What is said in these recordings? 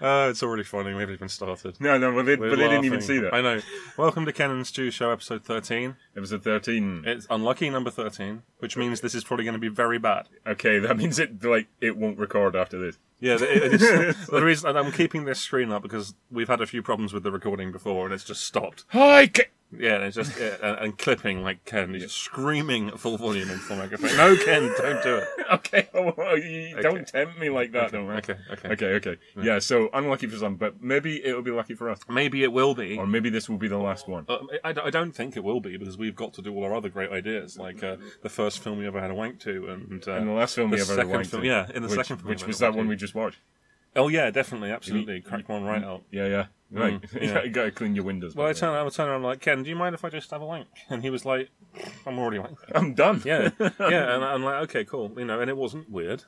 Uh, it's already funny. We haven't even started. No, no, but they, We're but they didn't even laughing. see that. I know. Welcome to Canon and Stew Show, episode 13. Episode 13. It's unlucky number 13, which means this is probably going to be very bad. Okay, that means it like it won't record after this. Yeah, the- it, it's, the reason and I'm keeping this screen up because we've had a few problems with the recording before and it's just stopped. Hi, Yeah, and it's just yeah, and, and clippking like Ken, he's just screaming at full volume into the microphone. No, Ken, don't do it. okay, oh, you- Okay. don't tempt me like that, don't Okay, okay, Okay, okay. Yeah, so unlucky for some, but maybe it'll be lucky for us. Maybe it will be. Or maybe this will be the last one. Uh, I, I don't think it will be because we've got to do all our other great ideas, like uh, the first film we ever had a wank to, and, uh, And the last film the we ever second liked. film- it, yeah, in the which, second film we Which ever was liked that one it. we just watched. oh yeah, definitely, absolutely, crack one right out. Yeah, yeah. Right. Mm, yeah. you gotta clean your windows. Well, I by the way. turn, I would turn around like Ken, do you mind if I just have a wank? And he was like, I'm already wank. I'm done. Yeah, yeah, and I'm like, okay, cool, you know, and it wasn't weird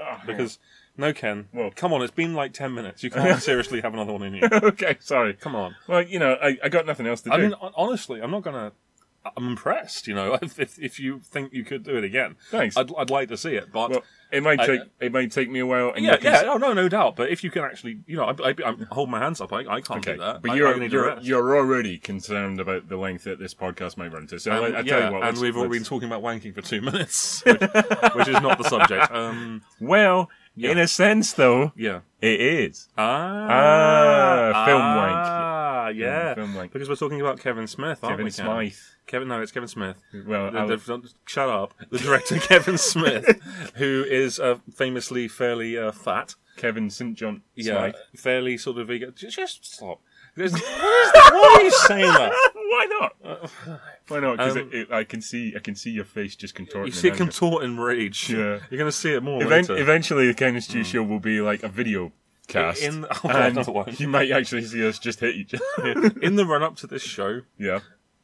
Oh, because no, Ken, Well- come on, it's been like ten minutes. You can't seriously have another one in you. okay, sorry. Come on. Well, you know, I, I got nothing else to do. I mean, hon- honestly, I'm not gonna. I'm impressed. You know, if if, if you think you could do it again, Thanks. I'd, I'd like to see it, but. well, it might I- take it might take me a while. And yeah, you can yeah, oh no, no doubt. But if you can actually, you know, I, I, I'm hold my hands up. I, I can't Okay, do that. but I- you're I need a you're, rest. you're already concerned about the length that this podcast might run to. So And, I, I tell yeah, you what, and let's- we've already been let's- talking about wanking for two minutes, which, which is not the subject. Um, well, in a sense, though, yeah. it is. Ah, Ah, film Ah, yeah. film wank. Because we're talking about Kevin Smith, aren't Kevin we? Ken? Smythe. Kevin, no, it's Kevin Smith. Well, The- I'll- the- don't- shut up. The director Kevin Smith, who is uh, famously fairly uh, fat. Kevin St. John. Yeah, Smythe. fairly sort of ego. Just, just stop. There's- what is that? Why are you saying that? Why not? Why not? Because Um, I can see, I can see your face just You contorting. Mm. see in it anger. contort in rage. Yeah. You're going to see it more Event- later. eventually, the Ken and Stu show will be like a video cast, In- oh, God, and no, it won't. you might actually see us just hit each other. in the run up to this show, yeah.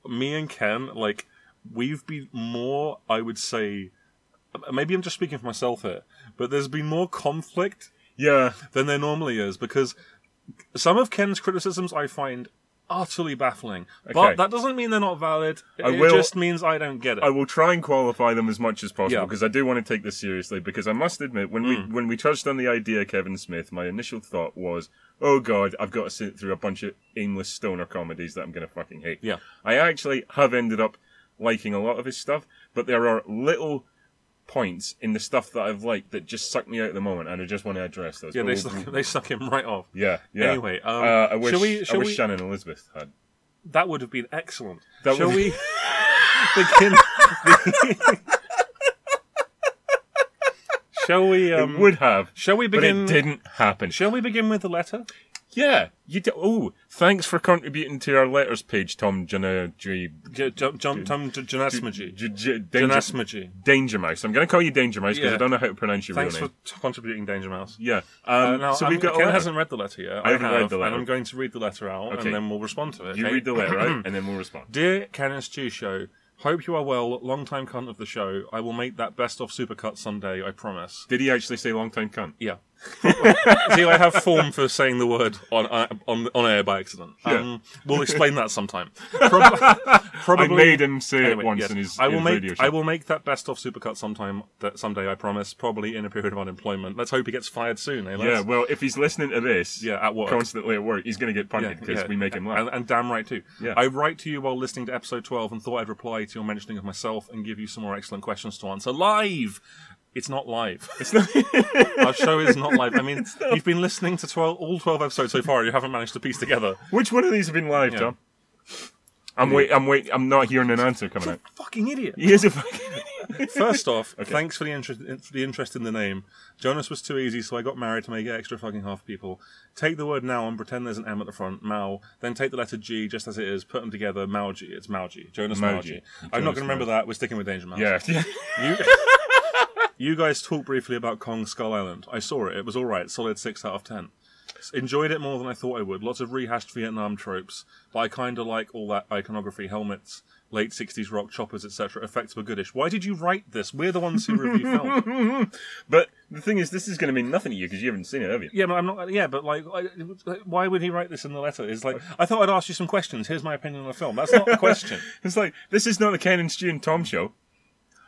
me and Ken, like, we've been more, I would say, maybe I'm just speaking for myself here, but there's been more conflict Yeah. than there normally is because some of Ken's criticisms I find utterly baffling. Okay. But that doesn't mean they're not valid. It, I it will- just means I don't get it. I will try and qualify them as much as possible Yeah. Mm. because I do want to take this seriously. Because I must admit, when we when we touched on the idea, Kevin Smith, my initial thought was, "Oh God, I've got to sit through a bunch of aimless stoner comedies that I'm going to fucking hate." Yeah. I actually have ended up liking a lot of his stuff, but there are little points in the stuff that I've liked that just suck me out at the moment, and I just want to address those. yeah, But they we'll- suck, they suck him right off. yeah, yeah. Anyway, um, uh, I wish, shall we- I shall wish we- Shannon Elizabeth had. That would have been excellent. That Shall would- we begin? shall we? Um, Would have, shall we but begin? it didn't happen. Shall we begin with the letter? Yeah, you. Do- oh, thanks for contributing to our letters page, Tom Jana J. J- jump, jump, Tom J- Janasmaji. J- J- Danger, Janasmaji. Danger Mouse. I'm going to call you Danger Mouse because Yeah. I don't know how to pronounce your Thanks real for name. t- contributing, Danger Mouse. Yeah. Um, Uh, now, so I'm- we've got. a Ken letter. hasn't read the letter yet. I, haven't read the letter. And I'm going to read the letter out, Okay. and then we'll respond to it. You okay? read the letter, right? and then we'll respond. Dear Ken and Stew Show, hope you are well. Long time cunt of the show. I will make that best of supercut someday. I promise. Did he actually say long time cunt? Yeah. See, I have form for saying the word on uh, on on air by accident. Um, we'll explain that sometime. Prob- I probably. made him say Anyway, it once yes. in his, I will his make radio show. I will make that best of supercut sometime that someday I promise. Probably in a period of unemployment. Let's hope he gets fired soon. Eh? yeah, Let's- well, if he's listening to this yeah, at work. constantly at work, he's going to get punted because yeah. we make him laugh. and, and damn right too. Yeah. I write to you while listening to episode twelve and thought I'd reply to your mentioning of myself and give you some more excellent questions to answer live. It's not live. It's not- Our show is not live. I mean, you've been listening to 12, all 12 episodes so far and you haven't managed to piece together. Which one of these have been live, Tom? I'm wait. I'm wait. I'm not hearing an answer coming out. Fucking idiot. He is a fucking. First off, thanks for the interest, for the interest in the name. Jonas was too easy, so I got married to make it extra fucking half people. Take the word now and pretend there's an M at the front, Mao. Then take the letter G just as it is, put them together, Mauji. It's Mauji. Jonas Mauji. Mauji. I'm not Jonas going to remember that. We're sticking with Danger Mouse. Yeah. yeah. You, you guys talked briefly about Kong Skull Island. I saw it. It was all right. Solid six out of ten. S- Enjoyed it more than I thought I would. Lots of rehashed Vietnam tropes, but I kind of like all that iconography, helmets, late '60s rock, choppers, etc. Effects were goodish. Why did you write this? We're the ones who review film. But the thing is, this is going to mean nothing to you because you haven't seen it, have you? Yeah, but I'm not. Yeah, but like, I, why would he write this in the letter? It's like I thought I'd ask you some questions. Here's my opinion on the film. That's not a question. It's like this is not the Ken and Stu and Tom show.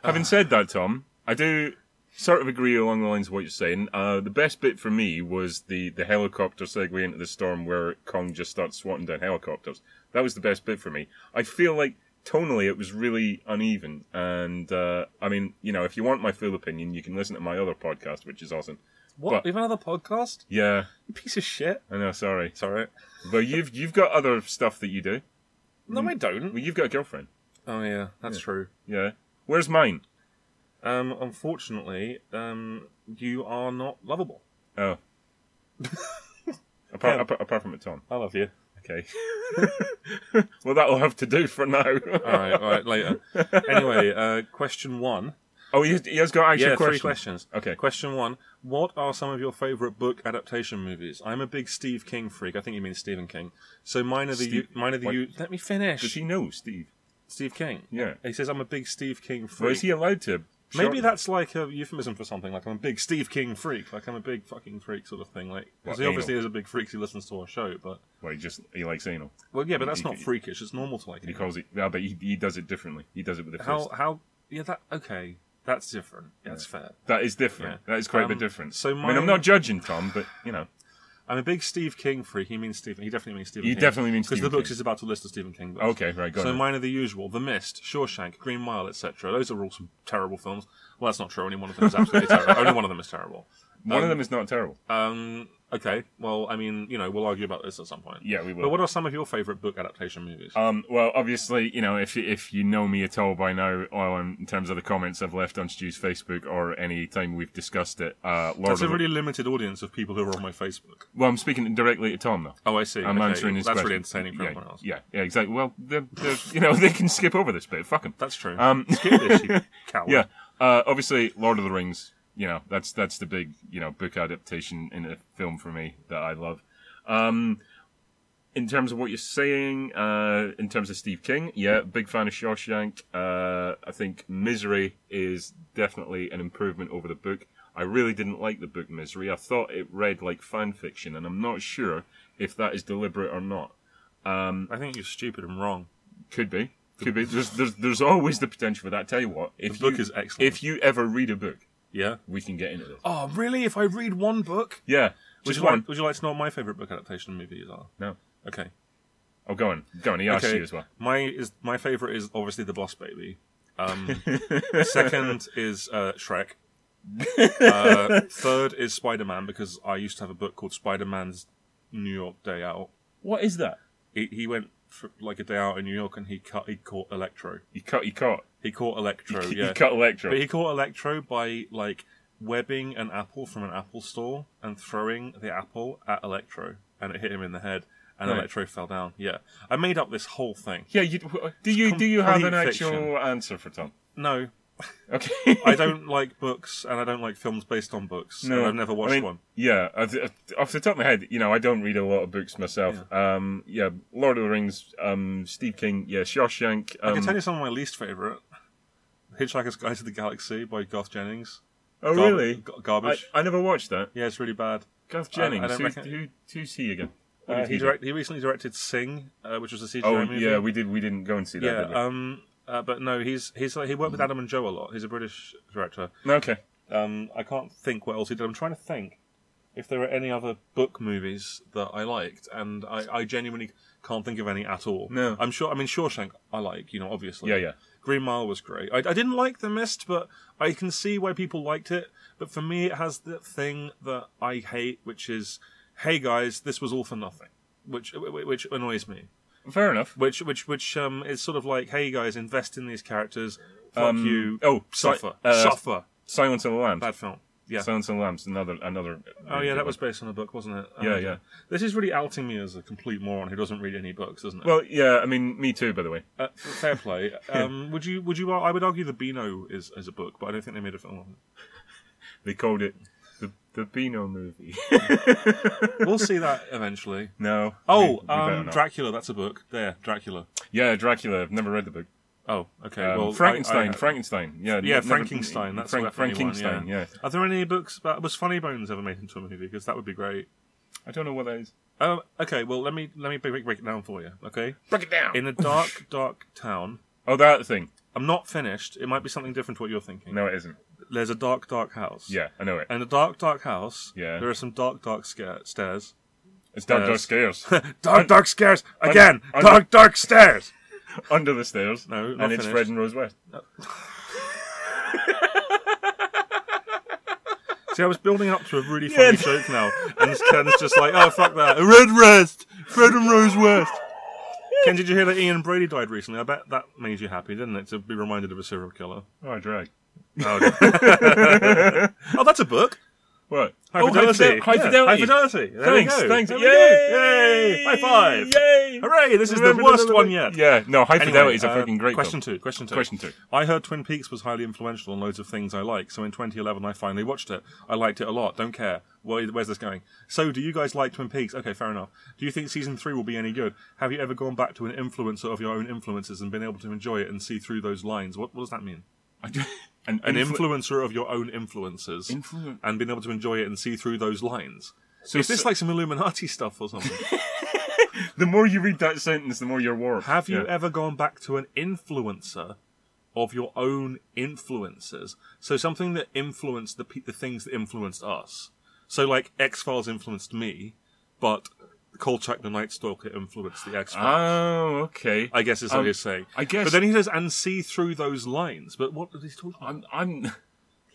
Having said that, Tom, I do sort of agree along the lines of what you're saying. Uh, the best bit for me was the, the helicopter segue into the storm where Kong just starts swatting down helicopters. That was the best bit for me. I feel like tonally it was really uneven. And uh, I mean, you know, if you want my full opinion, you can listen to my other podcast, which is awesome. What? But- we have another podcast? Yeah, You piece of shit. I know. Sorry, It's alright. but you've you've got other stuff that you do. No, I don't. Well, you've got a girlfriend. Mm. Oh, yeah, that's true. Yeah. Where's mine? Um, unfortunately, um, you are not lovable. Oh. apart, Yeah. apart, apart from it, Tom. I love you. Okay. well, that'll have to do for now. All right, all right, later. Anyway, uh, question one. Oh, he has, he has got actual yeah, questions. three questions. Okay. Question one: What are some of your favorite book adaptation movies? I'm a big Steve King freak. I think you mean Stephen King. So mine are the Steve- U- mine are the what? U- Let me finish. Does he know, Steve? Steve King. Yeah. He says I'm a big Steve King freak. Well, is he allowed to? Maybe shorten- that's like a euphemism for something. Like I'm a big Steve King freak. Like I'm a big fucking freak sort of thing. Like because What, he obviously anal? is a big freak. 'cause He listens to our show, but Well, he just he likes anal. well, yeah, but that's He- not he- freakish. It's normal to like. He it. calls it. Yeah, but he, he does it differently. He does it with a fist. How how yeah that okay. That's different. That's fair. That is different. Yeah. That is quite a Um, bit different. so I mean, mine- I'm not judging Tom, but you know, I'm a big Steve King freak. He means Stephen. He definitely means Stephen. He King. definitely means because the Stephen books King. is about to list the Stephen King books. okay, right, go so on. mine are the usual: The Mist, Shawshank, Green Mile, etc. Those are all some terrible films. Well, that's not true. Only one of them is absolutely terrible. Only one of them is terrible. One of them is not terrible. Um, okay. Well, I mean, you know, we'll argue about this at some point. Yeah, we will. But what are some of your favourite book adaptation movies? Um, well, obviously, you know, if you, if you know me at all by now, or in terms of the comments I've left on Stu's Facebook or any time we've discussed it, uh, Lord That's of a the- really limited audience of people who are on my Facebook. Well, I'm speaking directly to Tom, though. Oh, I see. I'm okay. answering his That's really question. entertaining for yeah, everyone else. Yeah, yeah, exactly. Well, they're, they're, you know, they can skip over this bit. Fuck 'em. That's true. Um, Skip this, you coward. Yeah. Uh, obviously, Lord of the Rings. You know, that's that's the big you know book adaptation in a film for me that I love. Um, in terms of what you're saying, uh, in terms of Steve King, yeah, big fan of Shawshank. Uh, I think Misery is definitely an improvement over the book. I really didn't like the book Misery. I thought it read like fan fiction, and I'm not sure if that is deliberate or not. Um, I think you're stupid and wrong. could be. Could be. There's, there's, there's always the potential for that. Tell you what, if The book you, is excellent. If you ever read a book, Yeah. we can get into this. Oh, really? If I read one book, Yeah, would just you one. like? Would you like to know what my favourite book adaptation movies are? No. Okay. Oh, go on, go on. He asked Okay. you as well. My is my favourite is obviously the Boss Baby. Um, second is uh, Shrek. Uh, third is Spider Man because I used to have a book called Spider Man's New York Day Out. What is that? He, he went for like a day out in New York and he cut he caught Electro. He cut. He caught. He caught Electro. he, yeah, cut Electro. but he caught Electro by like webbing an apple from an apple store and throwing the apple at Electro, and it hit him in the head, and Right. Electro fell down. Yeah, I made up this whole thing. yeah. You, do you do you have an complete actual fiction. answer for Tom? No, Okay. I don't like books, and I don't like films based on books. and I've never watched I mean, one. Yeah, I th- off the top of my head, you know, I don't read a lot of books myself. Yeah, um, yeah Lord of the Rings, um, Steve King, yeah, Shawshank. Um, I can tell you some of my least favorite: Hitchhiker's Guide to the Galaxy by Garth Jennings. oh, Gar- really? G- I, garbage. I never watched that. Yeah, it's really bad. Garth I- I Jennings. don't who, reckon- who, who's he again? What Uh, did he do? direct, he recently directed Sing, uh, which was a CGI Oh movie. yeah, we did. We didn't go and see that. yeah. Did we? Mm. Um, uh, but no, he's he's like, he worked with Adam and Joe a lot. He's a British director. okay. Um, I can't think what else he did. I'm trying to think if there are any other book movies that I liked, and I, I genuinely can't think of any at all. No. I'm sure. I mean, Shawshank, I like, you know, obviously. Yeah, yeah. Green Mile was great. I, I didn't like The Mist, but I can see why people liked it. But for me, it has the thing that I hate, which is, hey guys, this was all for nothing, which which annoys me Fair enough. which which which um is sort of like, hey guys, invest in these characters. Fuck Um, you. oh, si- suffer, uh, suffer. Silence of the Lambs. Bad film. Yeah. Silence of the Lambs. Another. Another. oh yeah, that was based on a book, wasn't it? Yeah, Um, yeah. This is really outing me as a complete moron who doesn't read any books, isn't it? Well, yeah. I mean, me too. By the way. uh, fair play. Um, would you? Would you? I would argue the Beano is is a book, but I don't think they made a film. of They called it the the Beano movie. it. We'll see that eventually. no. we- Oh, we better um, not. Um, Dracula. That's a book. There, Dracula. yeah, Dracula. I've never read the book. Oh, okay. Um, well, I- Frankenstein. I- Frankenstein. Yeah. Yeah, never- Frankenstein. That's Frank- the definitely one, Frankenstein. yeah. Are there any books about? Was Funny Bones ever made into a movie? Because that would be great. I don't know what that is. Um, okay, well let me let me break, break it down for you. Okay, Break it down. in a dark, dark town. oh, that thing. I'm not finished. It might be something different to what you're thinking. No, it isn't. there's a dark, dark house. Yeah, I know it. And the dark, dark house. Yeah. There are some dark, dark sca- stairs. It's Dark Dark Yes. Stairs. Dark, dark stairs again. un- dark, dark stairs. Under the stairs. No, not and it's finished. Fred and Rose West. See, I was building up to a really funny joke now, and Ken's just like, "Oh fuck that, Red West, Fred and Rose West." Ken, did you hear that Ian Brady died recently? I bet that made you happy, didn't it, to be reminded of a serial killer? Oh, I drag. Oh, oh that's a book. What? High fidelity. Oh, High Yeah, Fidelity. High fidelity. There we Thanks, go. thanks. There Yay! we go. Yay! High five. Yay! Hooray! This is the Remember worst another one thing? yet. Yeah, no, High Anyway, Fidelity is a uh, fucking great question film. two. Question two. Question two. I heard Twin Peaks was highly influential on loads of things I like, so in 2011 I finally watched it. I liked it a lot. Don't care. Where, where's this going? So, do you guys like Twin Peaks? Okay, fair enough. Do you think season three will be any good? Have you ever gone back to an influencer of your own influences and been able to enjoy it and see through those lines? What, what does that mean? an An influ- influencer of your own influences Influ- and being able to enjoy it and see through those lines. So Is this like some Illuminati stuff or something? the more you read that sentence, the more you're warped. Have you Yeah. ever gone back to an influencer of your own influences? So something that influenced the pe- the things that influenced us. So like X Files influenced me, but Kolchak the Night Stalker influenced the X Files. Oh, okay. I guess is what um, he's saying. I guess- but then he says, "and see through those lines." But what are he talking about? I'm,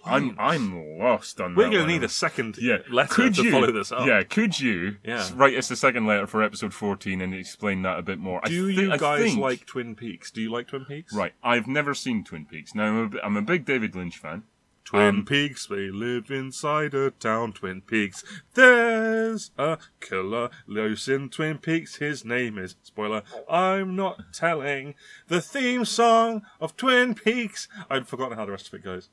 I'm, I'm, I'm lost on We're that going one. to need a second yeah. letter could to you, follow this up. Yeah, could you Yeah. s- write us the second letter for episode 14 and explain that a bit more? I Do thi- you I guys think- like Twin Peaks? Do you like Twin Peaks? Right, I've never seen Twin Peaks. Now, I'm a, bi- I'm a big David Lynch fan. Twin Peaks, they live inside a town, Twin Peaks. There's a killer loose in Twin Peaks, his name is, spoiler, I'm not telling. The theme song of Twin Peaks. I'd forgotten how the rest of it goes.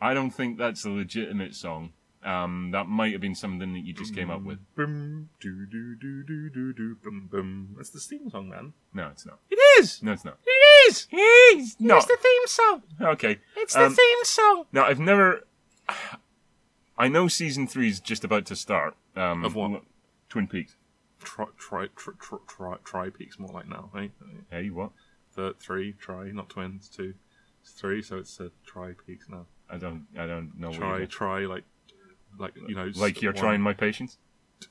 I don't think that's a legitimate song. Um, that might have been something that you just came Hmm. up with. Boom, doo doo doo doo doo doo, boom, boom. That's the theme song, man. No, it's not. It is! No, it's not. It is! It's not. theme song! Okay. Um, theme song! Now I've never. I know season three is just about to start. Um, Of what? Twin Peaks. Try, try, try, try, try, try Peaks more like now, eh? Hey, what? Third, three, try, not twins, two, it's three, so it's a try Peaks now. I don't. I don't know. what try, you're, try, like, like you know, s- Oh, like you're one, trying my patience.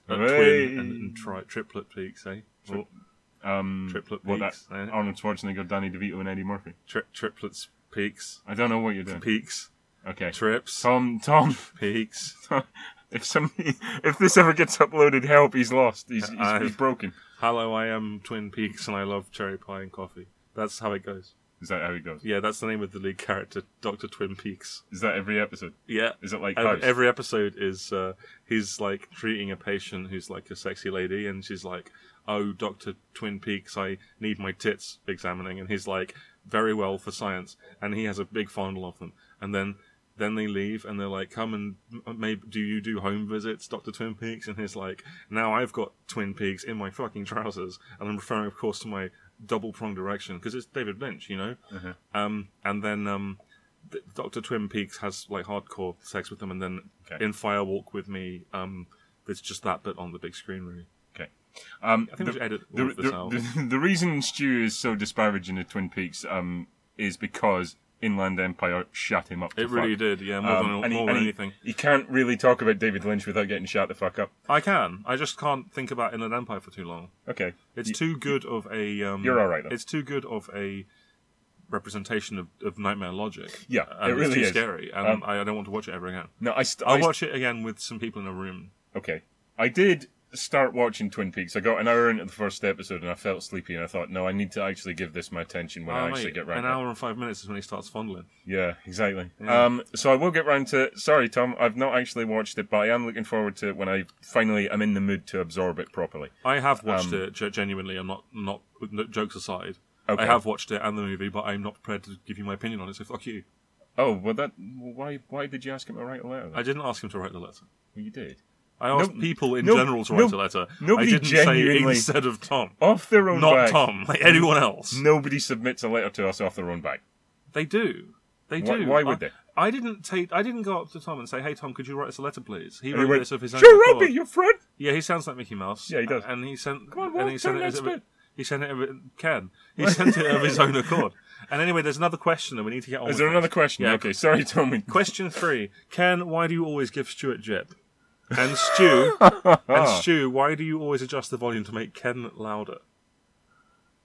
a Hey. twin and, and try triplet peaks, eh? Tri- Well, Um, Triplet what that, peaks, eh? Arnold Schwarzenegger, Danny DeVito, and Eddie Murphy. tri- triplets peaks, I don't know what you're doing. peaks, Okay. trips, Tom. Tom. peaks. If somebody, if this ever gets uploaded, help! He's lost. He's, he's, I- he's broken. Hello, I am Twin Peaks, and I love cherry pie and coffee. That's how it goes. Is that how it goes? Yeah, that's the name of the lead character, Doctor Twin Peaks. Is that every episode? Yeah. Is it like Ev- House? Every episode is uh, he's like treating a patient who's like a sexy lady, and she's like, "Oh, Doctor Twin Peaks, I need my tits examining," and he's like, "Very well for science," and he has a big fondle of them, and then then they leave, and they're like, "Come and m- maybe do you do home visits, Doctor Twin Peaks?" And he's like, "Now I've got Twin Peaks in my fucking trousers," and I'm referring, of course, to my double pronged erection because it's David Lynch, you know. Um, and then um, Doctor Twin Peaks has like hardcore sex with them, and then Okay. in Firewalk with Me, um, it's just that bit on the big screen. Really, Okay. Um, I think we should edit all the, of this the, out. the- the reason Stu is so disparaging of Twin Peaks um, is because Inland Empire shut him up. To it really fuck. did, yeah, more Um, than, and he- more and than he- anything. He can't really talk about David Lynch without getting shut the fuck up. I can, I just can't think about Inland Empire for too long. Okay. It's Y- too good of a. Um, You're all right, though. It's too good of a representation of, of nightmare logic. Yeah, and it Uh, it's really too is. scary, and Um, I, I don't want to watch it ever again. no, I, st- I'll I st- watch it again with some people in a room. Okay. I did start watching Twin Peaks. I got an hour into the first episode and I felt sleepy and I thought, no, I need to actually give this my attention when Oh, I actually mate, get round an to it. hour and five minutes is when he starts fondling. Yeah, exactly. Yeah. Um, so I will get round to. Sorry, Tom, I've not actually watched it, but I am looking forward to it when I finally am in the mood to absorb it properly. I have watched Um, it ge- genuinely. I'm not not no, jokes aside. Okay. I have watched it and the movie, but I'm not prepared to give you my opinion on it. So fuck you. Oh well, that well, why why did you ask him to write a letter? Then? I didn't ask him to write the letter. well, you did. I asked No- people in no- general to write no- a letter. nobody I didn't genuinely- Oh, say instead of Tom, Off their own not back. Tom, like anyone else. Nobody submits a letter to us off their own back. They do. They Why- do. why would I, they? I didn't take. I didn't go up to Tom and say, "Hey, Tom, could you write us a letter, please?" He And wrote, he went, this of his own. sure, write accord. me, your friend. Yeah, he sounds like Mickey Mouse. Yeah, he does. And he sent. Come on, and Walt, he sent turn it as that a bit- spit. He sent it. Over, Ken. He sent it of his own accord. And anyway, there's another question that we need to get on. Is with there this. another question? Yeah. Okay, sorry, Tommy. Question three: Ken, why do you always give Stuart jip? And Stu, Ah. and Stu, why do you always adjust the volume to make Ken louder?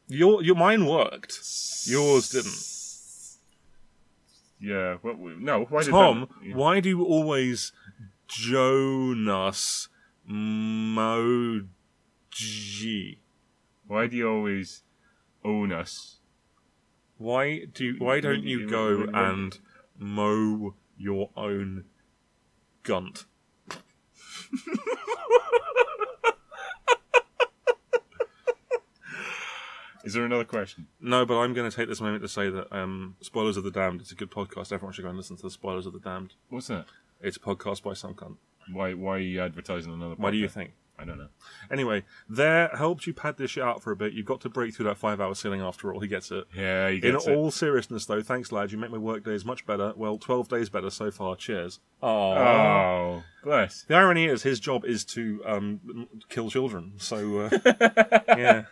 Your your mine worked. Yours didn't. Yeah. What? w- No. Why did Tom, that- why do you always Jonas Moji? Why do you always own us? Why do why don't you go and mow your own gunt? Is there another question? No, but I'm going to take this moment to say that um, Spoilers of the Damned is a good podcast. Everyone should go and listen to the Spoilers of the Damned. What's that? It's a podcast by some cunt. Why? Why are you advertising another? Why do you podcast? think? I don't know. Anyway, there helped you pad this shit out for a bit. You've got to break through that five-hour ceiling after all. He gets it. Yeah, you In get it. all seriousness, though, thanks, lad. You make my work days much better. Well, 12 days better so far. Cheers. Aww. Oh, bless. The irony is, his job is to um, m- kill children. So, uh, yeah.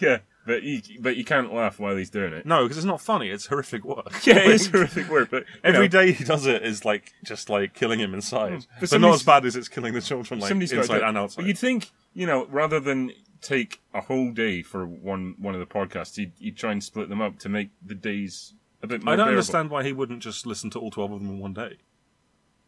Yeah, but you but you can't laugh while he's doing it. No, because it's not funny. It's horrific work. Yeah, it's horrific work, but Every every day day he does it is like just like killing him inside, but, not somebody's- as bad as it's killing the children like Hmm. somebody's got to. inside do it. and outside. But you'd think, you know, rather than take a whole day for one one of the podcasts, you'd, you'd try and split them up to make the days a bit more. I don't bearable. understand why he wouldn't just listen to all twelve of them in one day,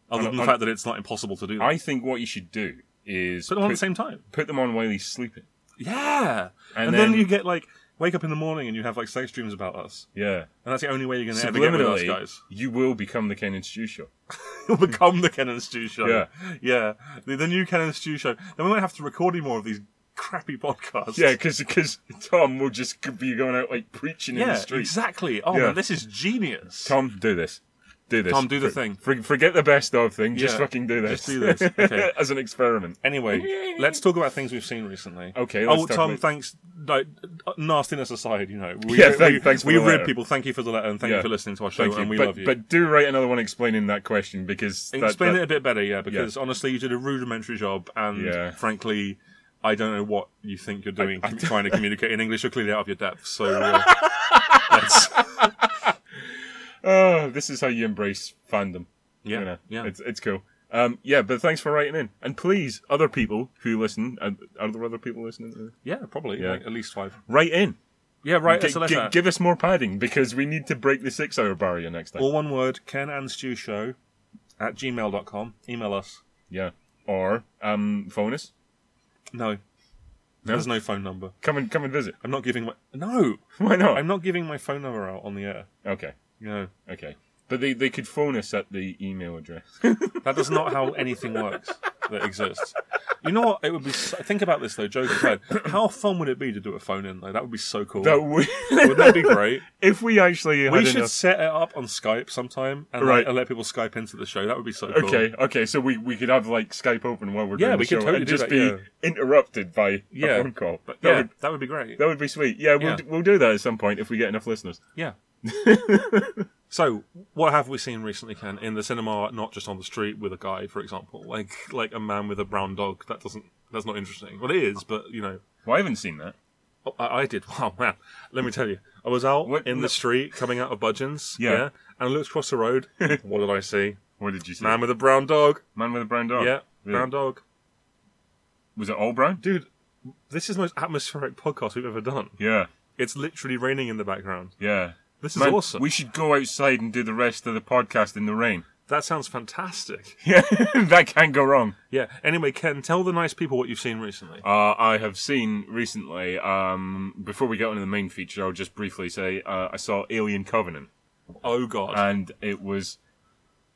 other I- than the I- fact that it's not impossible to do that. I think what you should do is Put put, them on at the same time. put them on while he's sleeping. Yeah, and, And then, then- you get like wake up in the morning and you have like sex dreams about us, Yeah. and that's the only way you're going to ever get with us Subliminally, guys. you will become the Ken Institute Show. You'll become the Ken and Stu show. Yeah. yeah, the, the new Ken and Stu show. Then we might have to record any more of these crappy podcasts. Yeah, because Tom will just be going out like preaching in the yeah, street. exactly. Oh Yeah. man, this is genius. Tom, do this. Do this. Tom, do the thing. For, forget the best of thing. Just Yeah. fucking do Just this. do this. Okay. As an experiment. Anyway, let's talk about things we've seen recently. Okay, let's Oh, talk Tom, about- thanks. Like, nastiness aside, you know. We, Yeah, thank- we, thanks for We the read letter. people. Thank you for the letter and thank you Yeah. for listening to our show, Thank you. and we but, love you. But do write another one explaining that question because that, Explain that- it a bit better, yeah, because honestly, you did a rudimentary job, and Yeah. frankly, I don't know what you think you're doing I com- trying to communicate in English. You're clearly out of your depth, so. Uh, that's- Oh, this is how you embrace fandom. Yeah, You know, yeah. It's it's cool. Um, yeah, but thanks for writing in, and please, other people who listen, uh, are there other people listening? to this? yeah, probably. Yeah. like, at least five. Write in. Yeah, right. G- That's a g- letter. give us more padding because we need to break the six-hour barrier next time. All one word, Ken and Stew Show at gmail.com. Email us. Yeah, or um, phone us. No. There's no phone number. Come and come and visit. I'm not giving my no. Why not? I'm not giving my phone number out on the air. Okay, You know, okay. But they, they could phone us at the email address. that is not how anything works that exists. You know what? It would be. So, think about this though, joke aside. How fun would it be to do a phone in though? That would be so cool. that we, Wouldn't that be great? if we actually had We should enough- set it up on Skype sometime and, like, Right. and let people Skype into the show. That would be so cool. Okay, okay, so we, we could have like Skype open while we're Yeah, doing we the could show totally and do just that, be yeah. interrupted by Yeah. a phone call. But that yeah, would that would be great. that would be sweet. Yeah, we'll Yeah. d we'll do that at some point if we get enough listeners. Yeah. so, what have we seen recently, Ken? In the cinema, not just on the street with a guy, for example, like like a man with a brown dog. That doesn't. That's not interesting. Well, it is, but you know, Well, I haven't seen that. oh, I, I did. Wow, man. Let me tell you, I was out What- in the street coming out of Budgeons. Yeah. and I looked across the road. what did I see? What did you see? Man with a brown dog. Man with a brown dog. yeah, Really? brown dog. Was it all brown? Dude, this is the most atmospheric podcast we've ever done. Yeah, It's literally raining in the background. yeah. This is Man, awesome. We should go outside and do the rest of the podcast in the rain. that sounds fantastic. Yeah, that can't go wrong. Yeah. Anyway, Ken, tell the nice people what you've seen recently. Uh, I have seen recently. Um, before we get on to the main feature, I'll just briefly say uh, I saw Alien Covenant. Oh God. and it was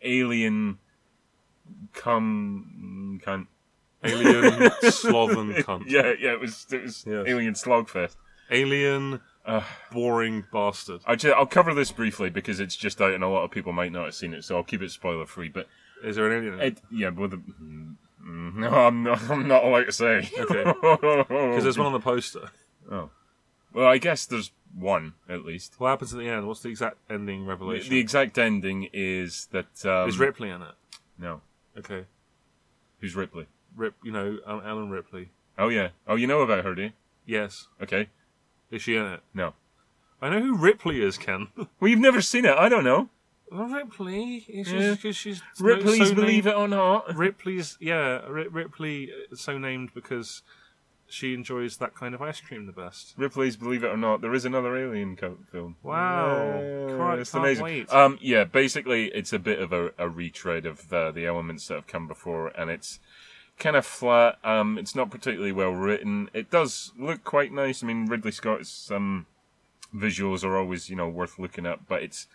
alien cum cunt. Alien sloven cunt. Yeah, yeah, it was it was Yes. alien slogfest. Alien Uh. boring bastard. I ju- I'll cover this briefly because it's just out and a lot of people might not have seen it, so I'll keep it spoiler free. But Is there an alien? in it? it, yeah, well, the, mm, no, I'm not, I'm not allowed to say. Okay. Because there's one on the poster. well, I guess there's one at least. What happens at the end? What's the exact ending The, revelation? the exact ending is that um, Is Ripley in it? no, Okay. who's Ripley? Rip. You know, um, Ellen Ripley. Oh yeah, oh you know about her, do you? Yes. Okay. Is she in it? No. I know who Ripley is, Ken. Well, you've never seen it. I don't know. Ripley? It's Yeah. just 'cause she's no- Ripley's so Believe named- It or Not. Ripley's, yeah, Ri- Ripley uh, so named because she enjoys that kind of ice cream the best. Ripley's Believe It or Not. There is another Alien co- film. Wow. Yeah, Can't- it's can't amazing. wait. Um, yeah, basically, it's a bit of a, a retread of uh, the elements that have come before, and it's kind of flat. Um, it's not particularly well written. It does look quite nice. I mean, Ridley Scott's um, visuals are always, you know, worth looking at, but it's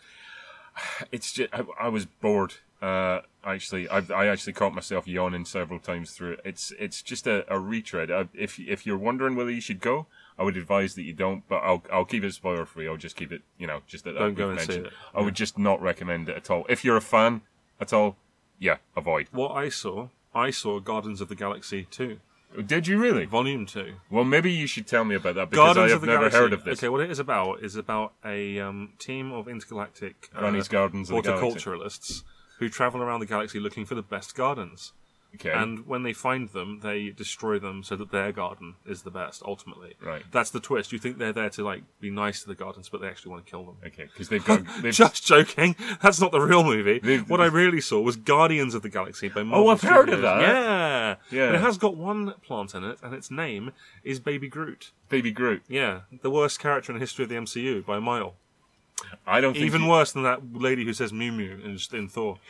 it's just I, I was bored. Uh, actually, I, I actually caught myself yawning several times through it. It's it's just a, a retread. I, if if you're wondering whether you should go, I would advise that you don't. But I'll I'll keep it spoiler free. I'll just keep it you know just at that Don't go brief and see mention. it. I would just not recommend it at all. If you're a fan at all, yeah, avoid. What I saw, I saw Gardens of the Galaxy 2, Did you really? Volume 2. Well, maybe you should tell me about that because I have never heard of this. Okay, what it is about is about a um, team of intergalactic uh, Ronnie's Gardens of the Galaxy. horticulturalists who travel around the galaxy looking for the best gardens. Okay, And when they find them, they destroy them so that their garden is the best. Ultimately, Right. That's the twist. You think they're there to like be nice to the gardens, but they actually want to kill them. okay, because they've got they've Just joking. That's not the real movie. They've- What I really saw was Guardians of the Galaxy by Marvel. Oh, I've heard of Studios. that. Yeah, Yeah. And it has got one plant in it, and its name is Baby Groot. Baby Groot. Yeah, the worst character in the history of the MCU by a mile. I don't think Even you- worse than that lady who says Mew Mew in, in Thor.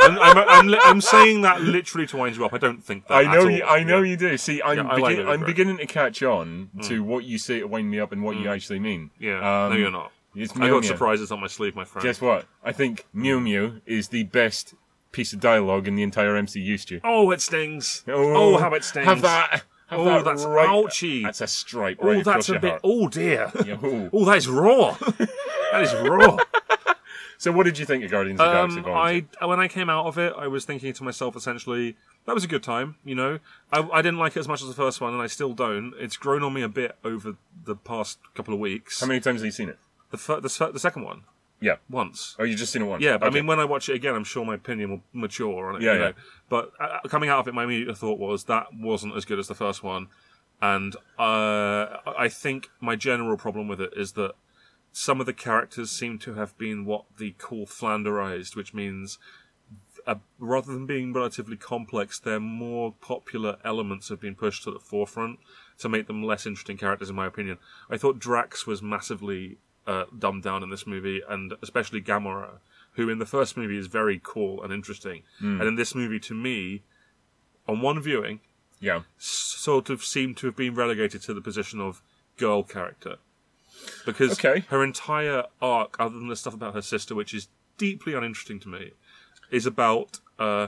I'm, I'm, I'm, li- I'm saying that literally to wind you up. I don't think that. I at know all. you. I know Yeah. you do. See, I'm I like begin- it, I'm right. beginning to catch on to what you say to wind me up and what you actually mean. Mm. Yeah, Um, no, you're not. It's I got Mjolnir. surprises on my sleeve, my friend. Guess what? I think Mm. Mew Mew is the best piece of dialogue in the entire MCU. Stu. Oh, it stings. Oh, how it stings. Have that. Have Oh, that that's right, ouchy. That's a stripe. Oh, Right across that's a your bit. heart. Oh dear. Yeah, ooh. Oh, that is raw. that is raw. So, what did you think of Guardians of the Galaxy? Um, Volume Two? I when I came out of it, I was thinking to myself, essentially, that was a good time. You know, I, I didn't like it as much as the first one, and I still don't. It's grown on me a bit over the past couple of weeks. How many times have you seen it? the, fir- the se- the second one Yeah. once. Oh, you just seen it once. Yeah, but Okay. I mean, when I watch it again, I'm sure my opinion will mature on it. Yeah, you know. yeah. But uh, coming out of it, my immediate thought was that wasn't as good as the first one, and uh, I think my general problem with it is that some of the characters seem to have been what they call flanderized, which means. Uh, rather than being relatively complex, their more popular elements have been pushed to the forefront to make them less interesting characters, in my opinion. I thought Drax was massively uh, dumbed down in this movie, and especially Gamora, who in the first movie is very cool and interesting, and in this movie, to me, on one viewing, yeah. sort of seemed to have been relegated to the position of girl character because Okay. her entire arc, other than the stuff about her sister, which is deeply uninteresting to me, is about uh,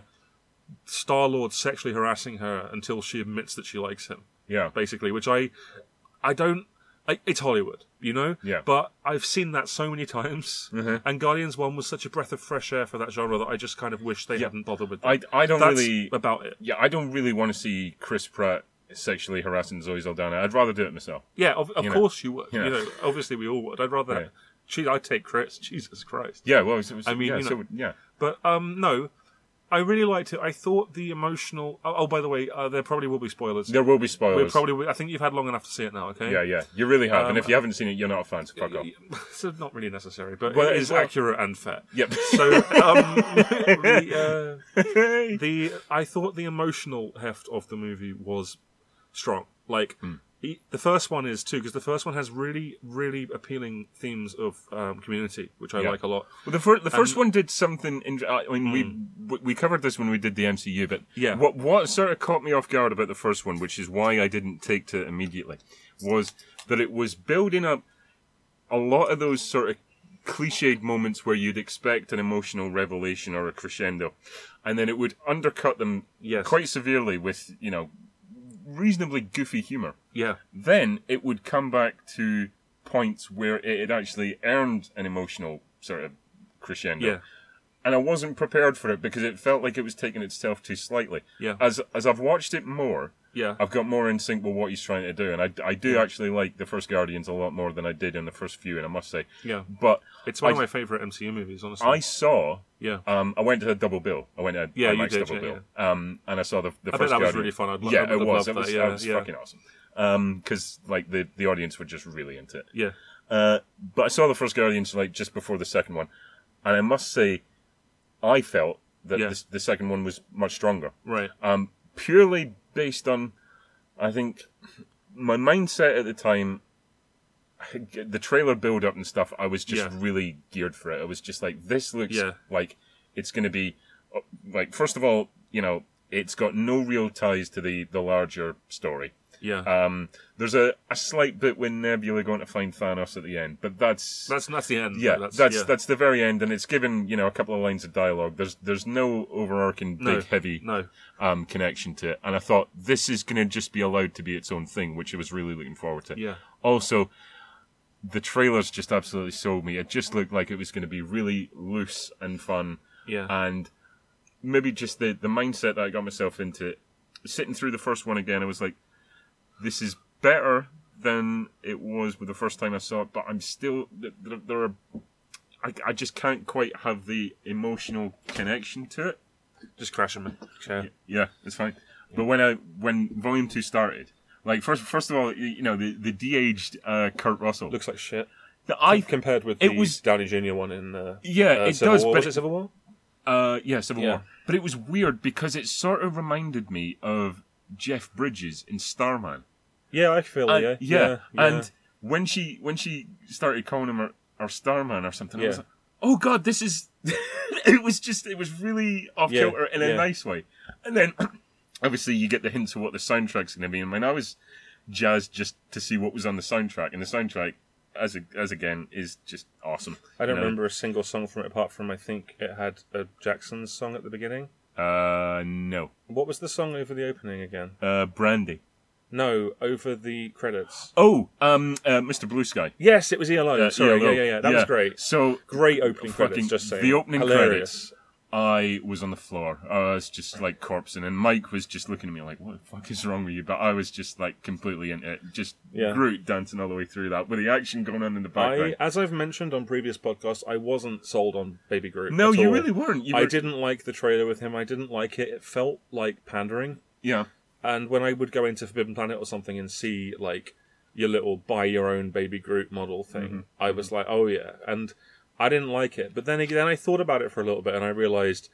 Star Lord sexually harassing her until she admits that she likes him Yeah. basically, which I, I don't. I, it's Hollywood, you know. Yeah. Mm-hmm. But I've seen that so many times, and Guardians One was such a breath of fresh air for that genre that I just kind of wish they hadn't bothered with. I, that. I don't That's really. about it. yeah, I don't really want to see Chris Pratt sexually harassing Zoe Saldana. I'd rather do it myself. Yeah, of, of You know. course you would. Yeah. You know, obviously we all would. I'd rather. Yeah. Gee, I'd take Chris. Jesus Christ. Yeah, well, so, so, I mean, mean, yeah, you so, know- yeah, But um, no, I really liked it. I thought the emotional. Oh, oh by the way, uh, there probably will be spoilers. there will be we spoilers. probably. Um, I think you've had long enough to see it now. Okay. yeah, yeah, you really have, and if you haven't seen it, you're not a fan. So fuck off. It's not really necessary, but Well, it is well- accurate and fair. Yep. So um, the, uh, the I thought the emotional heft of the movie was strong. Like Hmm. e- the first one is too, because the first one has really, really appealing themes of um, community, which I Yeah. like a lot. Well, the, fir- the first one did something. In- I mean, we we covered this when we did the MCU, but Hmm. Yeah. what what sort of caught me off guard about the first one, which is why I didn't take to it immediately, was that it was building up a lot of those sort of cliched moments where you'd expect an emotional revelation or a crescendo, and then it would undercut them Yes. quite severely with you know reasonably goofy humor Yeah, then it would come back to points where it had actually earned an emotional sort of crescendo. yeah, And I wasn't prepared for it because it felt like it was taking itself too slightly. Yeah. As as I've watched it more, yeah. I've got more in sync with what he's trying to do, and I, I do actually like the first Guardians a lot more than I did in the first few, and I must say. Yeah. But It's one of I- my favorite MCU movies, honestly. I saw. yeah, Um, I went to a double bill. I went to a Yeah, you IMAX did, double yeah, bill. Um, and I saw the, the I bet first that was Guardian. really fun. I'd lo- yeah, I would it have was. loved It was, that. Yeah, it was yeah. fucking awesome. because like the the audience were just really into it. Yeah. Uh, but I saw the first Guardians like just before the second one, and I must say, I felt that Yeah. the, the second one was much stronger. Right. Um, purely based on, I think, my mindset at the time, the trailer build up and stuff. I was just Yeah. really geared for it. I was just like, this looks Yeah. like it's going to be, uh, like first of all, you know, it's got no real ties to the the larger story. Yeah. Um, there's a, a slight bit when Nebula going to find Thanos at the end, but that's that's that's the end. yeah, that's that's, yeah. the very end, and it's given you know a couple of lines of dialogue. There's there's no overarching big No. heavy no. um, connection to it, and I thought this is going to just be allowed to be its own thing, which I was really looking forward to. Yeah. Also, the trailers just absolutely sold me. It just looked like it was going to be really loose and fun Yeah. and maybe just the the mindset that I got myself into sitting through the first one again I was like this is better than it was with the first time I saw it but I'm still th- there, there are I, I just can't quite have the emotional connection to it Just crashing me. Sure. yeah it's fine but when I when volume 2 started like first first of all y- you know the the de-aged uh, Kurt Russell Looks like shit. the, I compared with It the was- Downey Jr. one in uh, yeah uh, it Civil does War. but was it Civil War? Uh, yeah, Civil Yeah. War. But it was weird because it sort of reminded me of Jeff Bridges in Starman. Yeah, I feel And, Oh, yeah, yeah, yeah. and when she when she started calling him her, her Starman or something, I was Yeah. like, oh god, this is. it was just it was really off Yeah, kilter in a yeah. nice way, and then obviously you get the hints of what the soundtrack's going to be. I mean, I was jazzed just to see what was on the soundtrack, and the soundtrack. As, a, as again is just awesome. I You don't know, remember a single song from it apart from I think it had a Jackson song at the beginning. Uh, no. What was the song over the opening again? Uh, Brandy. No, over the credits. Oh, um, uh, Mr. Blue Sky. Yes, it was ELO. Uh, Sorry, ELO. yeah, yeah, yeah. That was great. So Great opening fucking credits. Just saying. the opening Hilarious. credits. I was on the floor. I was just like corpsing, and Mike was just looking at me like, "What the fuck is wrong with you?" But I was just like completely into it, just Yeah. Groot dancing all the way through that with the action going on in the background. I, as I've mentioned on previous podcasts, I wasn't sold on Baby Groot. no, at you all. really weren't. You I were- didn't like the trailer with him. I didn't like it. It felt like pandering. Yeah, And when I would go into Forbidden Planet or something and see like your little buy your own baby Groot model thing, Mm-hmm. I was like, oh yeah, and I didn't like it. But then again, I thought about it for a little bit and I realized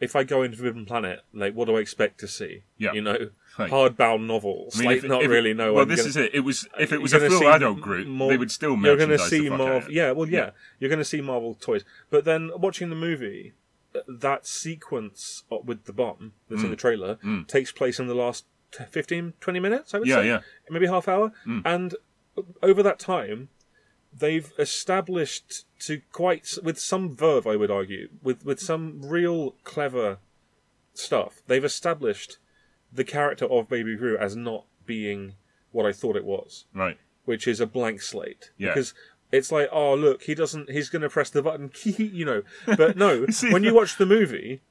if I go into Forbidden Planet, like what do I expect to see? Yeah. you know, Right. hardbound novels, I mean, like if- not if- really know. Well, I'm this gonna- is it. It was if it was you're a gonna full see adult Groot, more- they would still. You're going to merchandise the see fuck out of Marvel. it. Yeah, well, yeah, Yeah. you're going to see Marvel toys. But then watching the movie, uh, that sequence uh, with the bomb that's Mm. in the trailer takes place in the last t- 15, 20 minutes. I would Yeah, say, yeah. Mm. maybe half hour. And uh, over that time, they've established to quite s- with some verve, I would argue, with with some real clever stuff. They've established the character of Baby Groot as not being what I thought it was Right. which is a blank slate. Yeah. Because it's like, oh look, he doesn't. He's going to press the button, you know. But no, See, when you watch the movie,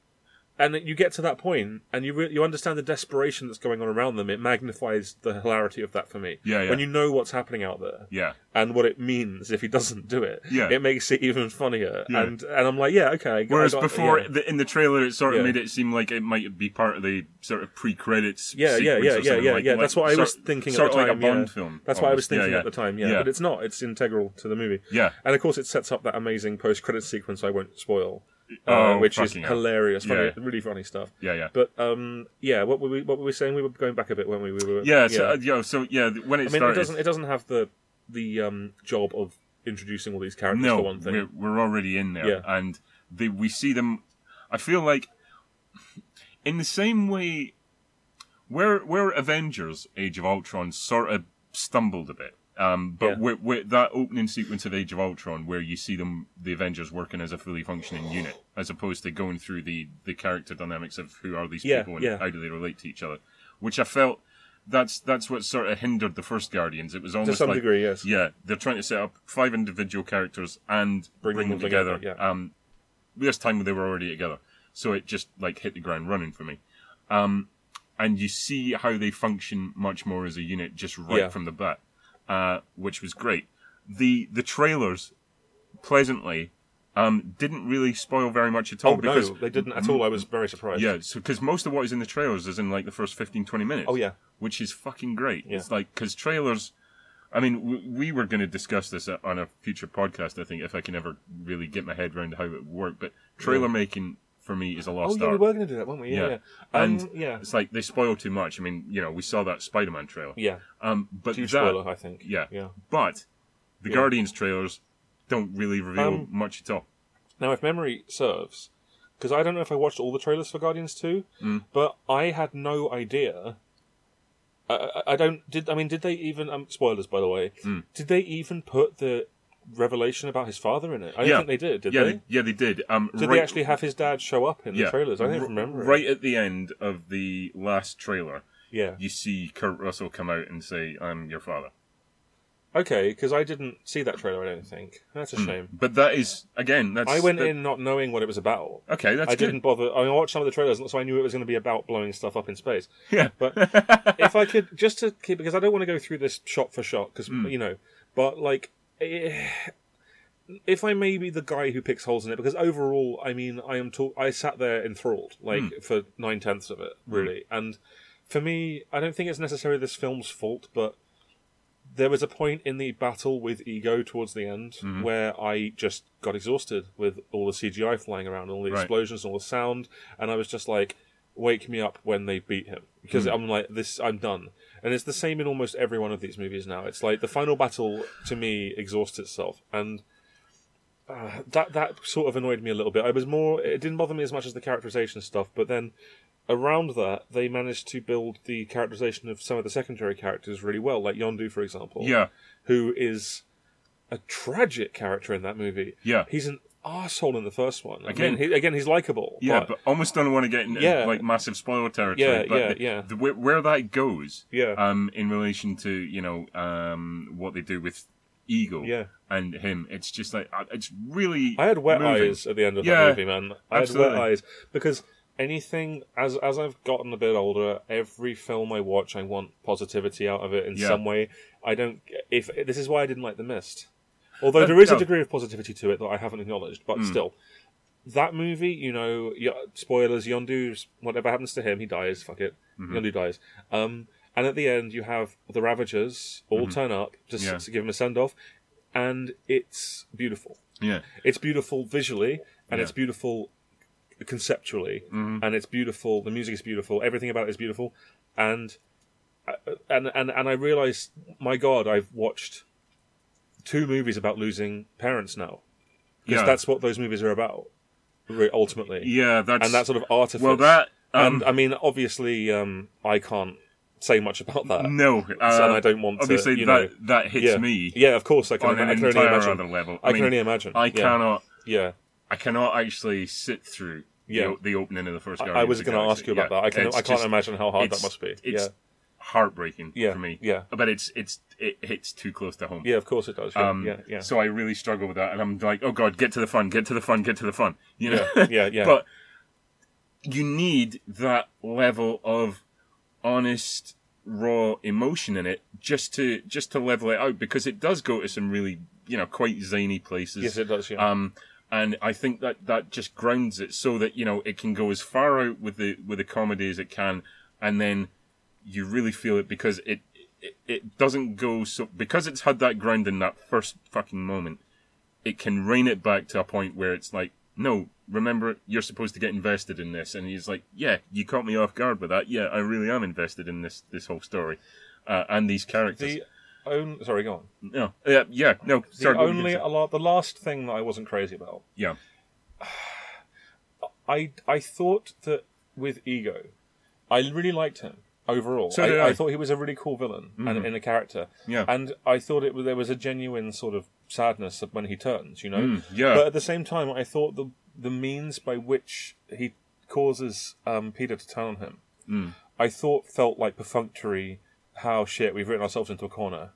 and you get to that point, and you re- you understand the desperation that's going on around them, it magnifies the hilarity of that for me. Yeah, yeah. When you know what's happening out there. Yeah. And what it means if he doesn't do it, Yeah. it makes it even funnier. Yeah. And and I'm like, yeah, okay. I got- I Whereas got- before yeah. the, in the trailer, it sort of Yeah. made it seem like it might be part of the sort of pre-credits. Yeah, yeah, sequence yeah, or yeah, something, yeah, like- yeah. like That's what I was sort- thinking Sort at of the time. like a Bond yeah. film. That's what I was almost. Yeah, thinking yeah. at the time. Yeah. yeah. but it's not. It's integral to the movie. Yeah. and of course it sets up that amazing post-credit sequence I won't spoil, uh, Oh, which is fucking hell. hilarious, funny, Yeah. really funny stuff. yeah, yeah, But um, yeah, what were we? What were we saying? We were going back a bit, weren't we? We were. yeah. So yeah, uh, yeah, so, yeah th- when it I mean, it started, doesn't. It doesn't have the the um, job of introducing all these characters no, for one thing. we're we're already in there, Yeah. and they, we see them. I feel like in the same way, where where Avengers: Age of Ultron sort of stumbled a bit. Um, but Yeah. with, with that opening sequence of Age of Ultron, where you see them, the Avengers working as a fully functioning unit, as opposed to going through the, the character dynamics of who are these Yeah, people and yeah. how do they relate to each other, which I felt that's that's what sort of hindered the first Guardians. It was almost To some like, degree, yes. yeah, they're trying to set up five individual characters and bring, Bring them them together. together, Um, this time they were already together, so it just like hit the ground running for me. Um, and you see how they function much more as a unit just right Yeah. from the bat, uh, which was great. The the trailers pleasantly um, didn't really spoil very much at all Oh because no, they didn't at all. I was very surprised. yeah, because most of what is in the trailers is in like the first 15, 20 minutes. Oh, yeah. which is fucking great. Yeah. It's like because trailers. I mean, we, we were going to discuss this uh, on a future podcast. I think if I can ever really get my head around how it worked, but trailer making for me is a Oh lost yeah, art. we were going to do that, weren't we? Yeah. Yeah. yeah. And um, yeah, It's like they spoil too much. I mean, you know, we saw that Spider-Man trailer. yeah. Um, but Huge that, spoiler, I think. yeah, Yeah. But the Guardians trailers don't really reveal Um, much at all. Now, if memory serves, because I don't know if I watched all the trailers for Guardians Two, Hmm. but I had no idea. I, I- I don't did. I mean, did they even um, spoilers? By the way, Hmm. did they even put the revelation about his father in it? I don't Yeah. think they did. Did yeah, they? yeah, they did. Um, Did right, they actually have his dad show up in yeah, the trailers? I don't even r- remember. it. Right at the end of the last trailer, Yeah. you see Kurt Russell come out and say, "I'm your father." Okay, because I didn't see that trailer. I don't think that's a Hmm. shame. But that is again, that's I went that- in not knowing what it was about. Okay, that's I good. didn't bother. I mean, I watched some of the trailers, so I knew it was going to be about blowing stuff up in space. Yeah. But if I could just to keep, because I don't want to go through this shot for shot, because you know, but like, eh, if I may be the guy who picks holes in it, because overall, I mean, I am. Talk- I sat there enthralled, like for nine tenths of it, really. And for me, I don't think it's necessarily this film's fault, but there was a point in the battle with ego towards the end where I just got exhausted with all the CGI flying around, all the Right. explosions, all the sound, and I was just like, "Wake me up when they beat him," because I'm like, "This, I'm done." And it's the same in almost every one of these movies now. It's like the final battle to me exhausts itself, and uh, that that sort of annoyed me a little bit. I was more, it didn't bother me as much as the characterization stuff, but then around that, they managed to build the characterization of some of the secondary characters really well, like Yondu, for example. yeah, Who is a tragic character in that movie. Yeah. He's an asshole in the first one. Again, Again- he, again he's likable. yeah, but, but, almost don't want to get into Yeah. like massive spoiler territory. Yeah, but yeah, the- yeah. the- where, where that goes, Yeah. um, in relation to you know, um, what they do with Eagle, Yeah. and him, it's just like uh, it's really. I had wet moving. eyes at the end of Yeah, that movie, man. I absolutely. had wet eyes because anything as as I've gotten a bit older, every film I watch, I want positivity out of it in Yeah. some way. I don't. If this is why I didn't like The Mist, although there is no. a degree of positivity to it that I haven't acknowledged, Hmm. but still. That movie, you know, y- spoilers. Yondu's whatever happens to him, he dies. Fuck it, Mm-hmm. Yondu dies. Um, and at the end, you have the Ravagers all turn up just Mm-hmm. Yeah. to give him a send off, and it's beautiful. Yeah, It's beautiful visually, and Yeah. Mm. it's beautiful conceptually, Mm-hmm. and it's beautiful. The music is beautiful. Everything about it is beautiful, and uh, and and and I realized, my God, I've watched two movies about losing parents now because yeah, that's what those movies are about, re- ultimately, yeah, that's and that sort of artifice. well that um, and I mean, obviously, um, I can't say much about that, no, uh, and I don't want obviously to. You know, that that hits yeah, me yeah, of course, I can, on ima- an I can only entire imagine. other level. I, can mean, only imagine. I yeah. cannot. Yeah. I cannot actually sit through Yeah. the, o- the opening of the first Guardians. I was going to ask you about that. I can not I can't imagine how hard that must be. It's Yeah, heartbreaking Yeah, for me. yeah. but it's it's it hits too close to home. yeah, of course it does. Yeah, Um, yeah, yeah. So I really struggle with that, and I'm like, oh god, get to the fun, get to the fun, get to the fun. You know. Yeah, yeah, yeah. but you need that level of honest, raw emotion in it just to just to level it out because it does go to some really you know quite zany places. yes, it does. Yeah, Um, and I think that that just grounds it so that you know it can go as far out with the with the comedy as it can, and then you really feel it because it it, it doesn't go so because it's had that ground in that first fucking moment. It can rein it back to a point where it's like, no, remember you're supposed to get invested in this, and he's like, yeah, you caught me off guard with that. Yeah, I really am invested in this this whole story. Uh, and these characters. the on, sorry, go on. no, yeah, yeah, no. The sorry, what were you only gonna say? a lot, the last thing that I wasn't crazy about. yeah, I I thought that with Ego, I really liked him overall. So did I. Mm-hmm. thought he was a really cool villain and in a character. Yeah. and I thought it was- there was a genuine sort of sadness when he turns. You know, Mm, yeah. But at the same time, I thought the the means by which he causes um, Peter to turn on him, Mm. I thought felt like perfunctory. How shit, we've written ourselves into a corner.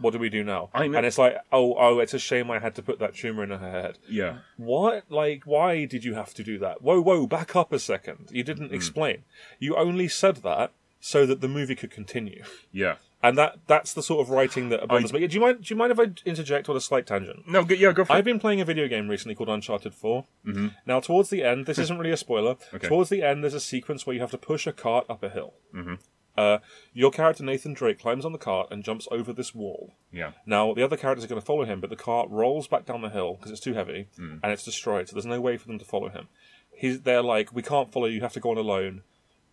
What do we do now? I know. And it's like, oh, oh, it's a shame I had to put that tumor in her head yeah. what like why did you have to do that whoa whoa back up a Hmm. second you didn't explain you only said that so that the movie could continue Yeah. And that that's the sort of writing that bothers me. Do you mind? Do you mind if I interject on a slight tangent? No, go, yeah, go for I've it. been playing a video game recently called Uncharted 4. Mm-hmm. Now, towards the end, this isn't really a spoiler. Okay. Towards the end, there's a sequence where you have to push a cart up a hill. Mm-hmm. Uh, your character Nathan Drake climbs on the cart and jumps over this wall. Yeah, Now, the other characters are going to follow him, but the cart rolls back down the hill because it's too heavy Hmm. and it's destroyed, so there's no way for them to follow him. He's, they're like, We can't follow you, you have to go on alone.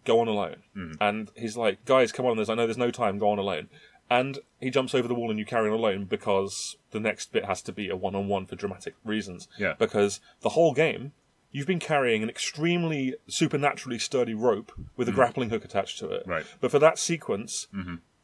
Go on alone. Hmm. And he's like, Guys, come on, there's, I know there's no time, go on alone. And he jumps over the wall and you carry on alone because the next bit has to be a one on one for dramatic reasons. Yeah. Because the whole game, you've been carrying an extremely supernaturally sturdy rope with a grappling hook attached to it. Hmm. Right. Mm-hmm. But for that sequence,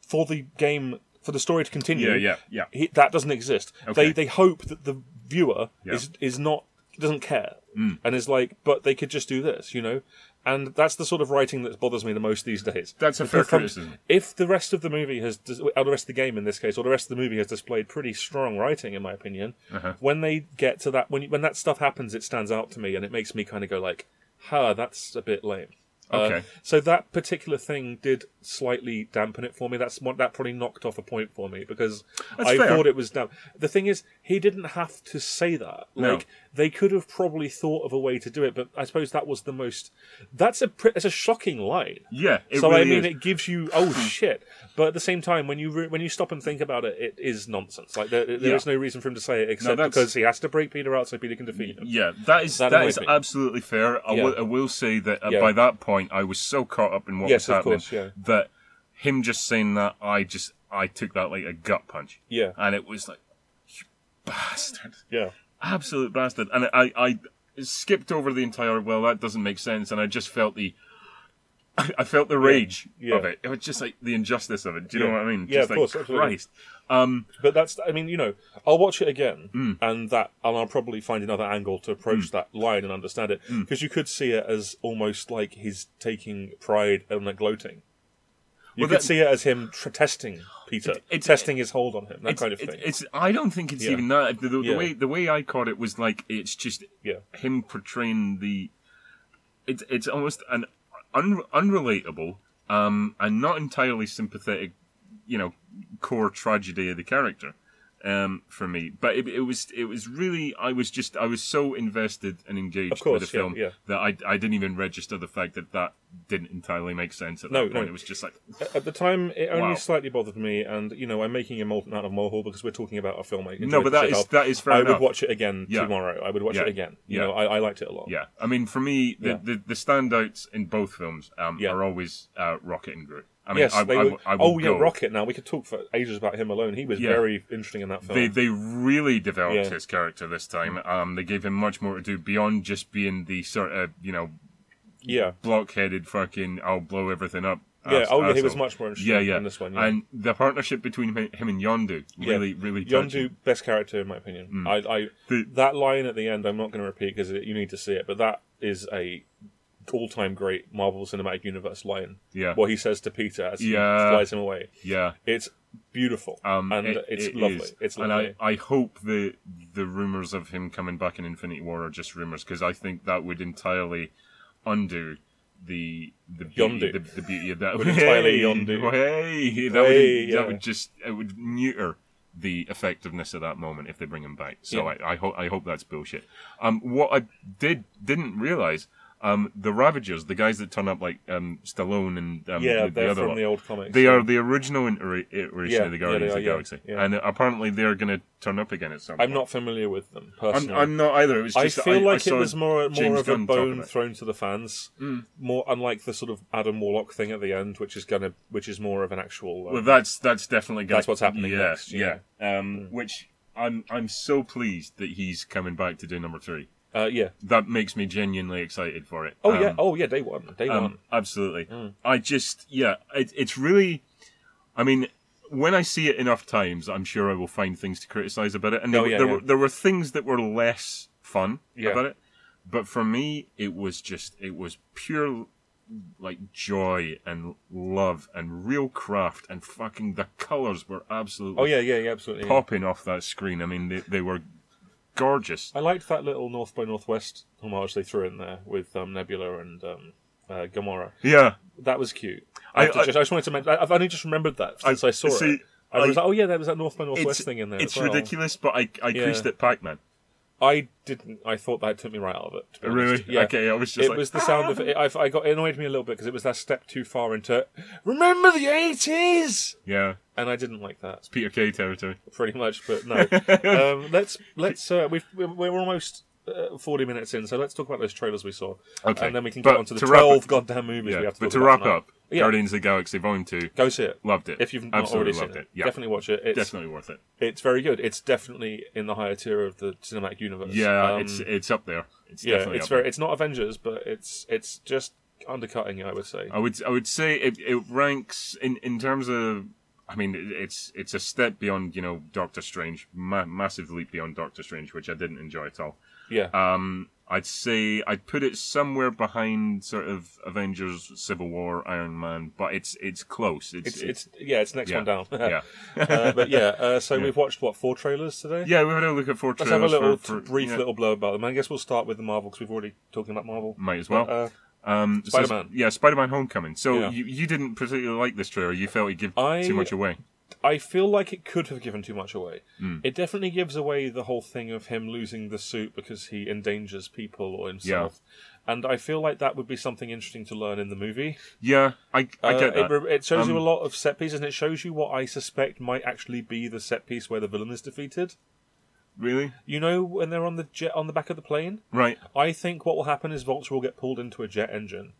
for the game, for the story to continue, yeah, yeah, yeah. he, that doesn't exist. Okay. They they hope that the viewer Yeah. Mm. is is not doesn't care and is like, but they could just do this, you know. And that's the sort of writing that bothers me the most these days. That's a If fair the com- criticism. If the rest of the movie has, dis- or the rest of the game in this case, or the rest of the movie has displayed pretty strong writing, in my opinion, Uh-huh. when they get to that, when when that stuff happens, it stands out to me, and it makes me kind of go like, "Huh, that's a bit lame." Uh, Okay. so that particular thing did slightly dampen it for me. That's what that probably knocked off a point for me because I fair. thought it was down. The thing is, he didn't have to say that. No. Like they could have probably thought of a way to do it, but I suppose that was the most. That's a pre- it's a shocking line. yeah. It so I really mean, is. Hmm. it gives you oh shit, but at the same time, when you re- when you stop and think about it, it is nonsense. Like there, there is Yeah. no reason for him to say it except that's- because he has to break Peter out so Peter can defeat him. Yeah, that is That that annoys is me. absolutely fair. I, Yeah. will, I will say that uh, Yeah. by that point, I was so caught up in what Yes, was of happening course, yeah. that him just saying that, I just I took that like a gut punch. Yeah. and it was like, you bastard, Yeah, absolute bastard, and I I skipped over the entire. Well, that doesn't make sense, and I just felt the. I felt the rage Yeah. of it. It was just like the injustice of it. Do you know Yeah. what I mean? Yeah, just of like, course, absolutely. Christ. But that's, I mean, you know, I'll watch it again, Hmm. and that, and I'll probably find another angle to approach that line and understand it, Hmm. because you could see it as almost like he's taking pride and like gloating. You Well, could that- see it as him tr- testing Peter, it's- testing his hold on him, that it's, kind of it- thing. It's I don't think it's Yeah. even that. The, the, the Yeah. way the way I caught it was like it's just Yeah. him portraying the. It's it's almost an un, unrelatable um, and not entirely sympathetic, you know, core tragedy of the character um, for me. But it, it was it was really I was just I was so invested and engaged course, with the yeah, film yeah. that I I didn't even register the fact that that didn't entirely make sense at No, that point. no. It was just like At the time, it only Wow. slightly bothered me, and you know, I'm making a molten out of molehill because we're talking about a film. I no, but that that is is that is fair I enough. would watch it again Yeah. tomorrow. I would watch Yeah. it again. You Yeah. know, I, I liked it a lot. Yeah, I mean, for me, the Yeah. the, the standouts in both films um, Yeah. are always uh, Rocket and Groot. I mean, Yes, I, they I- were. I will oh yeah, go. Rocket. Now we could talk for ages about him alone. He was Yeah. very interesting in that film. They they really developed Yeah. Mm. his character this time. Um, they gave him much more to do beyond just being the sort of you know yeah, blockheaded fucking I'll blow everything up. Yeah, ass- oh yeah, he was asshole. much more interesting Yeah, yeah. in this one. Yeah. And the partnership between him, him and Yondu really, really Yondu, touching. best character in my opinion. Mm. I, I The- that line at the end, I'm not going to repeat because you need to see it, but that is a all-time great Marvel Cinematic Universe line. Yeah. what he says to Peter as Yeah. he flies him away. Yeah, It's beautiful, Um, and it- it's it lovely. is. It's and lovely. I, I hope the the rumors of him coming back in Infinity War are just rumors because I think that would entirely undo the the beauty, Yondu. the, the beauty of that. Would entirely Hey! undo. Hey, that, would, Hey, yeah. that would just it would neuter the effectiveness of that moment if they bring him back. So Yeah. I, I hope I hope that's bullshit. Um, what I did didn't realize. Um, the Ravagers, the guys that turn up like um, Stallone and um, yeah, the, the they're other from one. the old comics. They are the original intera- iteration Yeah, of the yeah, Guardians they of are, the yeah, Galaxy, yeah. and apparently they're going to turn up again at some I'm point. not familiar with them I'm, personally. I'm not either. It was I just that feel like it saw was more more James of a Gunn talk bone about it. Mm. thrown to the fans, more unlike the sort of Adam Warlock thing at the end, which is gonna which is more of an actual. uh, Well, that's that's definitely gonna, That's what's happening Yeah, next, yeah. yeah. Um, Which I'm I'm so pleased that he's coming back to do number three. uh, yeah. That makes me genuinely excited for it. Oh Um, yeah. Oh yeah. Day one. Day Um, one. absolutely. Hmm. I just, yeah, it, it's really. I mean, when I see it enough times, I'm sure I will find things to criticize about it. And there, Oh, yeah, there, yeah. Were, there were things that were less fun Yeah. about it, but for me, it was just it was pure like joy and love and real craft and fucking the colors were absolutely Oh yeah. Yeah. Yeah. Absolutely. yeah. popping off that screen. I mean, they, they were gorgeous. I liked that little North by Northwest homage they threw in there with um, Nebula and um, uh, Gamora. Yeah. That was cute. I- I, have to I- just, I just wanted to mention. I've only just remembered that since I, saw see, it. I, I- was like, oh yeah, there was that North by Northwest It's, thing in there. it's as well. ridiculous, but I, I Yeah. creased it Pac-Man. I didn't. I thought that took me right out of it. to be Really? honest. Yeah. Okay, I was just It like, was the sound of it. I, I got it annoyed me a little bit because it was that step too far into. Remember the eighties, yeah, and I didn't like that. Peter Kay territory. pretty much. But no, um, let's let's uh, we've, we're, we're almost uh, forty minutes in, so let's talk about those trailers we saw, Okay, and then we can but get on to the to wrap twelve up- goddamn movies Yeah, we have to. but talk to about wrap tonight. up, Yeah. Guardians of the Galaxy Volume Two, go see it loved it. if you've not absolutely already loved seen it, it. yeah, Definitely watch it. It's definitely worth it. it's very good. It's definitely in the higher tier of the cinematic universe. Yeah, Um, it's it's up there. It's yeah, definitely it's up very there. it's not Avengers, but it's it's just undercutting it. I would say. I would I would say it, it ranks in in terms of. I mean, it- it's it's a step beyond you know Doctor Strange, ma- massive leap beyond Doctor Strange, which I didn't enjoy at all. yeah, Um, I'd say I'd put it somewhere behind sort of Avengers, Civil War, Iron Man, but it's it's close. It's it's, it's yeah, it's next yeah, one down. yeah. uh, but yeah, uh, so we've watched what four trailers today. yeah, we had a look at four Let's have a trailers. little for, for, brief yeah, little blow about them. I guess we'll start with the Marvel because we've already talking about Marvel. Might as Mm, well. Uh, um, so- Spider-Man. yeah, Spider-Man: Homecoming. So Yeah. you, you didn't particularly like this trailer. You felt it gave I- too much away. I feel like it could have given too much away. Mm. It definitely gives away the whole thing of him losing the suit because he endangers people or himself. And I feel like that would be something interesting to learn in the movie. Yeah, I, I Uh, get it, that. re- it shows Um, you a lot of set pieces, and it shows you what I suspect might actually be the set piece where the villain is defeated. really? You know, when they're on the jet on the back of the plane. Right. I think what will happen is Vulture will get pulled into a jet engine.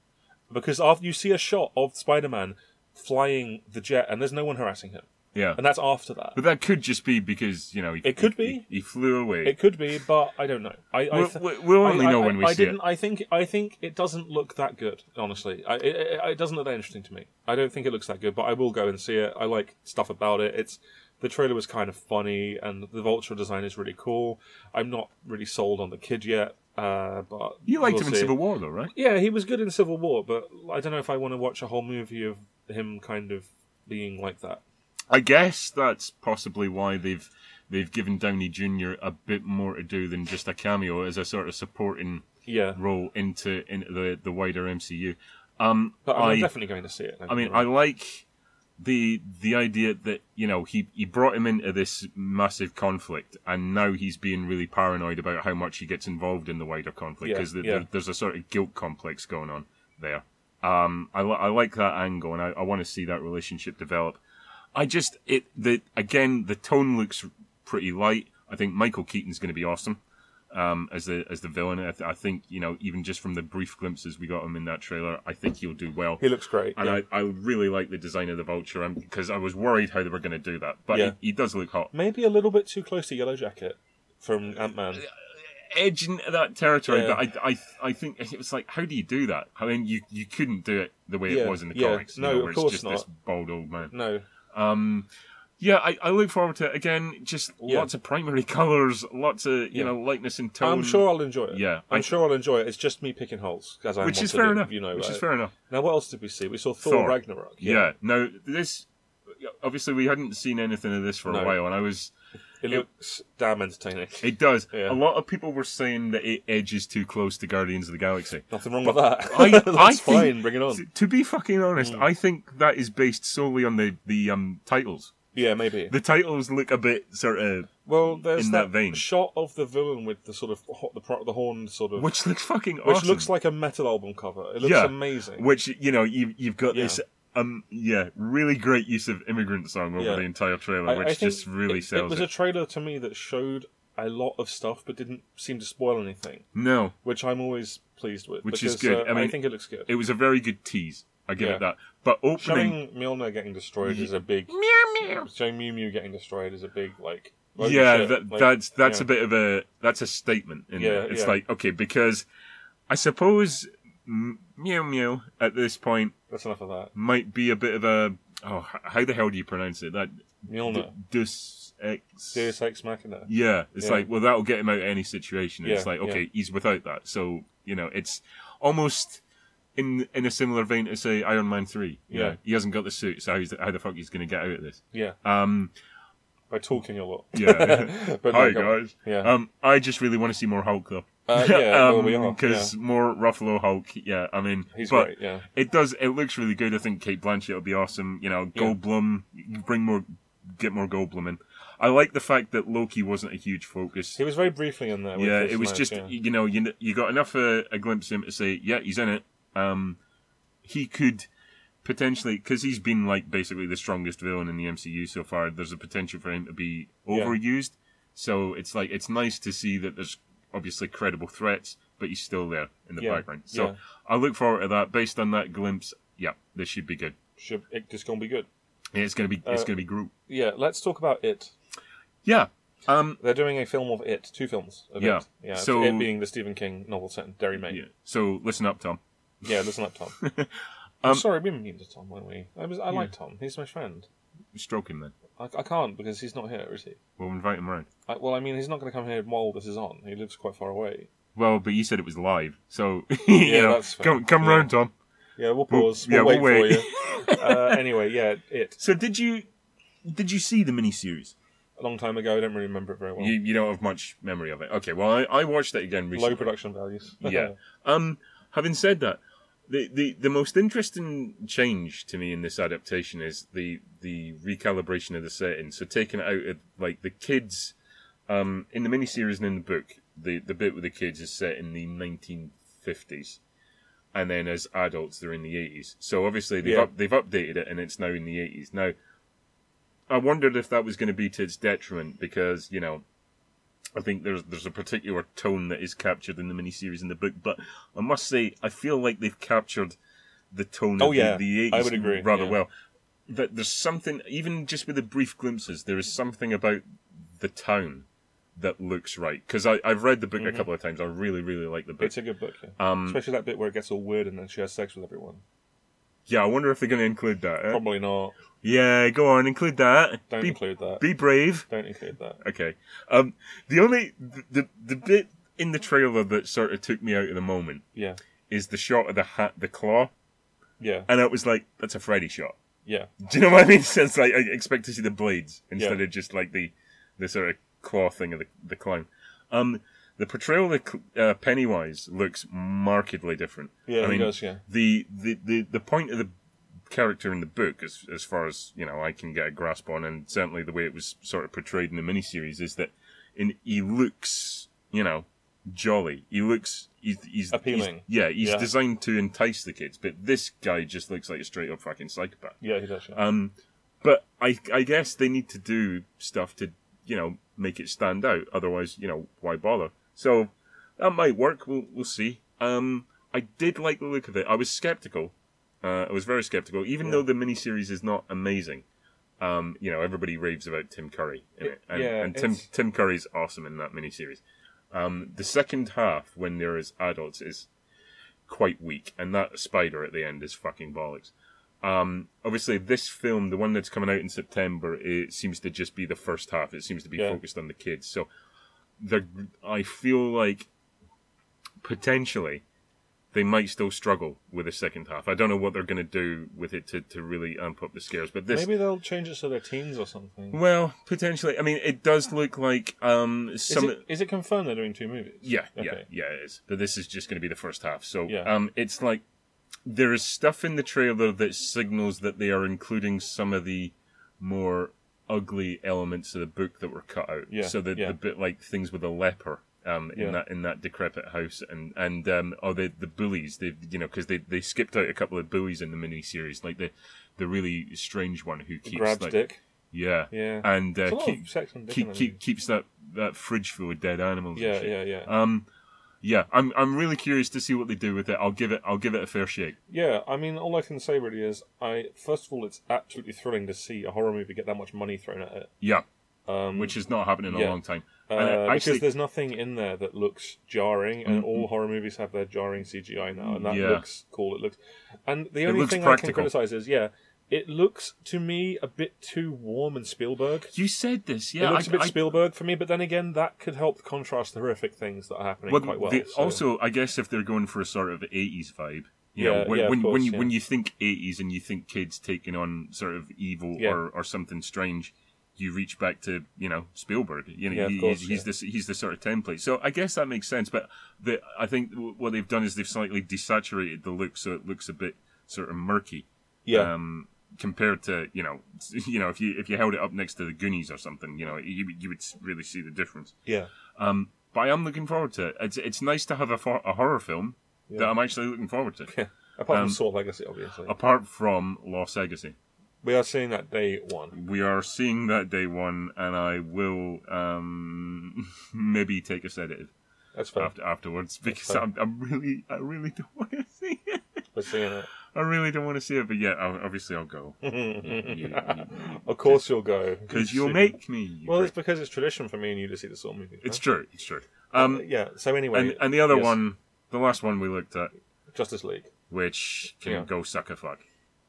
Because after you see a shot of Spider Man flying the jet and there's no one harassing him. Yeah. And that's after that. But that could just be because you know he, It could he- be. he, he flew away. It could be, but I don't know. I, I We'll- th- we'll- we'll I- only I- know I- when we I see it. didn't, I think I think it doesn't look that good, honestly. I, it, it, it doesn't look that interesting to me. I don't think it looks that good, but I will go and see it. I like stuff about it. It's the trailer was kind of funny, and the Vulture design is really cool. I'm not really sold on the kid yet, uh, but you liked we'll him in see. Civil War though, right? Yeah, he was good in Civil War, but I don't know if I want to watch a whole movie of him kind of being like that. I guess that's possibly why they've they've given Downey Jr. a bit more to do than just a cameo as a sort of supporting Yeah, role into into the, the wider MCU. Um, but I'm I definitely going to see it. I mean I like the the idea that you know he he brought him into this massive conflict and now he's being really paranoid about how much he gets involved in the wider conflict Yeah, because yeah. there's a sort of guilt complex going on there. Um, I, li- I like that angle and I, I want to see that relationship develop. I just it the again the tone looks pretty light. I think Michael Keaton's going to be awesome um, as the as the villain. I, th- I think you know even just from the brief glimpses we got him in that trailer, I think he'll do well. he looks great. And yeah. I, I really like the design of the vulture because I was worried how they were going to do that. But Yeah. he, he does look hot. Maybe a little bit too close to Yellow Jacket from Ant Man. Edge into that territory, Yeah. but I, I I think it was like, how do you do that? I mean, you, you couldn't do it the way Yeah, it was in the yeah. comics. you No, know, of where course it's just not. this bold old man. No, Um, yeah, I, I look forward to it. Again, just Yeah. lots of primary colours, lots of, you Yeah. know, lightness and tone. I'm sure I'll enjoy it. Yeah, I'm I- sure I'll enjoy it. It's just me picking holes as I Which want is to fair do, enough. You know, which uh, is fair enough. Now, what else did we see? We saw Thor, Thor. Ragnarok. Yeah. Now, this, obviously, we hadn't seen anything of this for a No. while, and I was. it, It- looks damn entertaining. It does. Yeah. A lot of people were saying that it edges too close to Guardians of the Galaxy. Nothing wrong with that. I- That's I think- fine. bring it To, on. to be fucking honest, Hmm. I think that is based solely on the the um titles. Yeah, maybe. The titles look a bit sort of, Well, there's in that, that vein. shot of the villain with the sort of ho- the, pro- the horn sort of, which, which looks fucking awesome. looks like a metal album cover. It looks amazing. Which you know you you've got Yeah. this um yeah really great use of immigrant song over Yeah. the entire trailer, I- which I think just really it, sells It was it. a trailer to me that showed a lot of stuff, but didn't seem to spoil anything, no, which I'm always pleased with. Which because, is good. uh, I mean, think it looks good. it was a very good tease. I give Yeah. it that. But opening, Showing Milner getting destroyed is a big. Showing Mew Mew getting destroyed is a big like. holy yeah, shit, that, like, that's that's yeah. a bit of a that's a statement. In Yeah, there. it's yeah. like okay, because I suppose M- Mew Mew at this point That's enough of that. might be a bit of a oh, h- how the hell do you pronounce it? That d- Milner, dus ex. Deus Ex Machina. Yeah, it's Yeah. like well, that'll get him out of any situation. And it's Yeah, like okay, he's without that, so you know, it's almost. In, in a similar vein to say Iron Man three, you Yeah. know, he hasn't got the suit, so he's, how the fuck he's going to get out of this? Yeah, Um, by talking a lot. yeah, but no, Hi go on. guys. uh, Yeah. Um, I just really want to see more Hulk though. Uh, yeah, well, we are. because more Ruffalo Hulk. Yeah, I mean, yeah. he's but great. Yeah, it does. It looks really good. I think Kate Blanchett will be awesome. You know, Yeah. Goldblum, you bring more, get more Goldblum in. I like the fact that Loki wasn't a huge focus. he was very briefly in there. when yeah, he first it was emerged, just e- yeah. you know you you got enough uh, a glimpse of him to say yeah he's in it. Um, he could potentially because he's been like basically the strongest villain in the MCU so far. There's a potential for him to be Yeah. overused. So it's like it's nice to see that there's obviously credible threats, but he's still there in the Yeah, background. So yeah. I look forward to that. Based on that glimpse, yeah, this should be good. Should, it just gonna be good. It's gonna be it's Uh, gonna be group. Yeah, let's talk about it. Yeah. Um. They're doing a film of it, two films of Yeah. it. Yeah, So- it being the Stephen King novel set in Derry May. Yeah. So listen up, Tom. Yeah, listen up, Tom. Um, I'm sorry, we mean to Tom, weren't we? I was, I like Tom. He's my friend. Stroke him then. I, I can't because he's not here, is he? We'll invite him round. I, well, I mean, he's not going to come here while this is on. He lives quite far away. Well, but you said it was live, so you know, that's fair. come come Yeah. round, Tom. Yeah, we'll pause. We'll, yeah, wait, we'll wait. for you. uh, anyway, yeah, it So did you did you see the miniseries? a long time ago. I don't really remember it very well. You you don't have much memory of it. Okay, well I, I watched it again recently. Low production values. yeah. Um, having said that, the, the the most interesting change to me in this adaptation is the the recalibration of the setting. So taking it out of like the kids, um, in the miniseries and in the book, the the bit with the kids is set in the 1950s, and then as adults they're in the 80s. So obviously they've Yeah. up, they've updated it and it's now in the 80s. Now, I wondered if that was going to be to its detriment because you know I think there's there's a particular tone that is captured in the miniseries in the book, but I must say I feel like they've captured the tone Oh, of yeah. the, the 80s I would agree, rather yeah. well. That there's something even just with the brief glimpses, there is something about the town that looks right. Because I've read the book a couple of times. I really, really like the book. Mm-hmm. it's a good book. Yeah. um, Especially that bit where it gets all weird and then she has sex with everyone. yeah, I wonder if they're going to include that. eh? Probably not. Yeah, go on, include that. Don't Be, include that. be brave. Don't include that. Okay. Um, the only the, the the bit in the trailer that sort of took me out of the moment Yeah. is the shot of the hat, the claw, Yeah. and it was like that's a Freddy shot. Yeah. Do you know what I mean? So it's like I expect to see the blades instead Yeah. of just like the the sort of claw thing of the the clown. Um, the portrayal of the cl- uh, Pennywise looks markedly different. Yeah, I he mean, does, yeah. the, the the the point of the character in the book, as as far as you know, I can get a grasp on, and certainly the way it was sort of portrayed in the miniseries is that in he looks, you know, jolly. He looks he's, he's Appealing. he's- yeah, he's Yeah. designed to entice the kids, but this guy just looks like a straight up fucking psychopath. Yeah, he does. Yeah. Um, but I, I guess they need to do stuff to, you know, make it stand out. Otherwise, you know, why bother? So that might work. We'll, we'll see. Um, I did like the look of it. I was skeptical. Uh, I was very skeptical, even though the miniseries is not amazing. Um, you know, everybody raves about Tim Curry in it, and, yeah, and Tim it's- Tim Curry's awesome in that miniseries. Um, the second half, when there is adults, is quite weak, and that spider at the end is fucking bollocks. Um, obviously, this film, the one that's coming out in September, it seems to just be the first half. It seems to be Yeah. focused on the kids. So, they're- I feel like potentially they might still struggle with the second half. I don't know what they're going to do with it to, to really amp up the scares. But this, Maybe they'll change it so they're teens or something. well, potentially. I mean, it does look like um, Is, some. it, is it confirmed they're doing two movies? Yeah, yeah, Okay. yeah, it is. But this is just going to be the first half. So Yeah. um, it's like there is stuff in the trailer that signals that they are including some of the more ugly elements of the book that were cut out. Yeah, So the, yeah. the bit like things with the leper. Um, in Yeah. that in that decrepit house, and and um, oh the the bullies, they you know because they, they skipped out a couple of bullies in the miniseries, like the the really strange one who keeps Grabs like, dick. yeah Yeah. and uh, There's a lot keep, of sex and dick in keep, that keep, movie. keeps that that fridge full of dead animals. and Yeah, shit. yeah, yeah. Um, yeah, I'm I'm really curious to see what they do with it. I'll give it I'll give it a fair shake. Yeah, I mean, all I can say really is, I first of all, it's absolutely thrilling to see a horror movie get that much money thrown at it. Yeah, Um, which has not happened in a Yeah. long time. uh, And I actually, Mm-hmm. because there's nothing in there that looks jarring, and all horror movies have their jarring CGI now, and that Yeah. looks cool. It looks, and the only looks thing I can practical. criticize is, yeah, it looks to me a bit too warm and Spielberg. you said this. it Yeah, looks a I, bit I- Spielberg for me, but then again, that could help contrast the horrific things that are happening well, quite well. the- so- also, I guess if they're going for a sort of '80s vibe, Yeah, you know, when yeah, of when, when course, you yeah. when you think '80s and you think kids taking on sort of evil Yeah. or or something strange, you reach back to you know Spielberg. You know, Yeah, of he- course, he's, he's the he's the sort of template. So I guess that makes sense. But the, I think w- what they've done is they've slightly desaturated the look, so it looks a bit sort of murky. Yeah. Um, compared to you know you know if you if you held it up next to the Goonies or something, you know you you would really see the difference. yeah. Um, but I am looking forward to it. It's it's nice to have a, for, a horror film that Yeah. I'm actually looking forward to. Apart um, oh. from Saw Legacy, obviously. Apart from Lost Legacy, we are seeing that day one. we are seeing that day one, and I will um, maybe take a sedative That's fair. after, afterwards because Oh. fine. I'm, I'm really I really don't want to see it. We're seeing it. I really don't want to see it, but yeah, I'll, obviously I'll go Of course you'll go. because you'll make me. you Well, it's prick. because it's tradition for me and you to see the Saw movie. it's true. It's true. Um, yeah. So anyway, and and the other yes, one, the last one we looked at, Justice League. which can Yeah. go suck a fuck.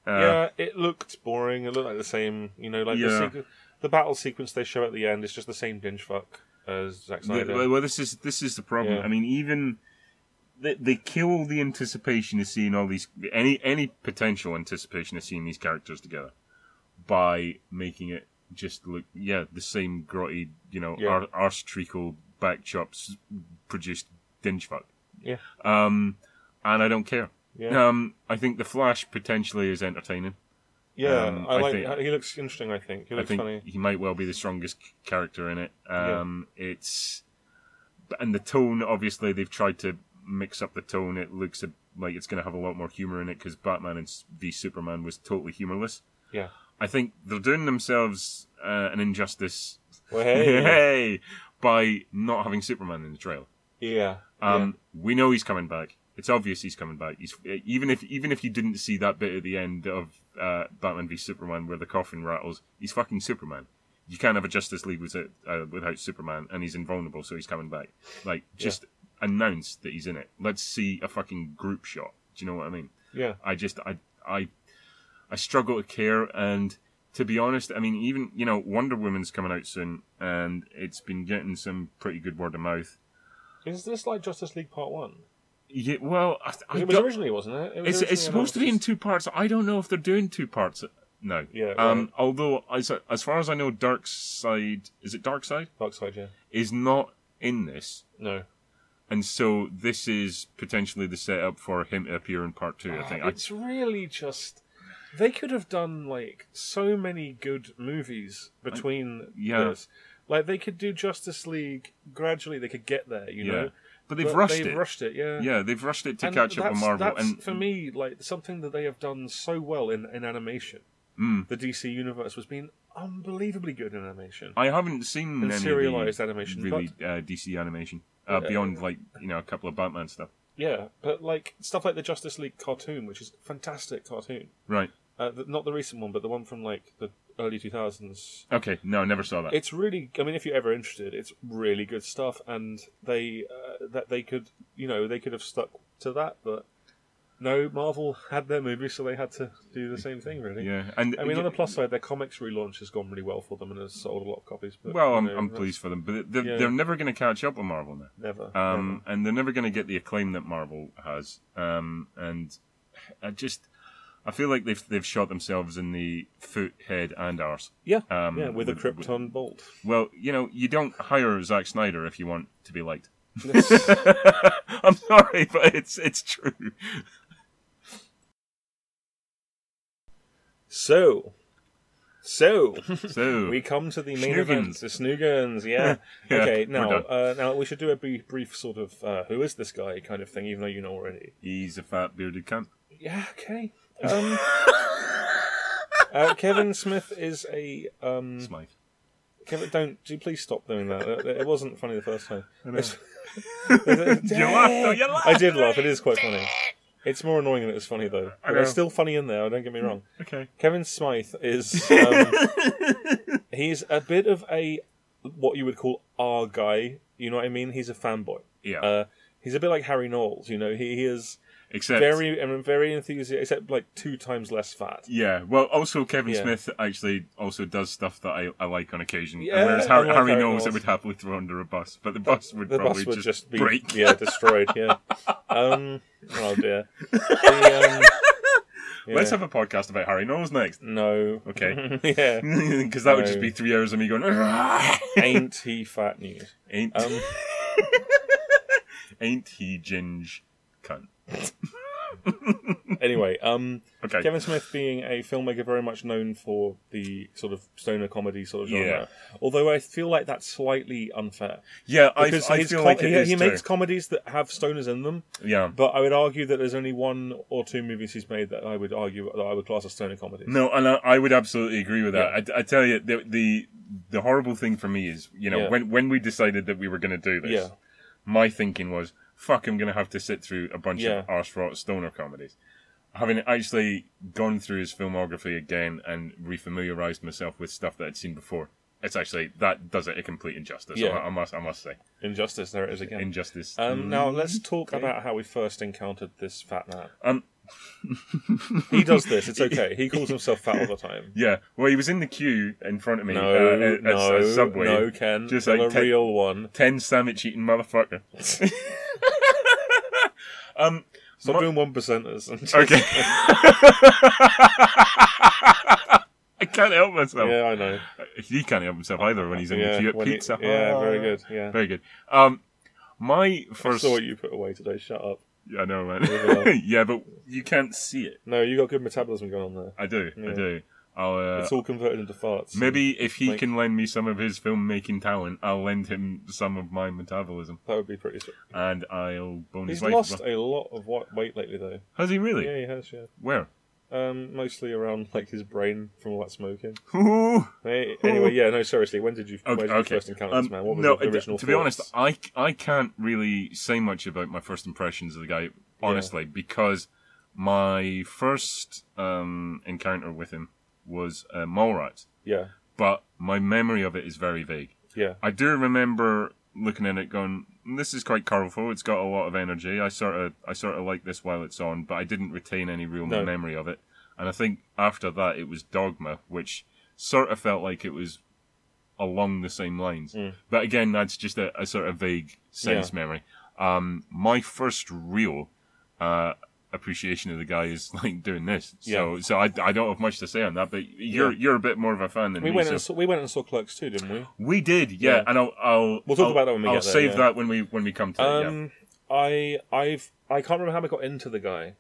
Uh, yeah, it looked boring. It looked like the same, you know, like Yeah. the, sequ- the battle sequence they show at the end. It's just the same binge fuck as Zack Th- Snyder. well, this is this is the problem. Yeah. I mean, even they, they kill the anticipation of seeing all these any any potential anticipation of seeing these characters together by making it just look yeah the same grotty you know Yeah. ar- arse treacle back chops produced dinge fuck. Yeah. Um, and I don't care. yeah, Um, I think the Flash potentially is entertaining. yeah. um, I I like. think- he looks interesting. I think he I looks think funny. he might well be the strongest c- character in it. Um, It's and the tone. Obviously, they've tried to mix up the tone. It looks a, like it's going to have a lot more humor in it because Batman and s- v Superman was totally humorless. Yeah. I think they're doing themselves uh, an injustice. Well, hey. Hey, by not having Superman in the trailer. yeah. Um, We know he's coming back. It's obvious he's coming back. He's eh, even if even if you didn't see that bit at the end of uh, Batman v Superman where the coffin rattles, he's fucking Superman. You can't have a Justice League without uh, without Superman, and he's invulnerable, so he's coming back. Like just announce that he's in it. Let's see a fucking group shot. Do you know what I mean? yeah. I just I I I struggle to care and to be honest, I mean even you know Wonder Woman's coming out soon and it's been getting some pretty good word of mouth. Yeah. Is this like Justice League Part One? Yeah, well, I, I It was don't- originally, wasn't it? it was it's, originally it's supposed to be in two parts. I don't know if they're doing two parts now. Yeah, right. Um. Although, as as far as I know, Dark Side is it Dark Side Dark Side. Yeah. is not in this, No. and so this is potentially the setup for him to appear in part two. I think. I, Ah, It's really just they could have done like so many good movies between yeah. this. Like they could do Justice League gradually. They could get there, you yeah. know. but they've But rushed they've it. rushed it, yeah. yeah, they've rushed it to And catch up that's- with Marvel. That's and for me, like something that they have done so well in, in animation. Mm. The DC universe was being unbelievably good in animation. I haven't seen and any serialized of the animation, really uh, DC animation uh, beyond like you know a couple of Batman stuff. Yeah, but like stuff like the Justice League cartoon, which is a fantastic cartoon. Right. Uh, the, not the recent one, but the one from like the early two thousands. Okay. No, I never saw that. It's really, I mean, if you're ever interested, it's really good stuff, and they uh, that they could, you know, they could have stuck to that, but no, Marvel had their movie, so they had to do the same thing, really. yeah. And I mean, on the plus side, their comics relaunch has gone really well for them and has sold a lot of copies. But, Well, you I'm, know, I'm that's pleased for them, but they're, Yeah. they're never going to catch up with Marvel now, Never. um, and they're never going to get the acclaim that Marvel has. Um, and I just, I feel like they've they've shot themselves in the foot, head, and arse. never. yeah, um, yeah, with a with- with- Krypton bolt. Well, you know, you don't hire Zack Snyder if you want to be liked. I'm sorry, but it's it's true. So, so So we come to the main Snoogans. event, the Snoogans. Yeah. Yeah, okay. we're Now, done. uh, now we should do a brief, brief sort of uh, who is this guy kind of thing, even though you know already. he's a fat bearded cunt. Yeah, okay. Um, uh, Kevin Smith is a. Um, Smythe. Kevin, don't. Do please stop doing that. It, it wasn't funny the first time. It's- You laughed, though, you laughed. I did laugh. It is quite funny. It's more annoying than it's funny, though. But know. it's still funny in there, don't get me wrong. Okay. Kevin Smythe is. Um, he's a bit of a. What you would call our guy. You know what I mean? He's a fanboy. Yeah. Uh, he's a bit like Harry Knowles, you know. He, he is Except very and very enthusiastic, except like two times less fat. Yeah, well, also Kevin Yeah. Smith actually also does stuff that I, I like on occasion. and Yeah, whereas I Harry, like Harry Harry knows it Knowles. would happily throw under a bus, but the bus would The probably bus would just, just, be break. yeah destroyed. Yeah. um. Oh dear. The, um, Let's have a podcast about Harry Knowles next. No. Okay. yeah. Because that would just No. be three hours of me going, "Ah, Ain't he fat news? ain't, Um, ain't he ginge cunt. anyway, um, Okay. Kevin Smith being a filmmaker very much known for the sort of stoner comedy sort of genre. Yeah. Although I feel like that's slightly unfair. yeah, I, Because I his feel com- like it he, is he too. makes comedies that have stoners in them, Yeah. but I would argue that there's only one or two movies he's made that I would argue that I would class as stoner comedies. No, and I, I would absolutely agree with that. I, I tell you, the, the the horrible thing for me is, you know, Yeah. when when we decided that we were going to do this, Yeah. my thinking was, fuck, I'm going to have to sit through a bunch Yeah. of arse rot stoner comedies. Having actually gone through his filmography again and refamiliarized myself with stuff that I'd seen before, it's actually that does it a complete injustice. Yeah. I, I must, I must say, Injustice, there it is again. injustice. Mm. um, now let's talk okay. about how we first encountered this fat man. Um, He does this. It's okay. He calls himself fat all the time. yeah, well, he was in the queue in front of me No, uh, at, at- no, at Subway. no, Ken. Just Just like a te- real one. Ten sandwich eating motherfucker. Um, Stop doing one percenters. And just- Okay. I can't help myself. Yeah, I know. He can't help himself either when he's in yeah, the queue at when he- Pizza Hut. Yeah, very good. Yeah. Very good. Um, my I first. saw what you put away today. Shut up. I know, Yeah. man. yeah, but you can't see it. No, you got good metabolism going on there. I do. I Yeah. do. I'll, uh, It's all converted into farts. maybe if he like- can lend me some of his filmmaking talent, I'll lend him some of my metabolism, that would be pretty. Sweet. and I'll bone He's his wife. lost a lot of wa- weight lately, though. Has he really? Yeah, he has. Yeah. Where? Um, mostly around like his brain from all that smoking. Ooh. Hey, Anyway, yeah. No, seriously. When did you, when Okay. did you okay. first encounter Um, this man? What was no, the original? to be thoughts? honest, I, I can't really say much about my first impressions of the guy, honestly, because my first um, encounter with him was uh, Mallrats, yeah, but my memory of it is very vague. yeah, I do remember looking at it, going, "This is quite colourful. It's got a lot of energy. I sort of I sort of like this while it's on, but I didn't retain any real No. memory of it. And I think after that, it was Dogma, which sort of felt like it was along the same lines. Mm. But again, that's just a, a sort of vague sense memory. Um, my first real uh, appreciation of the guy is like doing this. So so I, I don't have much to say on that. But you're you're a bit more of a fan than we me. went so- and saw, we went and saw Clerks too, didn't we? we did, yeah, Yeah. and I'll, I'll We'll talk I'll- about that when we I'll get there, save yeah. that when we when we come to it. Yeah. Um, I I've I can't remember how I got into the guy.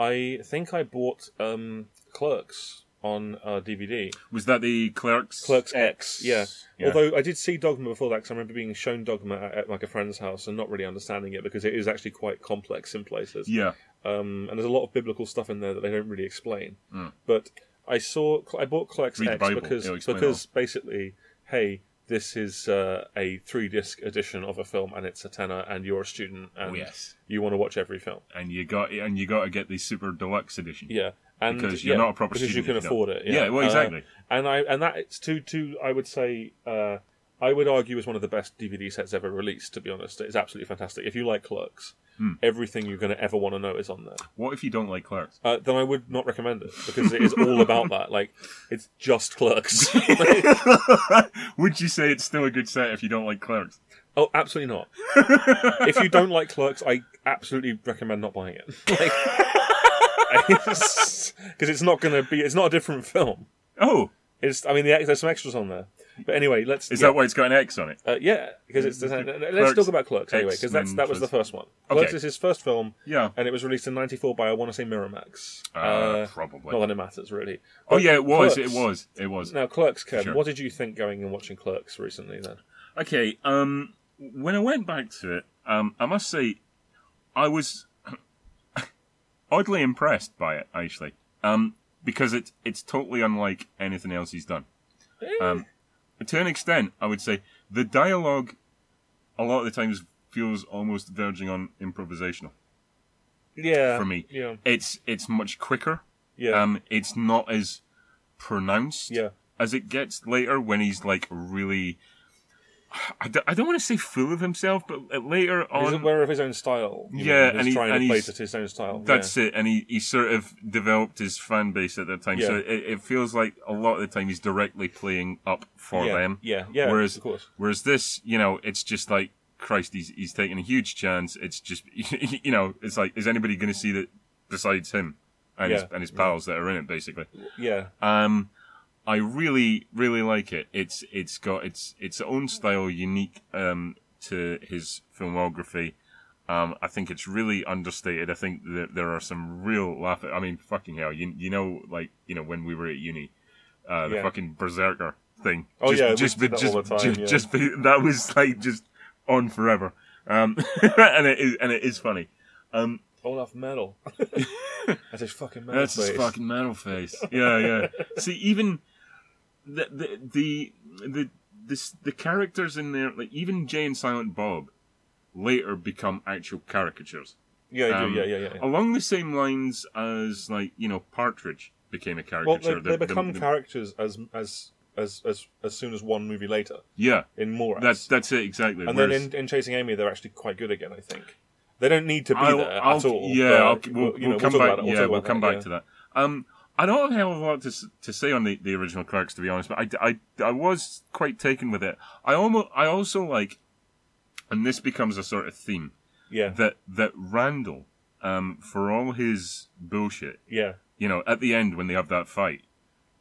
I think I bought um, Clerks on uh, DVD. Was that the clerks? Clerks X, yeah. Yeah. Although I did see Dogma before that, because I remember being shown Dogma at, at like a friend's house and not really understanding it because it is actually quite complex in places. Yeah, Um, and there's a lot of biblical stuff in there that they don't really explain. Mm. But I saw I bought Clerks Read the X Bible, because it'll explain because basically, hey, this is uh, a three disc edition of a film and it's a tenor and you're a student and Oh, yes. you want to watch every film. and you got and you got to get the super deluxe edition. Yeah, and Because you're yeah, not a proper because student you if can you afford don't. it. Yeah, Yeah, well, Uh, exactly. and I and that it's to to I would say uh, I would argue is one of the best DVD sets ever released. To be honest, it's absolutely fantastic. If you like Clerks, Hmm. everything you're going to ever want to know is on there. What if you don't like clerks? Uh, then I would not recommend it because it is all about that. Like it's just Clerks. Like, Would you say it's still a good set if you don't like clerks? oh, absolutely not. If you don't like Clerks, I absolutely recommend not buying it. Like. Because it's not going to be, it's not a different film. Oh, It's, I mean, the, ex- there's some extras on there. But anyway, let's. is yeah. that why it's got an X on it? Uh, yeah, because it's. uh, Clerks- let's talk about Clerks anyway, because that's X-Men that was the was- first one. Okay. Clerks is his first film, Yeah. and it was released in '94 by I want to say Miramax. Uh, probably. Not that it matters really. Oh But yeah, it was. Clerks- It was. It was. Now Clerks, Ken, Sure. what did you think going and watching Clerks recently? Then Okay. Um, when I went back to it, um, I must say, I was oddly impressed by it actually. Um, because it's it's totally unlike anything else he's done. Eh, Um, to an extent, I would say the dialogue, a lot of the times, feels almost verging on improvisational yeah, for me. yeah, It's it's much quicker. yeah, Um, it's not as pronounced yeah, as it gets later when he's like really. I don't, I don't want to say full of himself, but uh, later he's on, aware of his own style. you Yeah, he's and he- trying and to he's- place it to his own style. that's it, and he, he sort of developed his fan base at that time. So it, Yeah. it feels like a lot of the time he's directly playing up for yeah. yeah. them. Yeah, yeah. Whereas- of course, Whereas this, you know, it's just like Christ, he's he's taking a huge chance. It's just, you know, it's like, is anybody going to see that besides him? and his, Yeah. and his pals that are in it basically. Yeah. Um, I really, really like it. It's it's got its its own style, unique um, to his filmography. Um, I think it's really understated. I think that there are some real laugh. I mean, fucking hell, you you know, like you know when we were at uni, uh, the Yeah. fucking berserker thing. Oh, just, yeah, we just did that just all the time, just, yeah. just be, that was like just on forever. Um, and it is and it is funny. Um, Olaf Metal. That's his fucking metal that's his face. fucking metal face. Yeah, yeah. See, even the the the the, this, the characters in there, like even Jay and Silent Bob, later become actual caricatures Yeah, you do, um, yeah, yeah, yeah. yeah. along the same lines as like you know Partridge became a Well, caricature. they, they The- the- become the- characters as as as as as soon as one movie later Yeah, in Morass. that's that's it exactly. and Whereas- then in, in Chasing Amy, they're actually quite good again. I think they don't need to be I'll- there I'll- at all. Yeah, but I'll, you we'll, know, we'll we'll come talk back. about it, yeah, talk we'll about come that, back yeah. to that. Um, I don't have a hell of a lot to, s- to say on the, the original Clerks, to be honest, but I, I, I was quite taken with it. I almost, I also like, and this becomes a sort of theme Yeah, that that Randall, um, for all his bullshit, yeah, you know, at the end when they have that fight,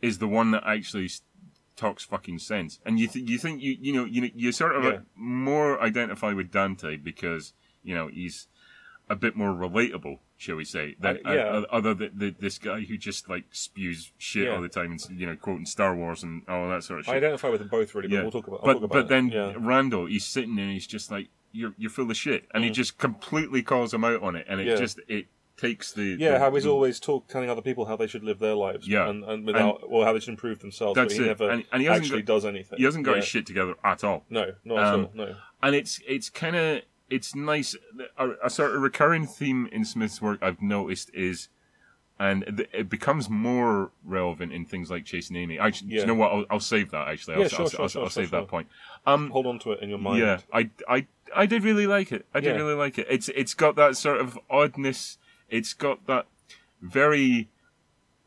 is the one that actually s- talks fucking sense. And you th- you think you you know you you sort of Yeah. like, more identify with Dante because you know he's a bit more relatable, shall we say, than Uh, yeah. uh, other than th this guy who just like spews shit Yeah. all the time and you know quoting Star Wars and all that sort of shit. I identify with them both really, but Yeah. we'll talk about. I'll but talk about but it. then yeah. Randall, he's sitting there and he's just like, "You're you're full of shit," and he just completely calls him out on it, and it Yeah. just it takes the Yeah, the- how he's the- always talk telling other people how they should live their lives, Yeah. and, and without or how they should improve themselves. That's but he it. never And- and he hasn't actually does anything. he hasn't got yeah. his shit together at all. No, not at Um, all. No. and it's it's kind of it's nice a, a sort of recurring theme in smith's work i've noticed is and th- it becomes more relevant in things like chasing amy actually do Yeah. you know what i'll, I'll save that actually i'll, Yeah, sure, I'll, sure, I'll, sure, I'll sure, save sure. that point um Hold on to it in your mind. yeah i i i did really like it i did Yeah. really like it it's it's got that sort of oddness it's got that very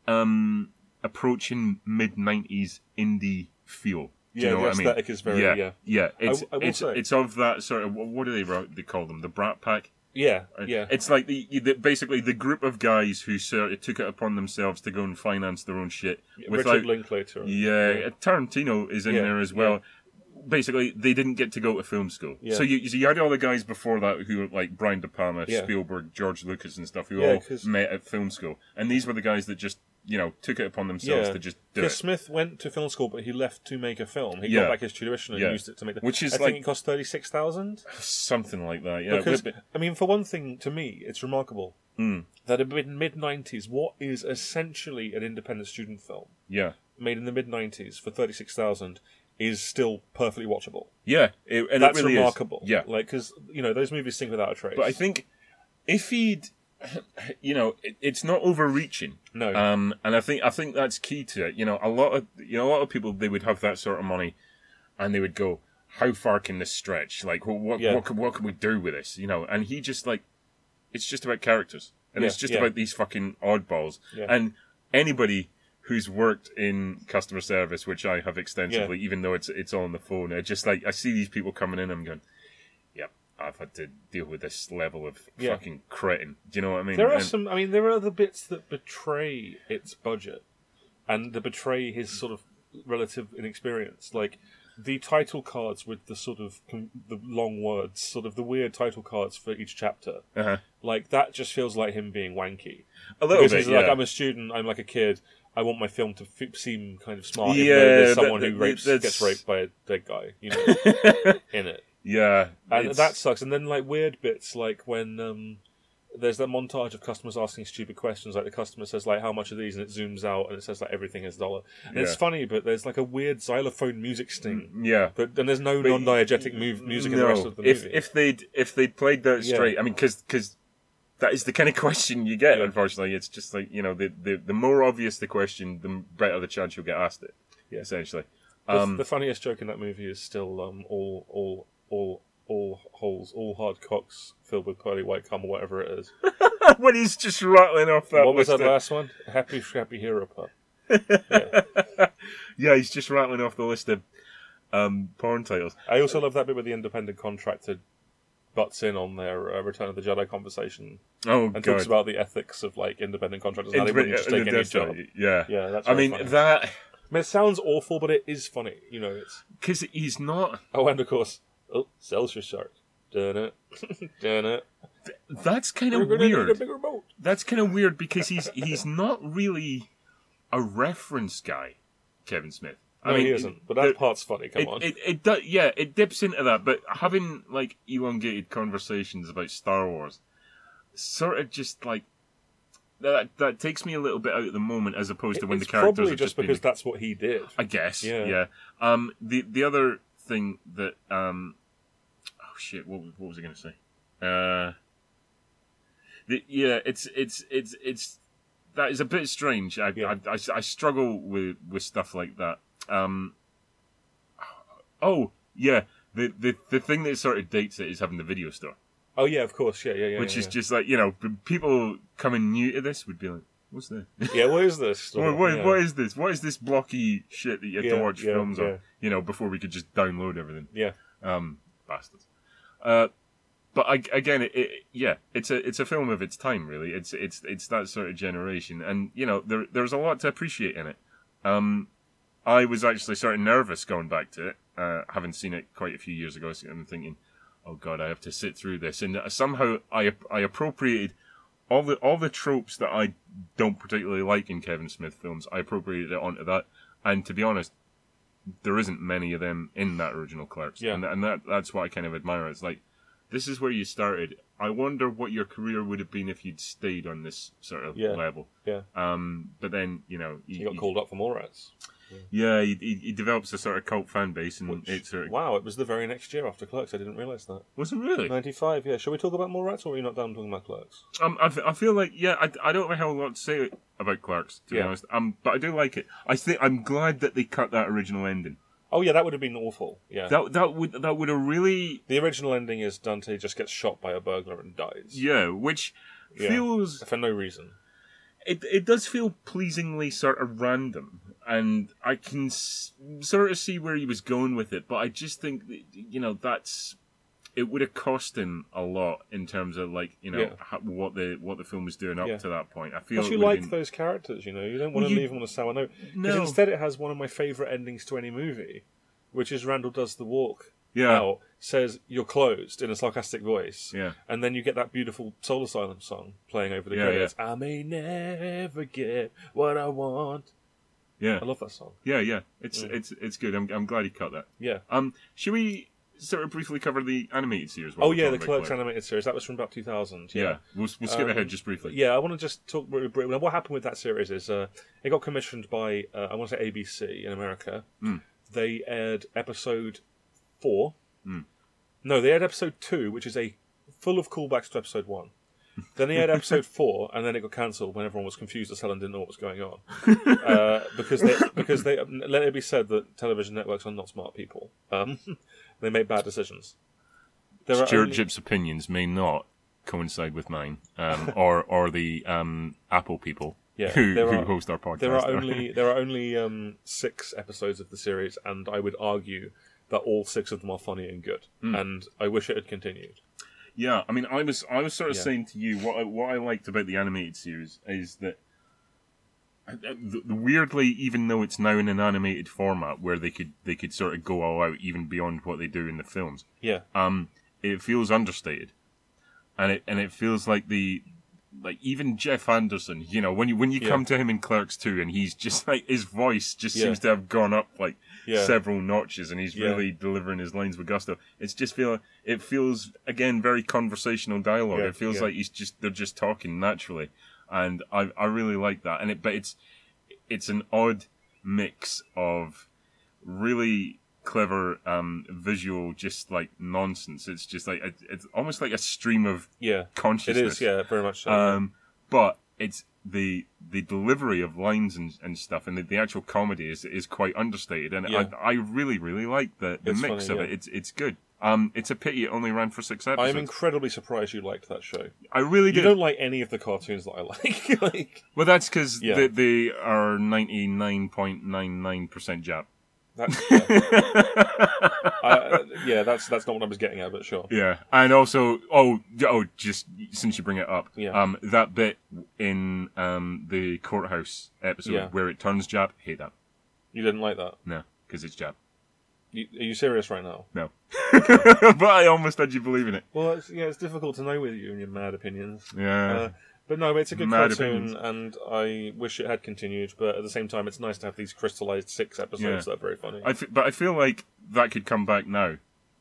um approaching mid 90s indie feel do Yeah, you know the what I mean? aesthetic is very- yeah. It's I will it's say- it's of that sort of what do they write- they call them? The Brat Pack. Yeah, Right? yeah, It's like the, the basically the group of guys who sort of took it upon themselves to go and finance their own shit without Richard Linklater. and- yeah, Tarantino is in Yeah, there as well. Basically, they didn't get to go to film school, Yeah. so you so you had all the guys before that who were like Brian De Palma, Yeah. Spielberg, George Lucas, and stuff who Yeah, all 'cause- met at film school, and these were the guys that just you know took it upon themselves Yeah. to just do Because it. Smith went to film school, but he left to make a film. He Yeah. got back his tuition and Yeah. used it to make the. Which is I like- think it cost thirty six thousand. something like that. Yeah, Because But- I mean, for one thing, to me, it's remarkable Hmm. that in mid nineties, what is essentially an independent student film yeah, made in the mid nineties for thirty six thousand is still perfectly watchable. yeah, it, and That's it really is. remarkable. Yeah, like because you know those movies sink without a trace. But I think if he'd, you know, it, it's not overreaching. No. Um, and I think I think that's key to it. You know, a lot of you know a lot of people they would have that sort of money, and they would go, how far can this stretch? Like, what what Yeah. what, can, what can we do with this? You know, and he just like, it's just about characters, and Yeah, it's just yeah. about these fucking oddballs, Yeah. and anybody. Who's worked in customer service, which I have extensively, even though it's it's all on the phone. I just like I see these people coming in, I'm going, yep, I've had to deal with this level of Yeah. fucking cretin. Do you know what I mean? There are And- some. I mean, there are other bits that betray its budget, and that betray his sort of relative inexperience, like the title cards with the sort of com- the long words, sort of the weird title cards for each chapter. uh-huh. Like that just feels like him being wanky. a little Because bit. he's Yeah, like, I'm a student. I'm like a kid. I want my film to f- seem kind of smart. Yeah, Yeah, there's that- someone that- who rapes, that's- gets raped by a dead guy, you know, in it yeah, and it's- that sucks. And then like weird bits, like when um, there's that montage of customers asking stupid questions, like the customer says like how much are these, and it zooms out and it says like everything is dollar. And it's Yeah. funny, but there's like a weird xylophone music sting. yeah. But and there's no But- mm, non-diegetic move, music in the rest of the if movie. if they'd if they'd played that Yeah. straight, I mean, because that is the kind of question you get. Yeah. Unfortunately, it's just like you know, the, the the more obvious the question, the better the chance you'll get asked it. Yeah. essentially. The- Um, the funniest joke in that movie is still um, all all all all holes, all hard cocks filled with pearly white cum or whatever it is. when he's just rattling off that. what was list that of- last one? Happy Happy Hero Pup. Yeah, he's just rattling off the list of um, porn titles. I also love that bit with the independent contractor butts in on their uh, Return of the Jedi conversation Oh and god. talks about the ethics of like independent contractors and how they Inter- wouldn't just uh, take any that's job. right, Yeah. Yeah, that's I very mean funny. that I mean, it sounds awful, but it is funny. You know, it's because he's not. oh, and of course, oh, Celsius shark. Dun it, dun it. That's kind We're of gonna need a weird. bigger boat. That's kind of weird because he's he's not really a reference guy, Kevin Smith. I No, mean, he isn't. But the- that part's funny. Come it, on. It, it does, yeah, it dips into that, but having like elongated conversations about Star Wars, sort of just like that that takes me a little bit out at the moment, as opposed to when it's the characters probably are just just being because that's what he did. I guess. Yeah. Yeah. Um. The the other thing that um, oh shit, what what was I going to say? Uh. The, yeah, it's it's it's it's that is a bit strange. I, Yeah. I, I, I struggle with with stuff like that. Um. Oh yeah. The, the, the thing that sort of dates it is having the video store, Oh yeah, of course. Yeah, yeah, yeah. which yeah, is just like you know p- people coming new to this would be like, what's this? yeah. What is this? What, what, Yeah. what is this? What is this blocky shit that you have Yeah, to watch yeah, films yeah. on? You know, before we could just download everything. Yeah. Um, bastards. Uh, but I, again, it, it, yeah, it's a it's a film of its time, really. It's it's it's that sort of generation, and you know, there there's a lot to appreciate in it. Um, I was actually sort of nervous going back to it, uh, having seen it quite a few years ago. So I'm thinking, oh god, I have to sit through this, and uh, somehow I I appropriated all the all the tropes that I don't particularly like in Kevin Smith films. I appropriated it onto that, and to be honest, there isn't many of them in that original Clerks, Yeah. and and that that's what I kind of admire. It's like this is where you started. I wonder what your career would have been if you'd stayed on this sort of Yeah. level. Yeah. Um, but then you know He got called up for Mallrats. yeah, he, he, he develops a sort of cult fan base, and Which, it sort of wow, it was the very next year after Clerks. I didn't realise that. wasn't really. 95, yeah. Shall we talk about Mallrats or are you not done talking about Clerks? Um, I, f- I feel like yeah, I, I don't have a whole lot to say about Clerks to Yeah. be honest. Um, but I do like it. I think I'm glad that they cut that original ending. Oh, yeah, that would have been awful. Yeah. That that would that would have really the original ending is Dante just gets shot by a burglar and dies. yeah, which Yeah. feels For no reason. it it does feel pleasingly sort of random, and I can s- sort of see where he was going with it, but I just think that, you know that's it would have cost him a lot in terms of like you know Yeah. ho- what the what the film was doing up Yeah. to that point. I feel But it you would have like been- those characters, you know? You don't Well, want to you- leave them on a sour note. Because No. instead it has one of my favourite endings to any movie, which is Randall does the walk yeah out, says, You're closed in a sarcastic voice. yeah. And then you get that beautiful Soul Asylum song playing over the Yeah, credits. I may never get what I want. Yeah, I love that song. yeah, yeah. It's it's it's good. I'm I'm glad he cut that. Yeah. Um, should we sort of briefly cover the animated series? while Oh we're yeah, the talking about Clerks Clerks? animated series. That was from about 2000. Yeah, we'll we'll skip Um, ahead just briefly. yeah. I want to just talk very briefly. Now, What happened with that series is uh, it got commissioned by uh, I want to say ABC in America. Hmm. They aired episode four. Hmm. No, they aired episode two, which is a full of callbacks to episode one. Then they aired episode four, and then it got cancelled when everyone was confused as hell and didn't know what was going on. uh, because they, because they um, let it be said that television networks are not smart people. Um, they make bad decisions. There are only- Stewardship's opinions may not coincide with mine, um, or or the um, Apple people Yeah, who, there who are- host our podcast. There are only there are only um, six episodes of the series, and I would argue that all six of them are funny and good. Hmm. And I wish it had continued. yeah. I mean, I was I was sort of Yeah. saying to you what I, what I liked about the animated series is that. uh, th- Weirdly, even though it's now in an animated format where they could they could sort of go all out even beyond what they do in the films, Yeah, um, it feels understated, and it and it feels like the like even Jeff Anderson, you know, when you when you Yeah. come to him in Clerks two, and he's just like his voice just Yeah. seems to have gone up like Yeah. several notches, and he's Yeah. really delivering his lines with gusto. It's just feel it feels again very conversational dialogue. Yeah, It feels yeah. like he's just they're just talking naturally, and I I really like that. And it but it's it's an odd mix of really clever um visual just like nonsense it's just like it- it's almost like a stream of yeah, it consciousness is. Yeah, very much so. um but it's the the delivery of lines and, and stuff and the, the actual comedy is is quite understated and Yeah. I, I really really like the, the It's mix funny, of yeah. it it's it's good um it's a pity it only ran for six I episodes am incredibly surprised you liked that show. i really You do don't like any of the cartoons that I like. like, well that's because Yeah. they, they are 99.99% jap That's, yeah. I, yeah, that's that's not what I was getting at, but sure. Yeah, and also, oh, j- oh, just since you bring it up, Yeah. um, that bit in um the courthouse episode Yeah. where it turns Jap, hate that. You didn't like that. No, because it's Jap. You, are you serious right now? No, but I almost had you believe in it. Well, it's, yeah, it's difficult to know with you and your mad opinions. Yeah, Uh, but no, it's a good Mad cartoon, opinions. and I wish it had continued. But at the same time, it's nice to have these crystallized six episodes Yeah. that are very funny. I f- but I feel like that could come back now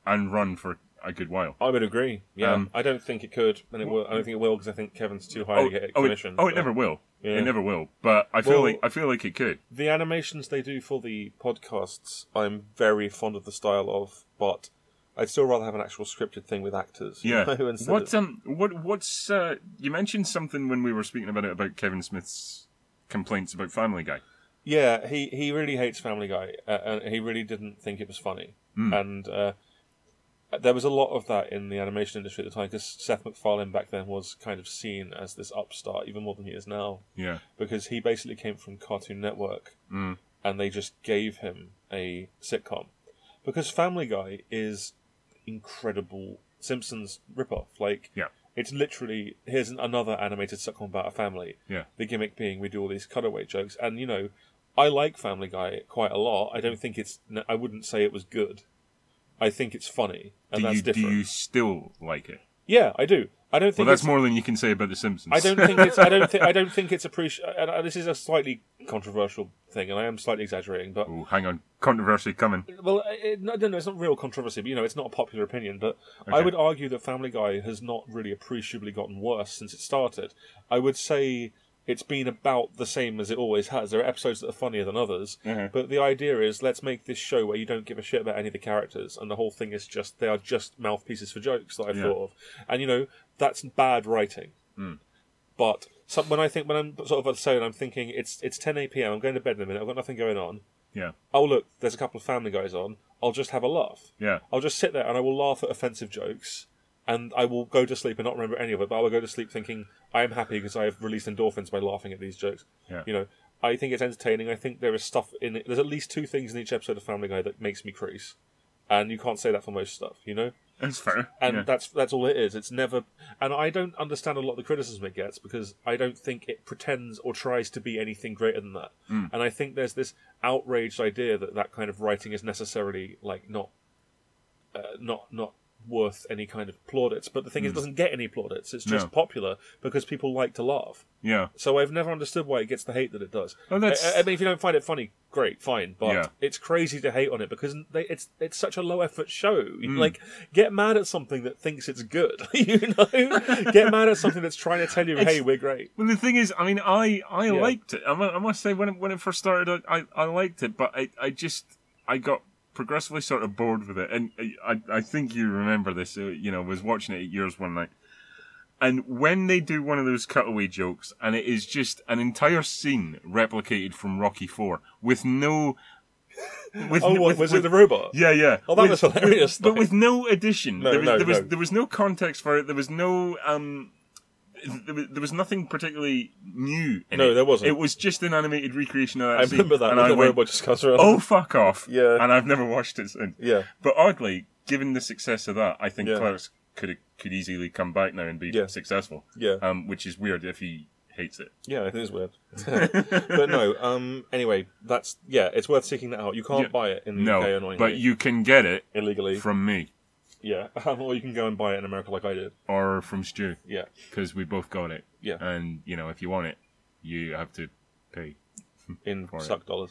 and run for a good while. I would agree. Yeah, Um, I don't think it could, and it will. I don't think it will because I think Kevin's too high Oh, to get it oh, it, commissioned. oh, it but- never will. Yeah. It never will. But I feel Well- like I feel like it could. The animations they do for the podcasts, I'm very fond of the style of, but I'd still rather have an actual scripted thing with actors. you Yeah. know, instead What's of- um what what's uh you mentioned something when we were speaking about it about Kevin Smith's complaints about Family Guy. yeah, he he really hates Family Guy, uh, and he really didn't think it was funny, and. Uh, there was a lot of that in the animation industry at the time because Seth MacFarlane back then was kind of seen as this upstart, even more than he is now. Yeah. because he basically came from Cartoon Network, Mm. and they just gave him a sitcom. Because Family Guy is incredible Simpsons ripoff. Like, Yeah. it's literally here's an, another animated sitcom about a family. Yeah. The gimmick being we do all these cutaway jokes, and you know, I like Family Guy quite a lot. I don't think it's. I wouldn't say it was good. I think it's funny, and do that's you different. do you still like it? Yeah, I do. I don't Well think that's it's more than you can say about the Simpsons. I don't think it's. I don't think. I don't think it's appreciated. And uh, this is a slightly controversial thing, and I am slightly exaggerating, but Ooh, Oh, hang on. Controversy coming. well, uh, it, no, no, no, it's not real controversy. But you know, it's not a popular opinion. But I Okay. would argue that Family Guy has not really appreciably gotten worse since it started. I would say it's been about the same as it always has. There are episodes that are funnier than others, Uh-huh. but the idea is let's make this show where you don't give a shit about any of the characters, and the whole thing is just they are just mouthpieces for jokes that I Yeah. Hmm. thought of, and you know that's bad writing. But some, when I think when I'm sort of at the I'm thinking it's it's 10 p.m. I'm going to bed in a minute. I've got nothing going on. Yeah. Oh look, there's a couple of Family Guys on. I'll just have a laugh. Yeah. I'll just sit there and I will laugh at offensive jokes, and I will go to sleep and not remember any of it. But I will go to sleep thinking I am happy because I have released endorphins by laughing at these jokes. Yeah. You know, I think it's entertaining. I think there is stuff in it. There's at least two things in each episode of Family Guy that makes me crease, and you can't say that for most stuff. You know That's fair. and yeah. that's that's all it is. It's never, and I don't understand a lot of the criticism it gets because I don't think it pretends or tries to be anything greater than that. Mm. And I think there's this outraged idea that that kind of writing is necessarily like not, uh, not not worth any kind of plaudits. But the thing is, it doesn't get any plaudits. It's just Mm. No. popular because people like to laugh. yeah. So I've never understood why it gets the hate that it does. Oh, that's- I, I mean, if you don't find it funny, great, fine, but Yeah. it's crazy to hate on it because they, it's it's such a low effort show. Mm. Like, get mad at something that thinks it's good, you know? get mad at something that's trying to tell you, hey, we're great. Well, the thing is, I mean, I I liked it. I, mu- I must say, when it, when it first started, I, I, I liked it, but I, I just I got progressively sort of bored with it. And I I- I think you remember this. uh, You know, was watching it at yours one night, and when they do one of those cutaway jokes, and it is just an entire scene replicated from Rocky Four with no. With, Oh, no- what, with- was with- it the robot? yeah, yeah. Oh, that With- was hilarious, But, though. but with no addition, No, there was no, there was no. there was no context for it. There was no um, there was, there was nothing particularly new. In No, it. there wasn't. It was just an animated recreation of that. I scene, remember that and when I the went, robot just comes around. "Oh, fuck off!" Yeah. and I've never watched it since. Yeah. But oddly, given the success of that, I think Yeah. Clarks could could easily come back now and be Yeah. successful. Yeah. um, which is weird if he hates it. Yeah, I think it's weird. but no, um, anyway, that's, yeah, it's worth seeking that out. You can't Yeah. buy it in the UK, No, annoyingly. but you can get it Illegally. from me yeah. or you can go and buy it in America like I did. or from Stu. Yeah. because we both got it. Yeah. And you know, if you want it, you have to pay. in it. suck dollars.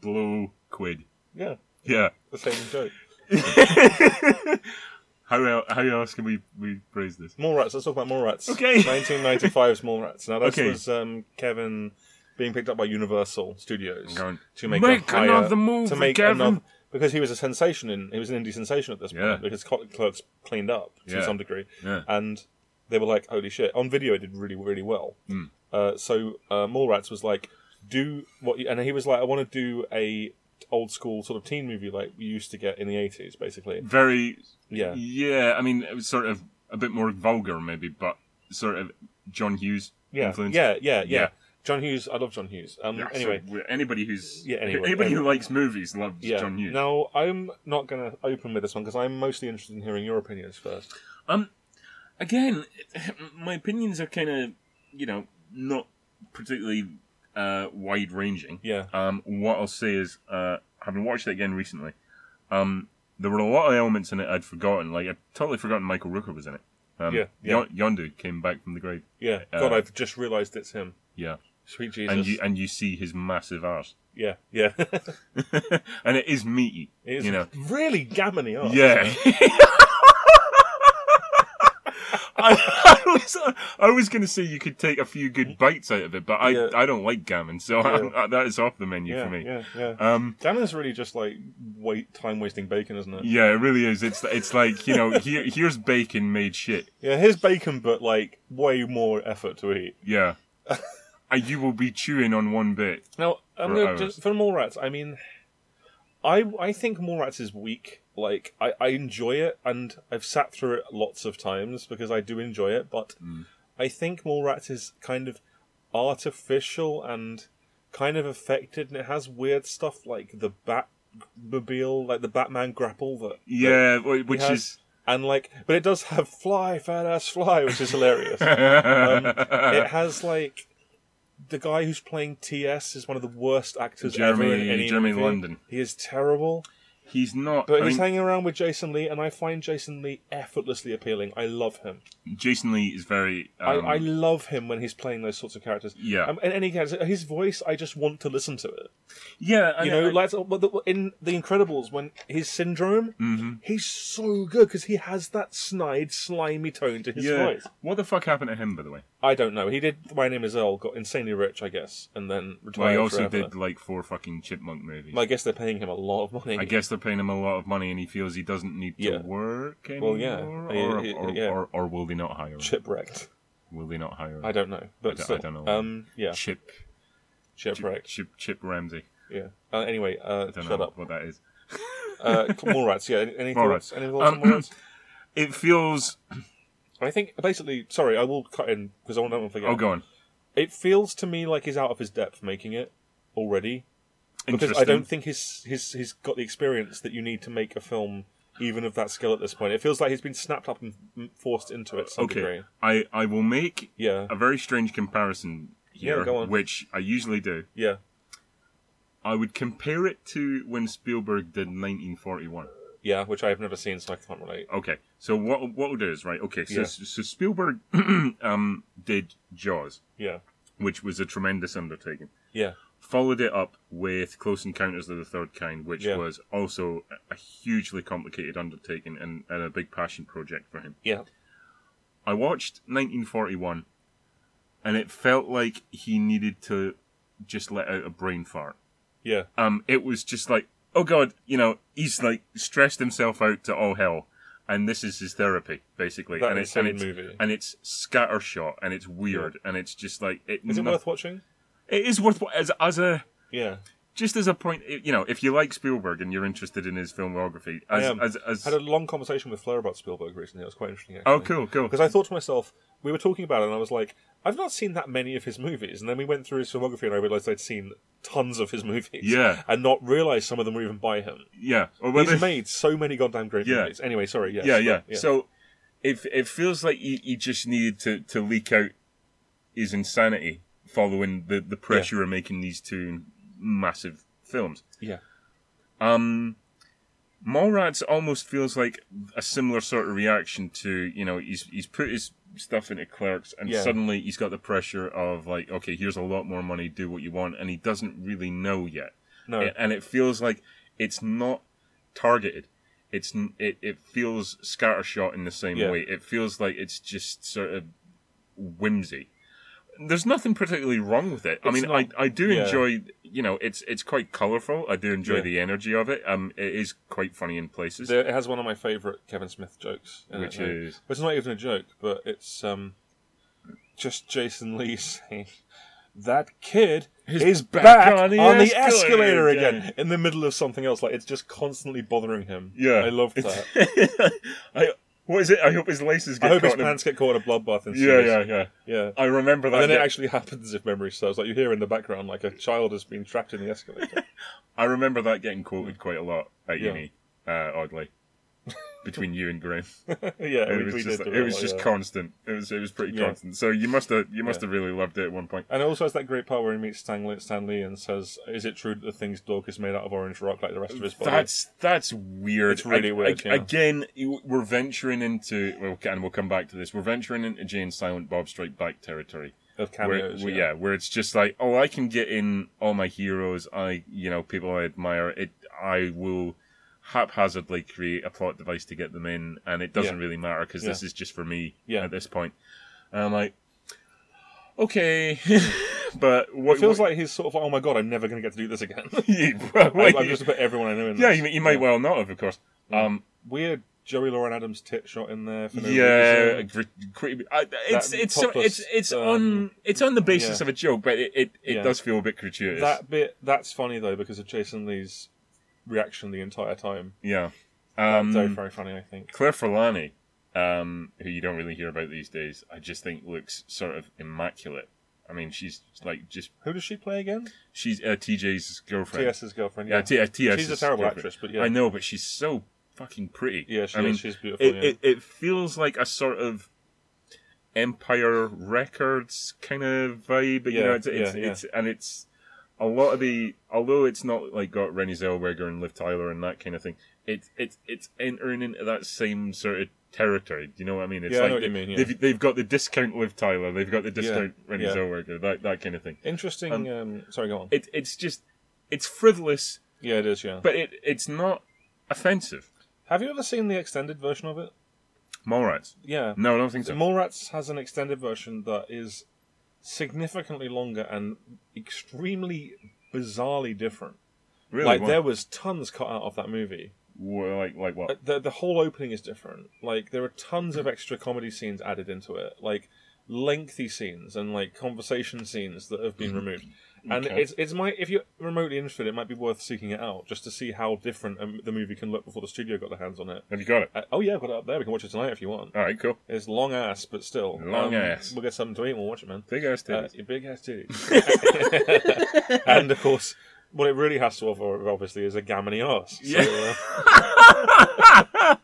Blow quid. Yeah, Yeah. the same joke. How el- how else can we we phrase this? More rats. Let's talk about more rats. Okay. 1995's more rats. Now this Okay. was um, Kevin being picked up by Universal Studios Going, to make, "Make a higher, another movie, to make Kevin." another because he was a sensation in he was an indie sensation at this point Yeah. because Cl- Clerks cleaned up to Yeah. some degree Yeah. and they were like holy shit on video it did really really well. Hmm. Uh, so uh, Mallrats was like do what you, and he was like I want to do a old school sort of teen movie like we used to get in the 80s, Hmm. basically. Very, Yeah. yeah. I mean, it was sort of a bit more vulgar, maybe, but sort of John Hughes Yeah. influence. Yeah, yeah, yeah, Yeah. John Hughes, I love John Hughes. Um, Yeah, so anyway, we're- anybody who's Yeah, anyway, anybody who um, likes movies loves yeah. John Hughes. Now, I'm not going to open with this one because I'm mostly interested in hearing your opinions first. Um, again, my opinions are kind of you know not particularly uh, wide ranging. Yeah. Um, what I'll say is, uh, having watched it again recently, um, there were a lot of elements in it I'd forgotten. Like I'd totally forgotten Michael Rooker was in it. Um, Yeah, yeah. Yon- Yondu came back from the grave. Yeah. Uh, God, I've just realised it's him. Yeah, Sweet Jesus. and you and you see his massive arse, Yeah, yeah. and it is meaty. It is you know, really gammony up. Yeah. I, I was, I was going to say you could take a few good bites out of it, but I, Mm-hmm. Yeah. I don't like gammon, so I, that is off the menu yeah, for me. yeah, yeah. Um, Gammon's really just like wait time wasting bacon, isn't it? yeah, it really is. It's it's like you know, here here's bacon made shit. Yeah, here's bacon, but like way more effort to eat. Yeah, and you will be chewing on one bit. Now, I'm For gonna hours. just, for Mallrats, I mean, I I think Mallrats is weak. Like, I, I enjoy it, and I've sat through it lots of times because I do enjoy it, but I think Mallrats is kind of artificial and kind of affected, and it has weird stuff like the Batmobile, like the Batman grapple that. Yeah, wh- which has- is And like, but it does have fly, fat ass fly, which is hilarious. Um, it has like the guy who's playing TS is one of the worst actors ever in Jeremy- any Jeremy movie. London. He is terrible, he's not. but I he's mean, hanging around with Jason Lee, and I find Jason Lee effortlessly appealing. I love him. Jason Lee is very. Um, I, I love him when he's playing those sorts of characters. Yeah. um, and any character, his voice, I just want to listen to it. yeah, I You know, like well, the- in The Incredibles, when his syndrome, Mm-hmm. he's so good because he has that snide, slimy tone to his yeah. voice. What the fuck happened to him, by the way? I don't know. He did My Name Is Earl, got insanely rich, I guess, and then Well, retired he also forever. did like four fucking chipmunk movies. I guess they're paying him a lot of money. I guess they're paying him a lot of money, and he feels he doesn't need to Yeah. work anymore. Well, yeah. Or, Yeah, yeah, or, yeah. Or, or will they not hire him? Chipwrecked. Will they not hire him? I don't know, but d- I still, don't know. Um, yeah, Chip, chipwrecked. Chip, Chip Ramsey. Yeah. Uh, anyway, uh, I don't shut know up. what that is. Uh, Mallrats. Yeah. Any, any Mallrats. thoughts? Any thoughts on Um, Mallrats? It feels. I think basically. Sorry, I will cut in because I want to forget. Oh, go on. It feels to me like he's out of his depth making it already because Interesting. I don't think he's he's he's got the experience that you need to make a film even of that skill at this point. It feels like he's been snapped up and m- forced into it. To some Okay. Degree. I, I will make Yeah. a very strange comparison Yeah, here, go on. which I usually do. Yeah. I would compare it to when Spielberg did 1941. Yeah. Which I have never seen, so I can't relate. Okay, so what what we'll do is right. Okay, so Yeah. so Spielberg um, did Jaws, Yeah. which was a tremendous undertaking. Yeah. Followed it up with Close Encounters of the Third Kind, which Yeah. was also a- a hugely complicated undertaking and, and a big passion project for him. Yeah. I watched 1941, and it felt like he needed to just let out a brain fart. Yeah. Um, it was just like, oh god, you know, he's like stressed himself out to all hell, and this is his therapy basically. That and it's and insane it's, movie. and it's scattershot, and it's weird, and it's just like it. Is it no- worth watching? It is worth as as a Yeah. just as a point. You know, if you like Spielberg and you're interested in his filmography, as I am. as, as had a long conversation with Fleur about Spielberg recently. It was quite interesting. Actually. oh cool cool Because I thought to myself, we were talking about it, and I was like, I've not seen that many of his movies. And then we went through his filmography, and I realised I'd seen tons of his movies. Yeah. And not realised some of them were even by him. yeah or He's made so many goddamn great Yeah. movies. Anyway, sorry. Yes, yeah, but- yeah So if it feels like he, he just needed to to leak out his insanity following the the pressure of making these two massive films. yeah. Um, Mallrats almost feels like a similar sort of reaction to you know he's he's put his stuff into Clerks and Yeah. suddenly he's got the pressure of like okay here's a lot more money do what you want and he doesn't really know yet No. A- and it feels like it's not targeted it's n- it it feels scattershot in the same Yeah. way it feels like it's just sort of whimsy there's nothing particularly wrong with it. I It's mean, not- I, I do yeah. enjoy, you know, it's it's quite colourful. I do enjoy Yeah. the energy of it. Um, it is quite funny in places. There, it has one of my favourite Kevin Smith jokes. uh, in it, Which right? is- But it's not even a joke, but it's um, just Jason Lee saying, that kid is back, back on the, escalator, again. in the middle of something else. Like it's just constantly bothering him. Yeah. I love that. that. I, what is it? I hope his laces I get hope caught his in a- pants get caught in a bloodbath. And Yeah, yeah, yeah. yeah. I remember that. And then it bit. actually happens if memory serves. Like you hear in the background, like a child has been trapped in the escalator. I remember that getting quoted quite a lot at Yeah. uni, uh, oddly, between you and Graham. yeah, It Oh, we- was we just, did do it was like just that. constant. It was it was pretty Yeah. constant. So you must have you must have really loved it at one point. And it also has that great part where he meets Stanley, Stanley and says, "Is it true that the thing's dog is made out of orange rock like the rest of his body?" That's that's weird. It's really Ag- weird, ag- yeah. Again, you- we're venturing into well, and we'll come back to this. We're venturing into Jane Silent Bob Strike Back territory. of Where, cameos. where- yeah. yeah, where it's just like, oh, I can get in all my heroes. I, you know, people I admire. It, I will haphazardly create a plot device to get them in, and it doesn't really matter because this is just for me Yeah. at this point. And I'm like, okay, but what It feels like he's sort of like, "Oh my god, I'm never going to get to do this again." you, I'm, I'm just to put everyone I know in. yeah, this. you, you might well not have, of course. Um, weird Joey Lauren Adams tit shot in there. For no yeah, reason. gr- cre- I- it's it's so, topless, it's it's um, on it's on the basis yeah. of a joke, but it it, it Yeah. does feel a bit gratuitous. that bit that's funny though because of Jason Lee's reaction the entire time. yeah. Um, very very funny, I think. Claire Forlani, um, who you don't really hear about these days, I just think looks sort of immaculate. I mean, she's like just Who does she play again? she's uh, TJ's girlfriend. TS's girlfriend. Yeah, yeah, T- uh, TS. she's a terrible girlfriend. actress, but yeah, I know, but she's so fucking pretty. yeah, she I is. mean, she's beautiful. it, yeah. it it feels like a sort of Empire Records kind of vibe. But, you Yeah, know, it's, it's, yeah, yeah. it's and it's a lot of the although it's not like got Renée Zellweger and Liv Tyler and that kind of thing. It's it's it's entering into that same sort of territory. Do you know what I mean? It's Yeah, I like know what you they- mean, yeah. They've they've got the discount Liv Tyler. They've got the discount Renée yeah. Zellweger. That that kind of thing. Interesting. Um, um, sorry, go on. It it's just it's frivolous, yeah, it is. Yeah. but it it's not offensive. Have you ever seen the extended version of it? Mallrats. Yeah. No, I don't think so. Mallrats has an extended version that is significantly longer and extremely bizarrely different. really? like Why? there was tons cut out of that movie. Wha- like like what? Uh, The the whole opening is different. Like there are tons of extra comedy scenes added into it. Like lengthy scenes and like conversation scenes that have been removed. And Mm-hmm. Okay. it's it's my if you're remotely interested, it might be worth seeking it out just to see how different um, the movie can look before the studio got their hands on it. Have you got it? Uh, oh yeah, I've got it up there. We can watch it tonight if you want. All right, cool. It's long ass, but still Um, Long ass. We'll get something to eat. and We'll watch it, man. Big ass Uh, titties. your big ass titties. and of course, what it really has to offer, obviously, is a gammony ass. So, Yeah.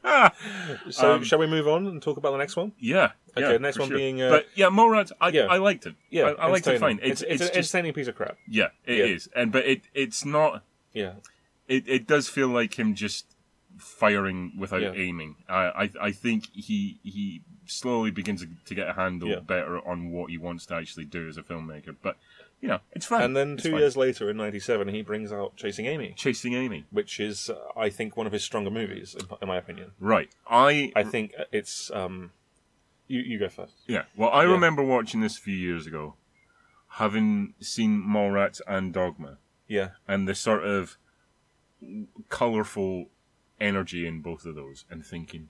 uh, so Um, shall we move on and talk about the next one? yeah. Okay, yeah, next for one being, uh, but yeah, Morad. I, yeah. I liked it. I, I liked it entertaining. fine. It's it's, it's, an just entertaining piece of crap. yeah, it is, yeah. and but it it's not. Yeah, It it does feel like him just firing without Yeah. aiming. I, I I think he he slowly begins to get a handle Yeah. better on what he wants to actually do as a filmmaker. But you know, it's fine. and then It's two fine. years later, in '97, he brings out Chasing Amy, chasing Amy. which is, uh, I think, one of his stronger movies, in, in my opinion. Right. I I think it's. Um, you you go first. Yeah. Well, I Yeah. remember watching this a few years ago, having seen Mallrats and Dogma, Yeah, and the sort of colorful energy in both of those, and thinking,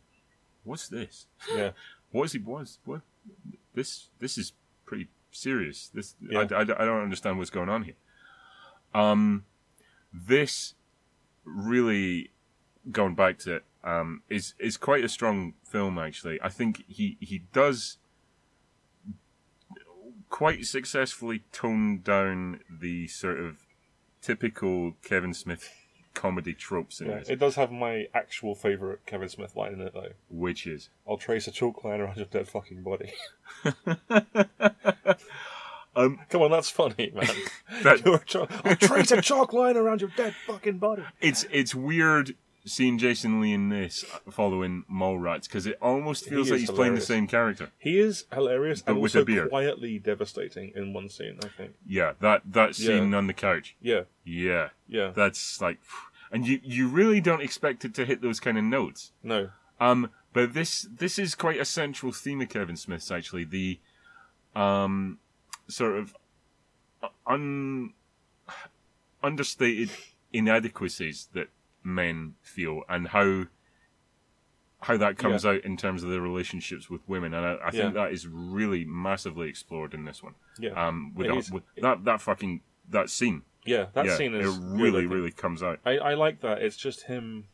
"What's this? yeah, What is it? Was what? This this is pretty serious. This Yeah. I, I, I don't understand what's going on here." Um, this really going back to it, um, is is quite a strong film actually. I think he he does quite successfully tone down the sort of typical Kevin Smith comedy tropes in yeah. this, It does have my actual favorite Kevin Smith line in it, though. which is I'll trace a chalk line around your dead fucking body. um Come on, that's funny, man. that You're a chalk- I'll trace a chalk line around your dead fucking body. it's it's weird seeing Jason Lee in this uh, following Mallrats because it almost He feels is like he's playing the hilarious. same character. He is hilarious But and with also a beard. quietly devastating in one scene, I think. Yeah, that that Yeah. scene on the couch. Yeah, Yeah, yeah. that's like, and you you really don't expect it to hit those kind of notes. No. Um, but this this is quite a central theme of Kevin Smith's actually the, um, sort of uh, un understated inadequacies that men feel and how how that comes out in terms of their relationships with women, and I, I think that is really massively explored in this one. Yeah. Um, with, It a- is. with that that fucking that scene, yeah, that yeah, scene is it good, I really think. really comes out. I, I like that. It's just him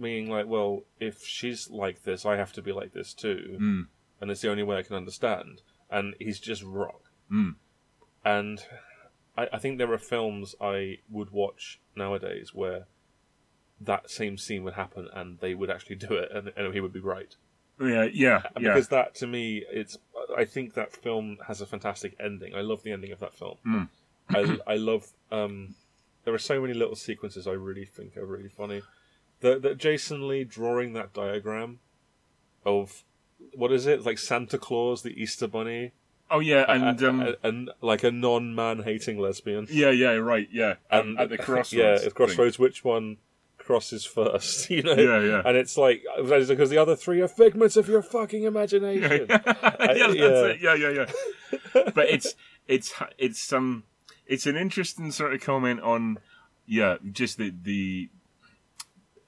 being like, well, if she's like this, I have to be like this too. Mm. And it's the only way I can understand. And he's just rock. Mm. And I, I think there are films I would watch nowadays where that same scene would happen and they would actually do it and, and he would be right. Yeah, yeah, And yeah. Uh, Because that, to me, it's. I think that film has a fantastic ending. I love the ending of that film. Mm. I, I love. Um, there are so many little sequences I really think are really funny. That that Jason Lee drawing that diagram of what is it like Santa Claus, the Easter Bunny, oh yeah, and a- um, a- and like a non-man hating lesbian. yeah, yeah, right, yeah. And- at the crossroads. yeah, at thing. crossroads, which one crosses first? You know. Yeah, yeah. And it's like because the other three are figments of your fucking imagination. yeah, that's it. Yeah, yeah, yeah. but it's it's it's um it's an interesting sort of comment on yeah, just the the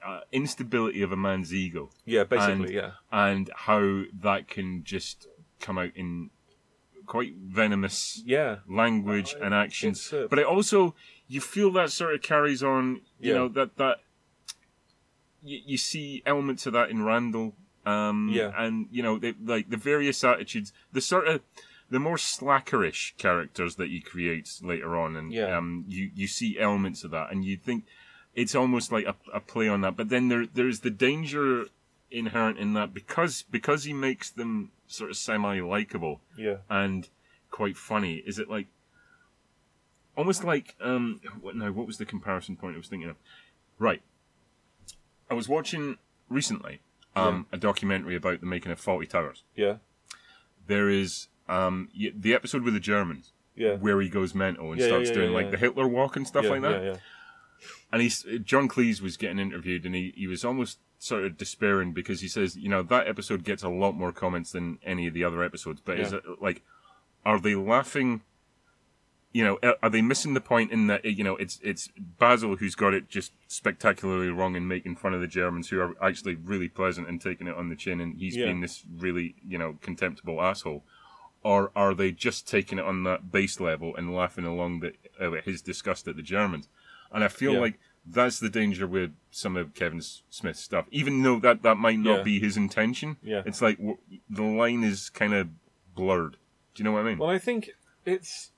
uh, instability of a man's ego Yeah, And- basically, yeah. and how that can just come out in quite venomous Yeah. language and actions. it's, uh, but it also you feel that sort of carries on. You Yeah. know that that you, you see elements of that in Randall. Um, Yeah. and you know they, like the various attitudes, the sort of the more slackerish characters that he creates later on, and Yeah. um, you you see elements of that, and you think it's almost like a, a play on that. But then there there is the danger inherent in that because because he makes them sort of semi likable Yeah. and quite funny. Is it like almost like um what no, what was the comparison point I was thinking of? Right. I was watching recently um a documentary about the making of Faulty Towers. Yeah. There is um y- the episode with the Germans Yeah. where he goes mental and Yeah, yeah, starts yeah, doing yeah, like yeah. the Hitler walk and stuff yeah, like that. Yeah, yeah. And he's John Cleese was getting interviewed and he, he was almost sort of despairing because he says, you know, that episode gets a lot more comments than any of the other episodes, but is Yeah. it like are they laughing you know, are- are they missing the point in that you know it's it's Basil who's got it just spectacularly wrong in making fun of the Germans who are actually really pleasant and taking it on the chin, and he's Yeah. being this really you know contemptible asshole, or are they just taking it on that base level and laughing along the, uh, at his disgust at the Germans? And I feel Yeah. like that's the danger with some of Kevin S- Smith's stuff, even though that that might not Yeah. be his intention. Yeah. it's like w- the line is kind of blurred. Do you know what I mean? Well, I think it's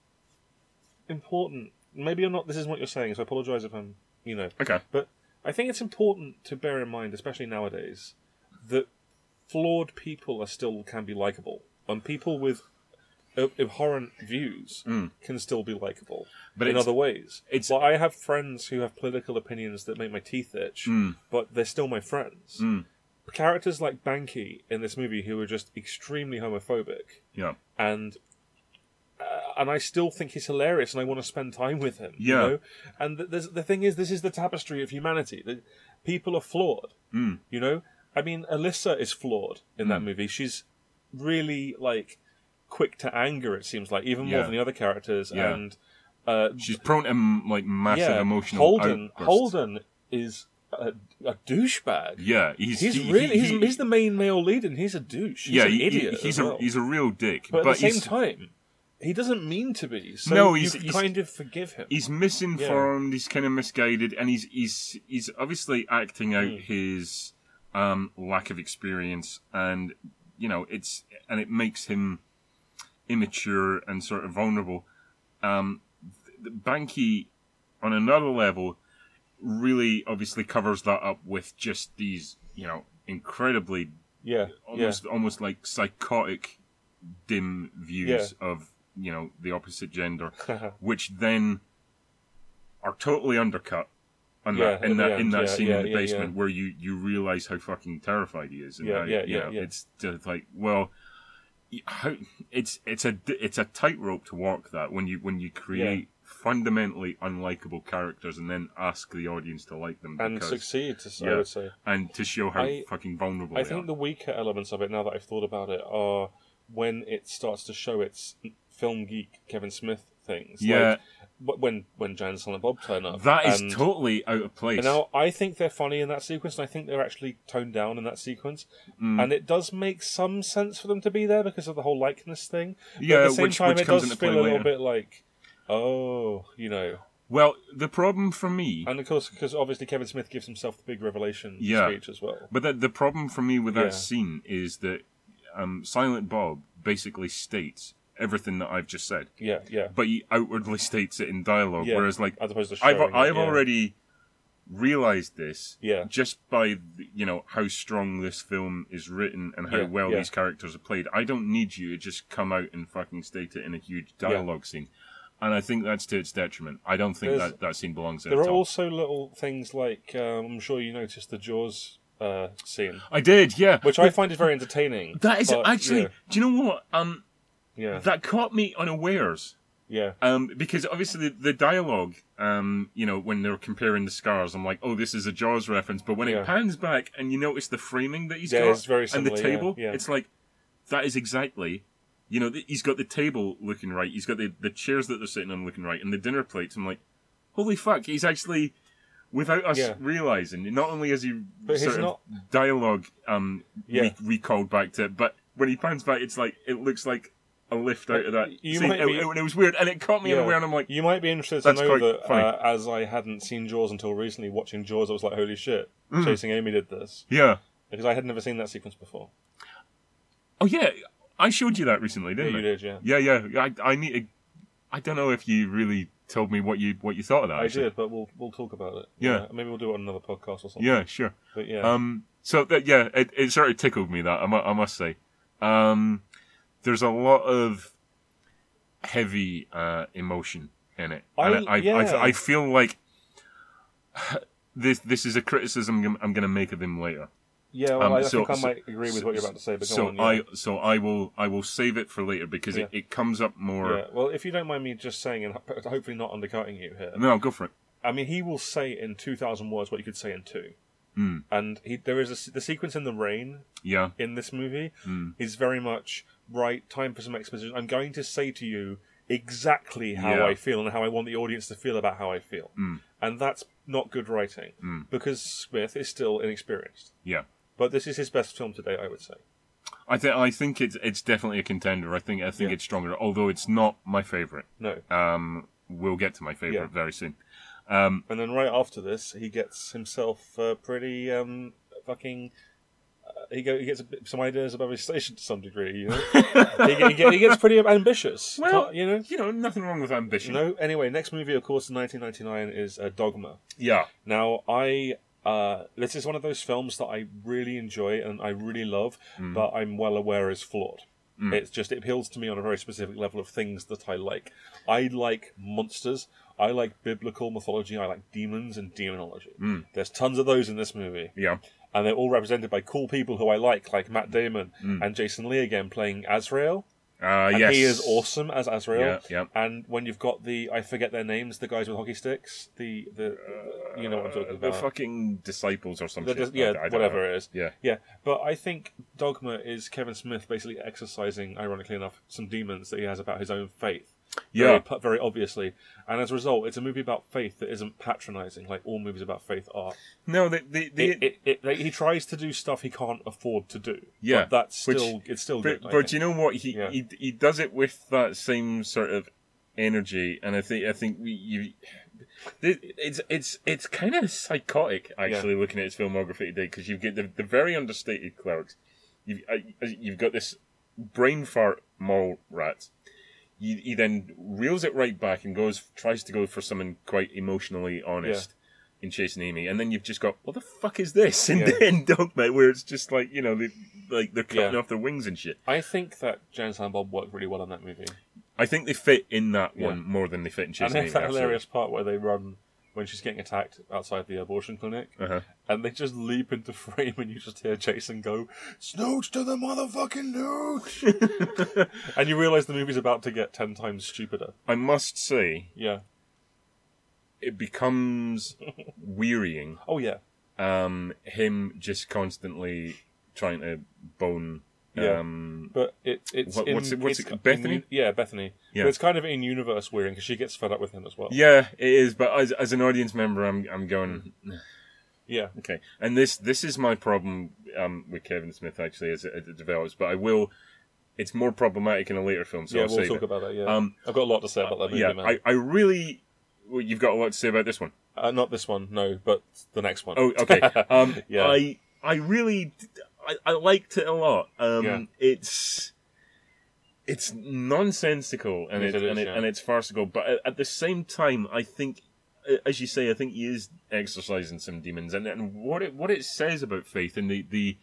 important. Maybe I'm not. This isn't what you're saying, so I apologise if I'm. You know, okay. but I think it's important to bear in mind, especially nowadays, that flawed people are still can be likable, and people with ab- abhorrent views can still be likable, Hmm. But in it's- other ways. it's- Well, I have friends who have political opinions that make my teeth itch, Hmm. but they're still my friends. Characters like Banky in this movie who are just extremely homophobic, Yeah. and uh, and I still think he's hilarious, and I want to spend time with him. Yeah. You know? And th- there's, the thing is, this is the tapestry of humanity. The, people are flawed. Hmm. You know, I mean, Alyssa is flawed in that movie. She's really like quick to anger. It seems like even more Yeah. than the other characters. Yeah. And uh, She's prone to m- like massive yeah, emotional Holden outbursts. Holden is a, a douchebag. Yeah, he's He's he- really he- he's, he- he's the main male lead, and he's a douche. He's yeah, an he- he- idiot. as he's a well. he's a real dick, But, at the same he's time, he doesn't mean to be. So No, you he's- he's- kind of forgive him. he's misinformed. He's kind of misguided, and he's he's he's obviously acting out his um, lack of experience, and you know it's and it makes him immature and sort of vulnerable. Um, th- th- Banky, on another level, really obviously covers that up with just these you know incredibly yeah, yeah, almost almost like psychotic dim views of you know the opposite gender which then are totally undercut on Yeah, that, in at that the in end, that yeah, scene yeah, in the yeah, basement yeah. where you you realize how fucking terrified he is and Yeah, how, yeah, you yeah, know, yeah. it's just like well y- how, it's it's a d- it's a tightrope to walk that when you when you create fundamentally unlikable characters and then ask the audience to like them and because, succeeds. as I yeah. would say. and to show how I- fucking vulnerable I they think are. the weaker elements of it, now that I've thought about it, are when it starts to show its film geek Kevin Smith things. Yeah. Like, wh- when when Jan and Silent Bob turn up, That is and- totally out of place. and now I think they're funny in that sequence, and I think they're actually toned down in that sequence. Mm. And it does make some sense for them to be there because of the whole likeness thing. But Yeah, at the same which- time, which it comes does into feel play a little later. bit like, oh, you know. well, the problem for me, And of course, because obviously Kevin Smith gives himself the big revelation Yeah. speech as well. but the, the problem for me with that Yeah. scene is that um, Silent Bob basically states everything that I've just said, Yeah, yeah. but he outwardly states it in dialogue. yeah. Whereas, like, as opposed to I've showing it, I've yeah. already realized this Yeah. just by the- you know how strong this film is written and how Yeah, well yeah. these characters are played. I don't need you to just come out and fucking state it in a huge dialogue scene. And I think that's to its detriment. I don't think There's- that, that scene belongs in There at are all. also little things like um, I'm sure you noticed the Jaws uh, scene, I did, yeah. which I find is very entertaining. that is but, actually. Do you know what? Um, yeah, yeah, that caught me unawares. yeah. Um, because obviously the, the dialogue, um, you know, when they're comparing the scars, I'm like, oh, this is a Jaws reference. But when Yeah. it pans back and you notice the framing that he's Yeah, got it's very and similar, the yeah, table, yeah. it's like that is exactly, you know, th- he's got the table looking right, he's got the, the chairs that they're sitting on looking right, and the dinner plates. I'm like, holy fuck, he's actually. Without us Yeah. realizing, not only is he But he's sort of not- dialogue um, Yeah. re- recalled back to it, but when he pans back, it's like it looks like a lift out of that. Uh, You scene. might It- be- it- and it was weird, and it caught me Yeah. unaware, and I'm like, You might be interested to That's know quite that funny. uh, as I hadn't seen Jaws until recently, watching Jaws, I was like, "Holy shit!" Mm. Chasing Amy did this yeah. because I had never seen that sequence before. Oh yeah, I showed you that recently, Yeah, didn't you I? did, yeah. Yeah, yeah. I, I need. To, I don't know if you really told me what you what you thought of that. I actually. did, but we'll we'll talk about it. Uh, Yeah. maybe we'll do it on another podcast or something. Yeah, sure. but yeah, Um. So that yeah, it, it sort of tickled me that I, mu- I must say. Um, there's a lot of heavy uh, emotion in it, I- and I I, yeah. I, I feel like this this is a criticism I'm- I'm going to make of him later. yeah. Well, um, I, I so- think I so- might agree with what you're about to say, but go so on, yeah. I so I will I will save it for later because it, it comes up more. Yeah, well, if you don't mind me just saying, and ho- hopefully not undercutting you here, No, go for it. I mean, he will say in 2,000 words what you could say in two. Mm. And he, there is a, se- the sequence in the rain Yeah, in this movie Hmm. is very much, right, time for some exposition. I'm going to say to you exactly how Yeah. Hmm. I feel and how I want the audience to feel about how I feel. And that's not good writing because Smith is still inexperienced. yeah. But this is his best film today, I would say. I think I think it's it's definitely a contender. I think I think Yeah. it's stronger, although it's not my favorite. No. Um, we'll get to my favorite Yeah. very soon. Um, And then right after this, he gets himself uh, pretty um, fucking. Uh, he, go, he gets a bit, some ideas about his station to some degree. You know, he, ge- he, ge- he gets pretty ambitious. Well- can't- you know. you know, nothing wrong with ambition. No. Anyway, next movie, of course, in 1999 is uh, Dogma. Yeah, Now, I uh, this is one of those films that I really enjoy and I really love, Hmm. but I'm well aware is flawed. It's just it appeals to me on a very specific level of things that I like. I like monsters. I like biblical mythology. I like demons and demonology. Hmm. There's tons of those in this movie, yeah, and they're all represented by cool people who I like, like Matt Damon and Jason Lee again playing Azrael. uh, And Hmm. yes. he is awesome as Azrael. Yeah, yeah. And when you've got the I forget their names, the guys with hockey sticks, the the you know what I'm talking The about. fucking disciples or The something. dis- yeah, whatever it is. Yeah. yeah. But I think Dogma is Kevin Smith basically exercising, ironically enough, some demons that he has about his own faith. Yeah. Very, pu- very obviously. And as a result, it's a movie about faith that isn't patronising, like all movies about faith are. No, the the, the It, it, it, like, he tries to do stuff he can't afford to do. Yeah. But that's Which- still, it's still But, good. I but think. you know what? He, Yeah. he he does it with that same sort of energy, and I think I think we, you. thi- It's it's it's kind of psychotic actually looking at his filmography today because you get the, the very understated clerics, you've uh, you've got this brain fart mole rat. He, he then reels it right back and goes tries to go for something quite emotionally honest in chasing Amy, and then you've just got what the fuck is this in, Yeah. in Dogma, where it's just like you know they, like they're cutting Yeah. off their wings and shit. I think that Jan and Bob worked really well on that movie. I think they fit in that Yeah. one more than they fit in And chasing Amy. there's that absolutely. hilarious part where they run when she's getting attacked outside the abortion clinic, Uh-huh. and they just leap into frame, and you just hear Jason go, "Snooch to the motherfucking nooch," and you realise the movie's about to get ten times stupider. I must say, Yeah. it becomes wearying. Oh yeah. Um, him just constantly trying to bone Yeah. Um, But it, it's What- in- what's it- what's it's it- Bethany? in- yeah, Bethany. Yeah. But it's kind of in universe weird because she gets fed up with him as well. yeah, it is. But as, as an audience member, I'm I'm going Mm-hmm. Yeah. okay. And this this is my problem um, with Kevin Smith actually as it, as it develops. But I will. It's more problematic in a later film, so yeah, I'll we'll save talk it. about that. Yeah, Um, I've got a lot to say about that movie, yeah, man. I, I really. Well, you've got a lot to say about this one. uh, not this one, no, but the next one. Oh, okay. Um, Yeah. I I really I, I liked it a lot. Um, Yeah. It's it's nonsensical and Yes, it, it is, and, it, yeah. and it's farcical, but at, at the same time, I think, uh, as you say, I think he is exercising some demons, and, and what it what it says about faith and the the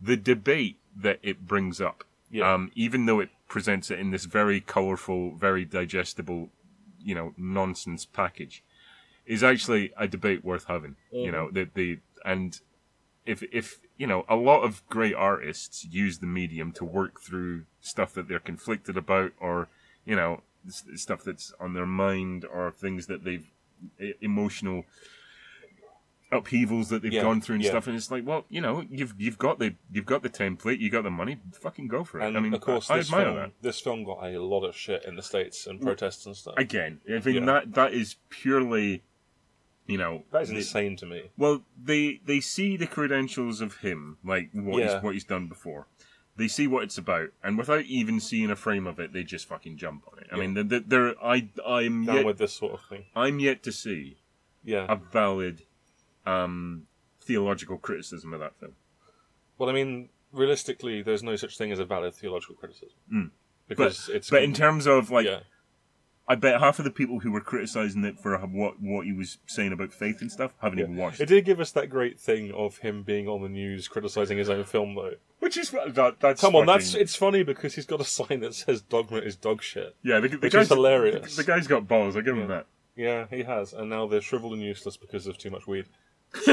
the debate that it brings up. Yeah. Um, even though it presents it in this very colorful, very digestible, you know, nonsense package, is actually a debate worth having. Mm-hmm. You know, the the and if if you know a lot of great artists use the medium to work through stuff that they're conflicted about or you know s- stuff that's on their mind or things that they've e- emotional upheavals that they've Yeah, gone through and yeah. stuff and it's like well you know you've you've got the you've got the template you got the money fucking go for it and i mean of course, i, I this, admire film, that this film got a lot of shit in the states and protests and stuff. again i mean Yeah. that that is purely you know that is the- insane to me. Well, they they see the credentials of him, like what Yeah. he's what he's done before. They see what it's about, and without even seeing a frame of it, they just fucking jump on it. I Yeah. mean, they're, they're, I I'm Down yet, with this sort of thing. I'm yet to see Yeah. a valid um, theological criticism of that film. well, I mean, realistically, there's no such thing as a valid theological criticism Mm. because it's But in terms of like, yeah, I bet half of the people who were criticizing it for what what he was saying about faith and stuff haven't even watched it it, did give us that great thing of him being on the news criticizing his own film though. which is that, that's Come on, that's fucking- it's funny because he's got a sign that says "Dogma is dog shit." yeah, the, the which is guy's hilarious. The, guy's got balls. I give him that. Yeah, he has, and now they're shriveled and useless because of too much weed.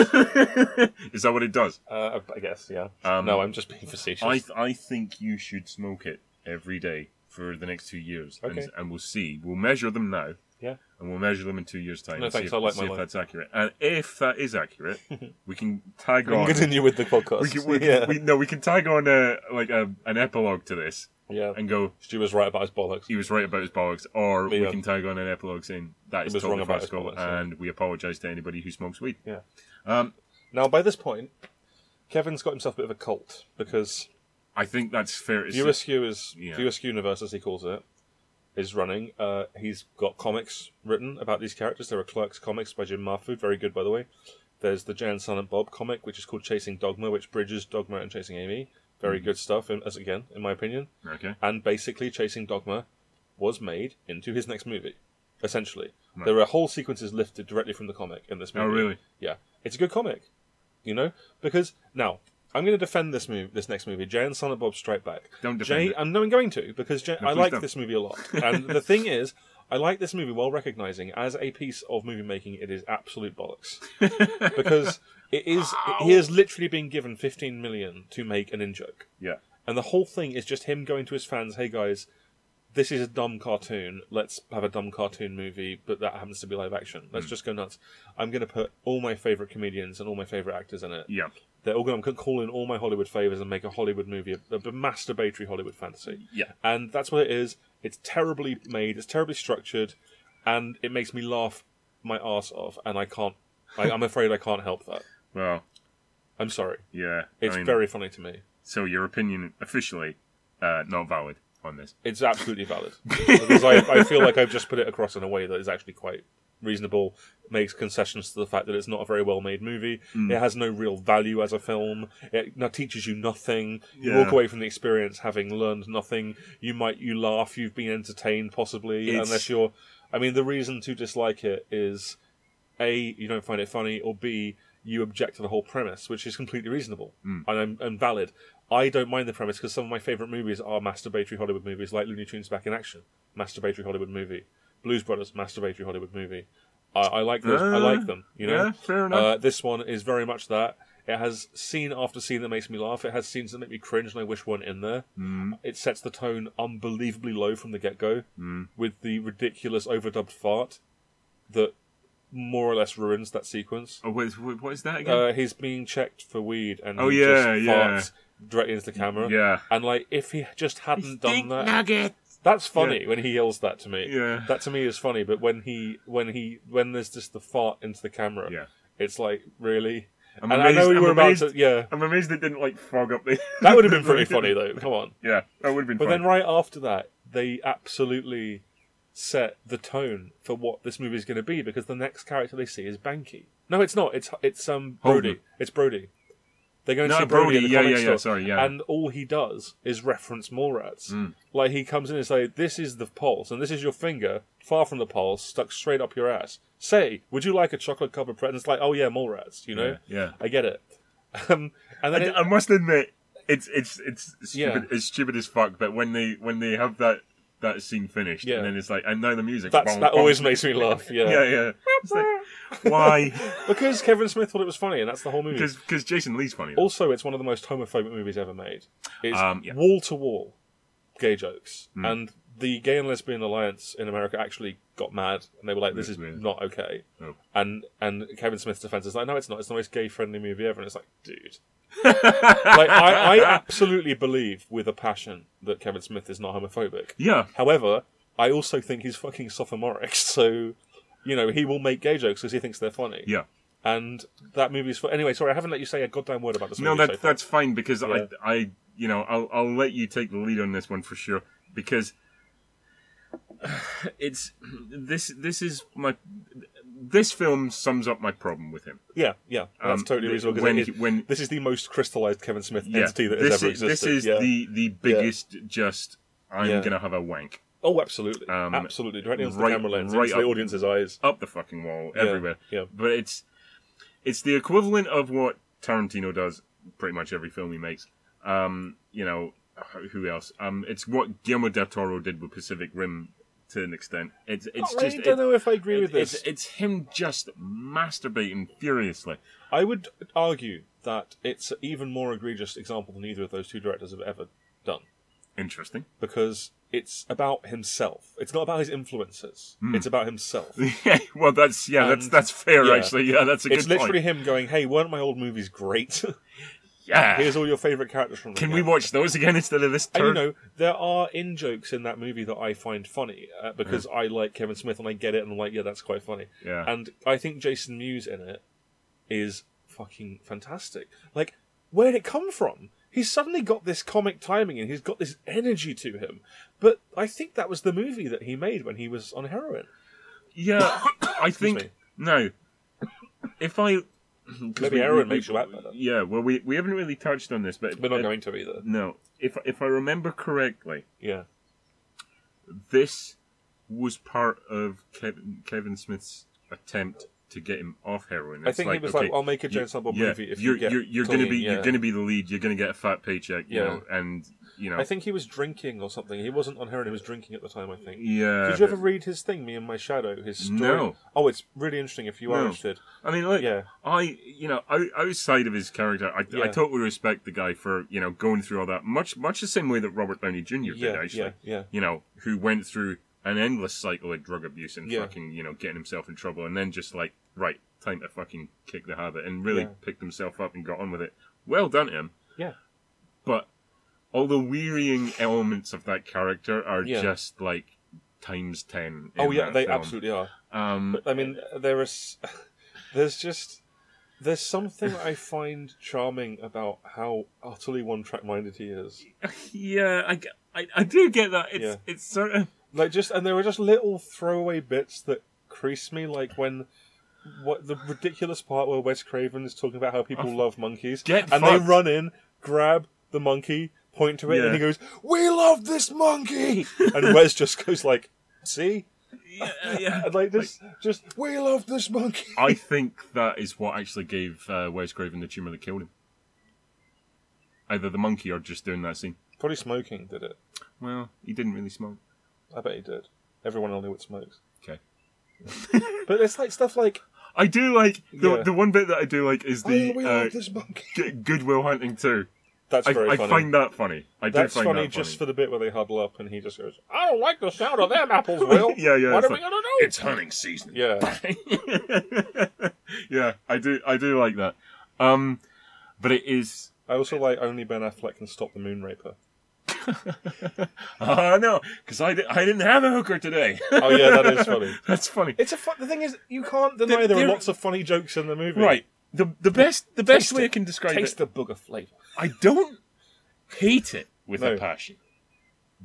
Is that what it does? Uh, I guess, yeah. Um, no, I'm just being facetious. I th- I think you should smoke it every day for the next two years, Okay. and, and we'll see. We'll measure them now. Yeah. And we'll measure them in two years' time. No, and see thanks, if, I like see my if life. that's accurate. And if that is accurate, we can tag We'll on. continue with the podcast. We can, we, yeah. we, no, we can tag on a like a, an epilogue to this yeah. and go. Stu was right about his bollocks. He was right about his bollocks, or we Yeah. can tag on an epilogue saying that is was totally wrong about his farcical, bollocks, yeah. and we apologise to anybody who smokes weed. Yeah. Um, Now, by this point, Kevin's got himself a bit of a cult because I think that's fair. to View say. Askew is yeah. View Askew Universe, as he calls it, is running. Uh, he's got comics written about these characters. There are Clerks comics by Jim Marfood, very good by the way. There's the Jan Silent Bob comic, which is called Chasing Dogma, which bridges Dogma and Chasing Amy. Very Mm-hmm. good stuff, in, as again, in my opinion. Okay. and basically Chasing Dogma was made into his next movie. Essentially, there are whole sequences lifted directly from the comic in this Oh, movie. really? Yeah, it's a good comic, you know. Because now I'm going to defend this movie, this next movie, Jay and Silent Bob Strike Back. Don't defend Jay, it. I'm, no, I'm going to because Jay, I please like don't. this movie a lot, and the thing is. I like this movie while recognizing as a piece of movie making it is absolute bollocks because it is he has literally been given 15 million to make an in joke Yeah. and the whole thing is just him going to his fans, hey guys, this is a dumb cartoon. Let's have a dumb cartoon movie, but that happens to be live action. Let's Hmm. just go nuts. I'm going to put all my favorite comedians and all my favorite actors in it. Yeah. They're all going to call in all my Hollywood favors and make a Hollywood movie, a, a masturbatory Hollywood fantasy. Yeah. And that's what it is. It's terribly made, it's terribly structured, and it makes me laugh my ass off, and I can't, I, I'm afraid I can't help that. Well. I'm sorry. Yeah. I It's mean- very funny to me. So your opinion officially uh, not valid on this. It's absolutely valid because I, I feel like I've just put it across in a way that is actually quite reasonable. Makes concessions to the fact that it's not a very well made movie. Mm. It has no real value as a film. It no- teaches you nothing. You Yeah. walk away from the experience having learned nothing. You might you laugh. You've been entertained possibly, It's- unless you're. I mean, the reason to dislike it is a you don't find it funny, or b you object to the whole premise, which is completely reasonable Hmm. and, and valid. I don't mind the premise because some of my favourite movies are masturbatory Hollywood movies, like Looney Tunes Back in Action, masturbatory Hollywood movie, Blues Brothers, masturbatory Hollywood movie. I, I like those. I Uh, like them. You know, yeah, fair enough. Uh, this one is very much that. It has scene after scene that makes me laugh. It has scenes that make me cringe, and I wish weren't in there. Mm. It sets the tone unbelievably low from the get go Mm. with the ridiculous overdubbed fart that more or less ruins that sequence. Oh, what is, what is that again? Uh, he's being checked for weed and Oh, he yeah, just yeah. farts directly into the camera. Yeah. And like, if he just hadn't uh, done that, nugget. that's funny when he yells that to me. Yeah. That to me is funny, but when he when he when there's just the fart into the camera, Yeah. it's like really. I'm and amazed- I know we I'm were about amazed- to. Yeah. I'm amazed they didn't like fog up the. That would have been pretty funny though. Come on. Yeah, that would have been. But funny. then right after that, they absolutely set the tone for what this movie is going to be because the next character they see is Banky. No, it's not. It's it's um Holden. Brody. It's Brody. They go and No, see Brody, Brody, in the yeah, comic yeah, yeah, store, sorry, yeah. And all he does is reference Mallrats. Like he comes in and say, "This is the pulse, and this is your finger, far from the pulse, stuck straight up your ass." Say, "Would you like a chocolate covered pret?" And it's like, "Oh yeah, Mallrats." You know, Yeah, yeah. I get it. Um, and then I, it- I must admit, it's it's it's stupid, Yeah. it's stupid as fuck. But when they when they have that that scene finished, Yeah. and then it's like, and now the music. that's, Bong, that bong. always makes me laugh. Yeah, yeah. It's like, why? Because Kevin Smith thought it was funny, and that's the whole movie. Because Jason Lee's funny. though. Also, it's one of the most homophobic movies ever made. It's Um, yeah. Mm. wall to wall gay jokes, and the Gay and Lesbian Alliance in America actually got mad, and they were like, "This is Really? not okay." Oh. And and Kevin Smith's defense is like, "No, it's not. It's the most gay friendly movie ever." And it's like, dude. like I, I absolutely believe with a passion that Kevin Smith is not homophobic. Yeah, However, I also think he's fucking sophomoric, so you know he will make gay jokes because he thinks they're funny. yeah. And that movie's for anyway. Sorry, I haven't let you say a goddamn word about this No, movie. so that far. that's fine because Yeah. I I you know I'll I'll let you take the lead on this one for sure because it's this this is my this film sums up my problem with him. yeah, yeah. That's Um, totally the- reasonable. 'cause when it he- is- when- this is the most crystallized Kevin Smith Yeah, entity that has this ever is, existed. this is yeah. the the biggest just I'm Yeah. gonna have a wank oh, absolutely, um, absolutely. Directly onto right- the camera lens, right into the up- audience's eyes. up the fucking wall everywhere. yeah. But it's it's the equivalent of what Tarantino does pretty much every film he makes. Um, you know, who else? Um, it's what Guillermo del Toro did with Pacific Rim to an extent. It's it's I just don't know if I agree it- with it's, this. it's him just masturbating furiously. I would argue that it's an even more egregious example than either of those two directors have ever done. Interesting. because it's about himself. It's not about his influences. Hmm. It's about himself. well, that's yeah, that's And- that's fair yeah. actually. Yeah, that's a it's good point. literally him going, "Hey, weren't my old movies great? yeah. Here's all your favorite characters from them." Can we again." watch those again instead of this? And you turd? know, there are in jokes in that movie that I find funny uh, because I like Kevin Smith and I get it, and I'm like, "Yeah, that's quite funny." Hmm. Yeah. And I think Jason Mewes in it is fucking fantastic. Like, where did it come from? He's suddenly got this comic timing and he's got this energy to him. But I think that was the movie that he made when he was on heroin. Yeah, I think me. no. If I 'cause Maybe heroin makes you act better. Yeah, well, we we haven't really touched on this, but We're uh, not going to either. No, if if I remember correctly, Yeah. this was part of Kevin, Kevin Smith's attempt to get him off heroin. I It's think he was okay, like, "Oh, "I'll make a James Bond yeah, movie if you you're get you're, you're going to clean," be yeah. you're going to be the lead. You're going to get a fat paycheck. You Yeah. know, and you know, I think he was drinking or something. He wasn't on heroin. He was drinking at the time. I think. yeah. Did you ever read his thing, Me and My Shadow? His story. No. Oh, it's really interesting if you are No. interested. I mean, look, Yeah. I, you know, o- outside of his character, I, I Yeah. totally respect the guy for, you know, going through all that. Much, much the same way that Robert Downey Jr. Yeah, did, actually. yeah, yeah. You know, who went through an endless cycle of drug abuse and Yeah. fucking, you know, getting himself in trouble, and then just like, right, time to fucking kick the habit, and really Yeah. picked himself up and got on with it. Well done to him. Yeah. But all the wearying elements of that character are Yeah. just like times ten. in Oh yeah, that they film. absolutely are. Um, I mean, there is, there's just, there's something I find charming about how utterly one-track minded he is. Yeah, I, g- I- I do get that. It's Yeah. it's sort of Like just, and there were just little throwaway bits that crease me, like when. What the ridiculous part where Wes Craven is talking about how people love monkeys, Get and fucked. they run in, grab the monkey, point to it, Yeah. and he goes, "We love this monkey," and Wes just goes like, "See," yeah, yeah. and like this, just "We love this monkey." I think that is what actually gave uh, Wes Craven the tumor that killed him. Either the monkey or just doing that scene. Probably smoking did it. Well, he didn't really smoke. I bet he did. Everyone I knew it smokes. Okay. But it's like stuff like I do like the Yeah. the one bit that I do like is the "Oh, we uh, love this monkey. G- Goodwill Hunting too. That's I, very I funny. find that funny. I That's do funny, find that funny. just for the bit where they huddle up and he just goes, I don't like the sound of them apples, Will. Yeah, yeah, What it's are we going like- to do? it's hunting season. yeah. yeah, I do. I do like that. Um, but it is I also like only Ben Affleck can stop the Moonraper. Ah, no, because I, di- I didn't have a hooker today. Oh yeah, that is funny. That's funny. It's a fun, the thing is you can't deny The- there are the- lots of funny jokes in the movie. Right. The the best the best Taste way it. I can describe Taste it. the booger flavour. I don't hate it with a No. passion,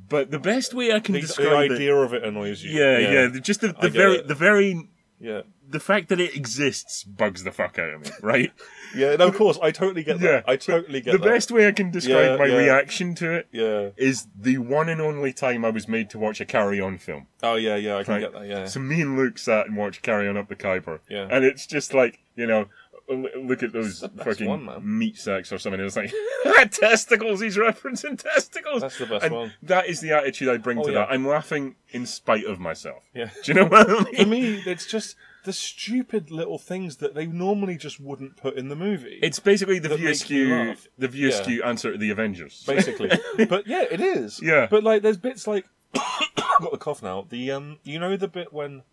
but the best way I can The, the describe it. idea of it annoys you. Yeah, yeah, the- Just the, I the get very it. the very yeah, the fact that it exists bugs the fuck out of me. Right. yeah. No, of course, I totally get that. Yeah. I totally get the that. best way I can describe Yeah, my yeah. reaction to it Yeah. is the one and only time I was made to watch a Carry On film. Oh yeah, yeah. I can Right. get that. Yeah. So me and Luke sat and watched Carry On Up the Kuiper. Yeah. And it's just like, you know, l- look at those the best fucking one, man. meat sacks or something. It's like, testicles, he's referencing testicles. That's the best And one. That is the attitude I bring Oh, to yeah. that. I'm laughing in spite of myself. Yeah. Do you know what I For mean? me, it's just the stupid little things that they normally just wouldn't put in the movie. It's basically the That makes me VSQ, laugh. the VSQ answer to the Avengers. basically. but yeah, it is. Yeah. But like, there's bits like I've got the cough now. The um, you know the bit when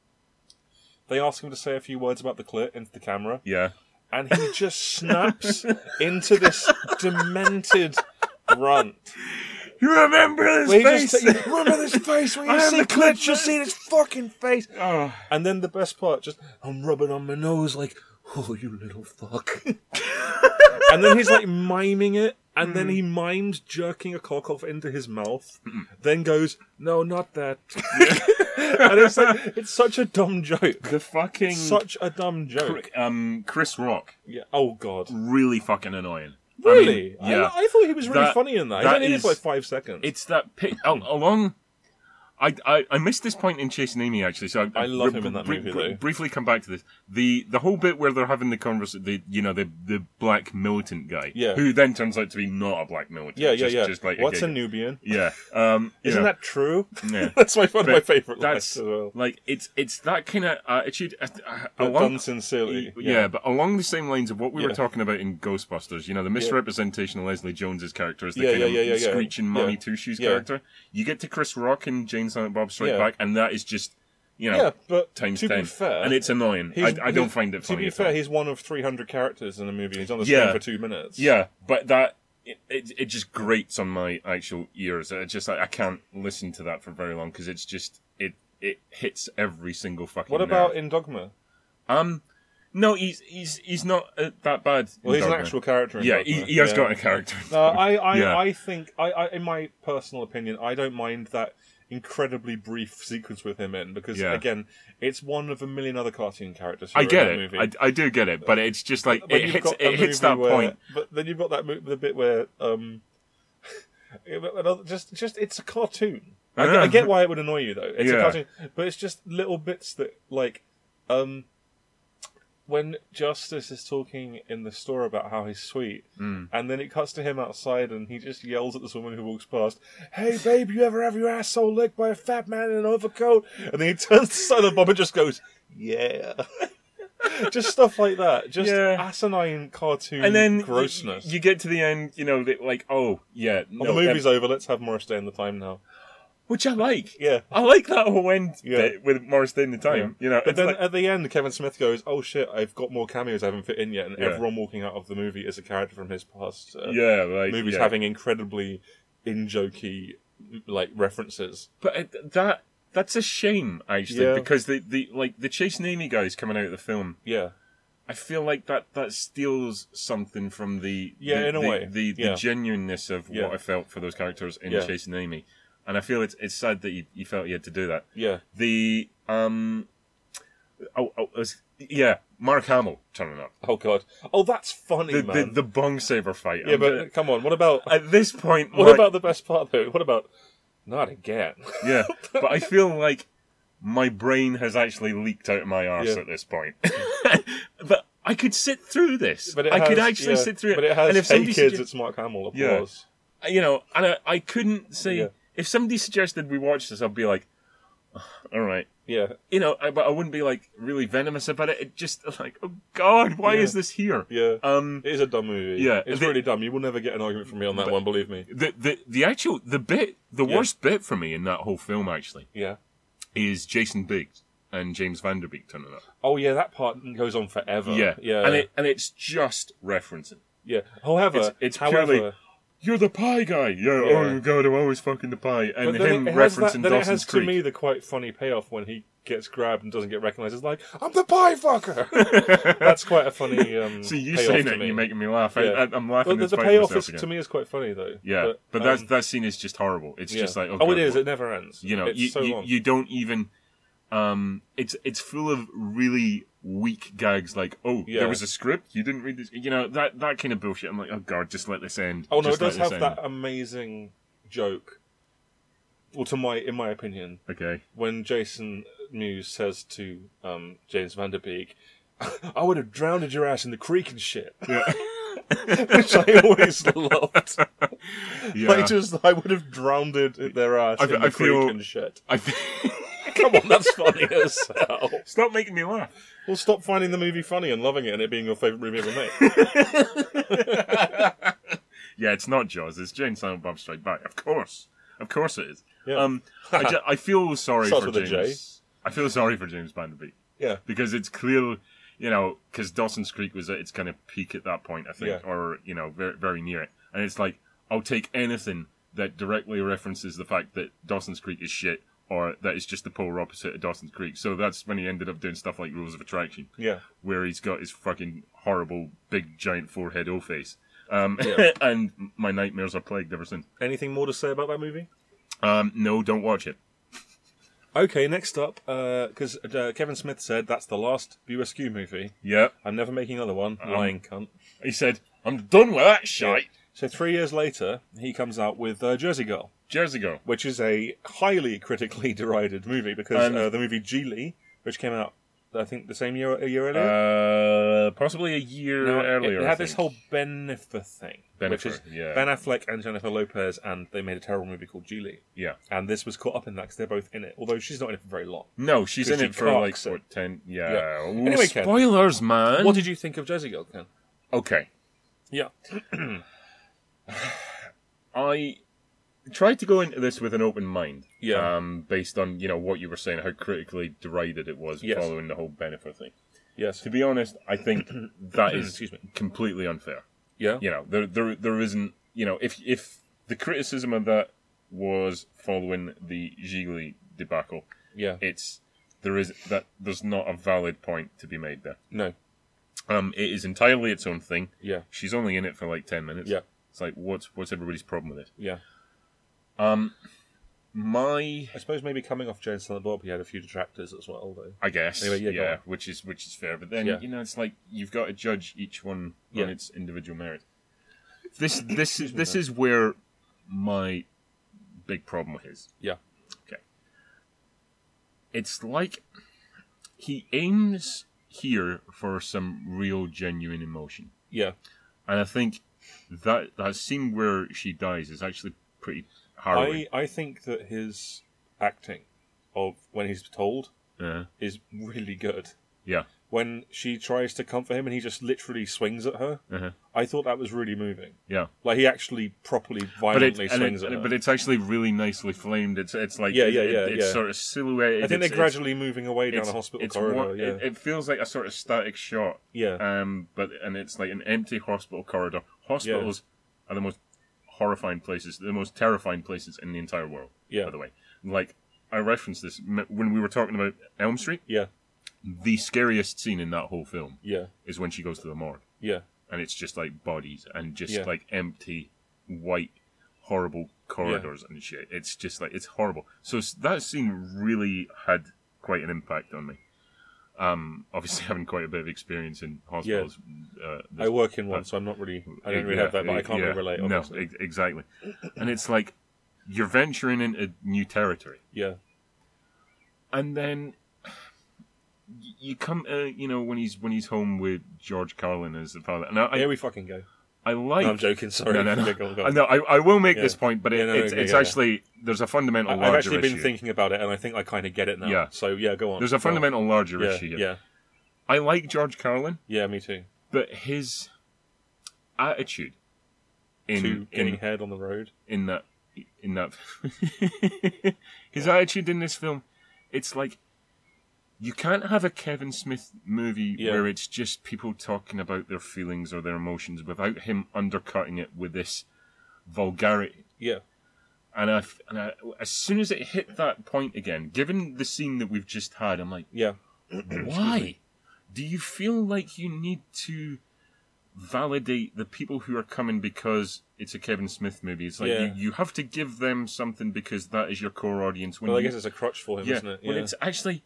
they ask him to say a few words about the clit into the camera, yeah. and he just snaps into this demented grunt. You remember Where this he just- face? you remember this face when I you am see the clits, clit you'll man. see this fucking face. Oh. And then the best part, just I'm rubbing on my nose, like, oh, you little fuck. and then he's like miming it, and Hmm. then he mimes jerking a cock off into his mouth, then goes, no, not that. and it's like, it's such a dumb joke. The fucking Such a dumb joke. um, Chris Rock Yeah. Oh, God. really fucking annoying. I mean, Really? I, yeah. I, thought he was really That- funny in that. that He only did is- for like five seconds. It's that pic- oh, along. I, I I missed this point in Chasing Amy actually, so I, I love him in that movie, though. briefly come back to this. The the whole bit where they're having the conversation, the you know the the black militant guy, Yeah. who then turns out to be not a black militant. yeah, yeah, just, yeah. Just like What's a, a gay- Nubian? Yeah, um, you Isn't know, that true? Yeah. that's my one of my But favorite that's lines as well. like it's it's that kind of attitude. Uh, uh, But along- done sincerely. yeah. but along the same lines of what we were Yeah. talking about in Ghostbusters, you know, the misrepresentation of Leslie Jones's character as the Yeah, kind yeah, of yeah, yeah, yeah. screeching Yeah. Mommy Two Shoes Yeah. character. You get to Chris Rock and Jane Silent Bob Strike Yeah. Back, and that is just, you know, Yeah, but times to ten. be fair, and it's annoying. I, he's- I don't he's- find it To funny. be at fair, all. he's one of 300 characters in the movie. He's on the Yeah. screen for two minutes. Yeah, but that it, it it just grates on my actual ears. I just I, I can't listen to that for very long because it's just it it hits every single fucking. What nerve. about in Dogma? um? No, he's he's he's not uh, that bad. in Well, he's Dogma. an actual character. In Yeah, Dogma. he, he has got a character. No, I, I, Yeah. I think, I, I, in my personal opinion, I don't mind that incredibly brief sequence with him in because, Yeah. again, it's one of a million other cartoon characters. who I are get in that it. Movie. I, I do get it, but it's just like But it you've hits got it hits that movie where- point. But then you've got that mo- the bit where um, another- just just it's a cartoon. I, get- I get why it would annoy you though. It's Yeah. a cartoon, but it's just little bits that like um, when Justice is talking in the store about how he's sweet, Hmm. and then it cuts to him outside, and he just yells at this woman who walks past, "Hey, babe, you ever have your asshole licked by a fat man in an overcoat?" And then he turns to Silent Bob and just goes, "Yeah." just stuff like that. Just Yeah. asinine cartoon And then grossness. You, you get to the end, you know, that like oh yeah, no, Well, the movie's that- over. Let's have Morris Day in the time now. which I like. Yeah. I like that whole end Yeah. bit with Morris Day in the time. You know, But it's then like- at the end, Kevin Smith goes, "Oh shit, I've got more cameos I haven't fit in yet," and Yeah. everyone walking out of the movie is a character from his past. Uh, yeah, like movies yeah. having incredibly in jokey like references. But it, that that's a shame actually Yeah. because the, the like the Chase Namey guys coming out of the film, Yeah, I feel like that that steals something from the Yeah, the, in a the, way. the, the Yeah. genuineness of Yeah. what I felt for those characters in Yeah. Chase Namey, and I feel it's it's sad that you, you felt you had to do that. yeah, The um, oh, oh it was- yeah, Mark Hamill turning up Oh god. Oh, that's funny, the the, man. the bong saber fight. yeah, I'm but gonna- come on. What about at this point, what Mark- about the best part though? What about not again? yeah? But I feel like my brain has actually leaked out of my arse Yeah. at this point. but I could sit through this. But it I could has- actually yeah, sit through it. But it has and if hey somebody kids, sugge- it's Mark Hamill. Yeah. Applause. you know, and I, I couldn't say Yeah. if somebody suggested we watch this, I'd be like, all right, Yeah, you know, I, but I wouldn't be like really venomous about it. It just like, oh god, why Yeah. is this here? yeah. Um, It is a dumb movie. Yeah, it's the- really dumb. You will never get an argument from me on that one. Believe me. the the the actual the bit the Yeah. worst bit for me in that whole film actually Yeah. is Jason Biggs and James Vanderbeek turning up. Oh yeah, that part goes on forever. yeah, yeah. and it and it's just referencing. Yeah. However, It's- it's however, purely- You're the pie guy. You're, Yeah. Oh, you go to always fucking the pie, and But then him it has that- referencing then it Dawson's has Creek. to me the quite funny payoff when he gets grabbed and doesn't get recognised. It's like I'm the pie fucker. That's quite a funny. Um, See, you payoff saying to that me. you're making me laugh. Yeah. I, I, I'm laughing. Well, the, and the fighting payoff myself is, again. to me is quite funny though. Yeah, but, um, that that scene is just horrible. It's just yeah. like okay, oh, it is. well, It never ends. you know, it's you, so you, long. you don't even. Um, it's it's full of really weak gags like oh Yeah. there was a script you didn't read this you know that that kind of bullshit. I'm like oh god, just let this end. oh no, it Just let does have this that amazing joke. Well, to my in my opinion, end." Okay, when Jason Mewes says to um, James Van Der Beek, "I would have drowned your ass in the creek and shit," which I always loved. yeah. I just, I would have drowned it their ass I- in the I creek feel- and shit. I think Come on, that's funny as hell. stop making me laugh. Well, stop finding the movie funny and loving it and it being your favourite movie ever made. Yeah, it's not Jaws. It's Jane Silent Bob Strike Back. Of course, of course it is. Yeah. Um, I, ju- I feel sorry Starts for with a James. J. I feel sorry for James Vanderbeek yeah. because it's clear, you know, because Dawson's Creek was at its kind of peak at that point, I think, Yeah. or you know, very very near it. And it's like I'll take anything that directly references the fact that Dawson's Creek is shit, or that it's just the polar opposite of Dawson's Creek. So that's when he ended up doing stuff like Rules of Attraction Yeah. where he's got his fucking horrible big giant forehead O face. Um, Yeah. and my nightmares are plagued ever since. Anything more to say about that movie? Um, no, don't watch it. Okay, next up, because uh, Kevin Smith said that's the last BUSQ movie. Yeah, I'm never making another one. Um. Lying cunt. he said, I'm done with that shite. So three years later, he comes out with uh, Jersey Girl, Jersey Girl. which is a highly critically derided movie because And- uh, the movie Geely, which came out, I think, the same year a year earlier. Uh, possibly a year Now, it- earlier. it, I had this think. whole Benifer thing, which Bennifer, is yeah. Ben Affleck and Jennifer Lopez, and they made a terrible movie called Geely, Yeah. and this was caught up in that because they're both in it. Although she's not in it for very long. No, she's in Chrissy it for like Cox. what, ten. uh, Yeah. Yeah. Ooh, Anyway, Ken. spoilers, man. What did you think of Jersey Girl, Ken? okay, Yeah, I tried to go into this with an open mind. Yeah. Um, based on you know what you were saying, how critically derided it was Yes. following the whole benefit thing. yes, To be honest, I think that is Excuse me. completely unfair. yeah, You know, there, there, there isn't. You know, if if the criticism of that was following the Gigli debacle, yeah. it's there is that there's not a valid point to be made there. No, Um, it is entirely its own thing. yeah, She's only in it for like ten minutes. Yeah. it's like what's what's everybody's problem with it? yeah. Um, my I suppose maybe coming off Jane and Silent Bob, he had a few detractors as well, though. I guess. Anyway, yeah, yeah, go on. which is which is fair. But then Yeah. you know, it's like you've got to judge each one Yeah. on its individual merit. This this is this is where my big problem is. Yeah. It's like he aims here for some real genuine emotion. Yeah. And I think that that scene where she dies is actually pretty harrowing. I, I think that his acting of when he's told Uh, is really good. yeah. When she tries to comfort him and he just literally swings at her, Uh-huh. I thought that was really moving. Yeah. Like he actually properly But, it, violently and swings it- at her. but it's actually really nicely flamed. It's it's like Yeah, yeah, it- yeah, it's yeah. sort of silhouetted. I think it's- they're it's- gradually moving away down a hospital corridor. one- yeah. it, it feels like a sort of static shot. yeah. Um, but and it's like an empty hospital corridor. Hospitals are the most horrifying places, the most terrifying places in the entire world. Yeah. By the way, like I referenced this m- when we were talking about Elm Street. yeah. The scariest scene in that whole film Yeah. is when she goes to the morgue, Yeah. and it's just like bodies and just Yeah. like empty, white, horrible corridors and shit. It's just like it's horrible. So s- that scene really had quite an impact on me. Um, obviously having quite a bit of experience in hospitals. Uh, this I work in one, so I'm not really. I don't really have that, but I can't yeah. really relate. No, Obviously. ex- exactly. And it's like you're venturing into new territory, yeah. and then y- you come, uh, you know, when he's when he's home with George Carlin as the father. And I, Here I, we fucking go. I like. No, I'm joking. Sorry. No, no, no. Yeah, go on, go on. I know. I, I will make Yeah. this point, but it, Yeah, no, no, it's, okay, it's yeah, yeah. actually there's a fundamental. I- I've larger actually been issue. thinking about it, and I think I kind of get it now. Yeah. So yeah, go on. There's Go a on. fundamental larger Yeah, issue here. yeah, I like George Carlin, yeah. Me too. but his attitude in to getting in, head on the road. in that in that his attitude in this film, it's like You can't have a Kevin Smith movie Yeah. where it's just people talking about their feelings or their emotions without him undercutting it with this vulgarity. Yeah. And, I, f- and I, as soon as it hit that point again, given the scene that we've just had, I'm like, Yeah. why do you feel like you need to validate the people who are coming because it's a Kevin Smith movie? It's like Yeah. you, you have to give them something because that is your core audience. When Well, I you- guess it's a crutch for him, yeah, isn't it? when it's actually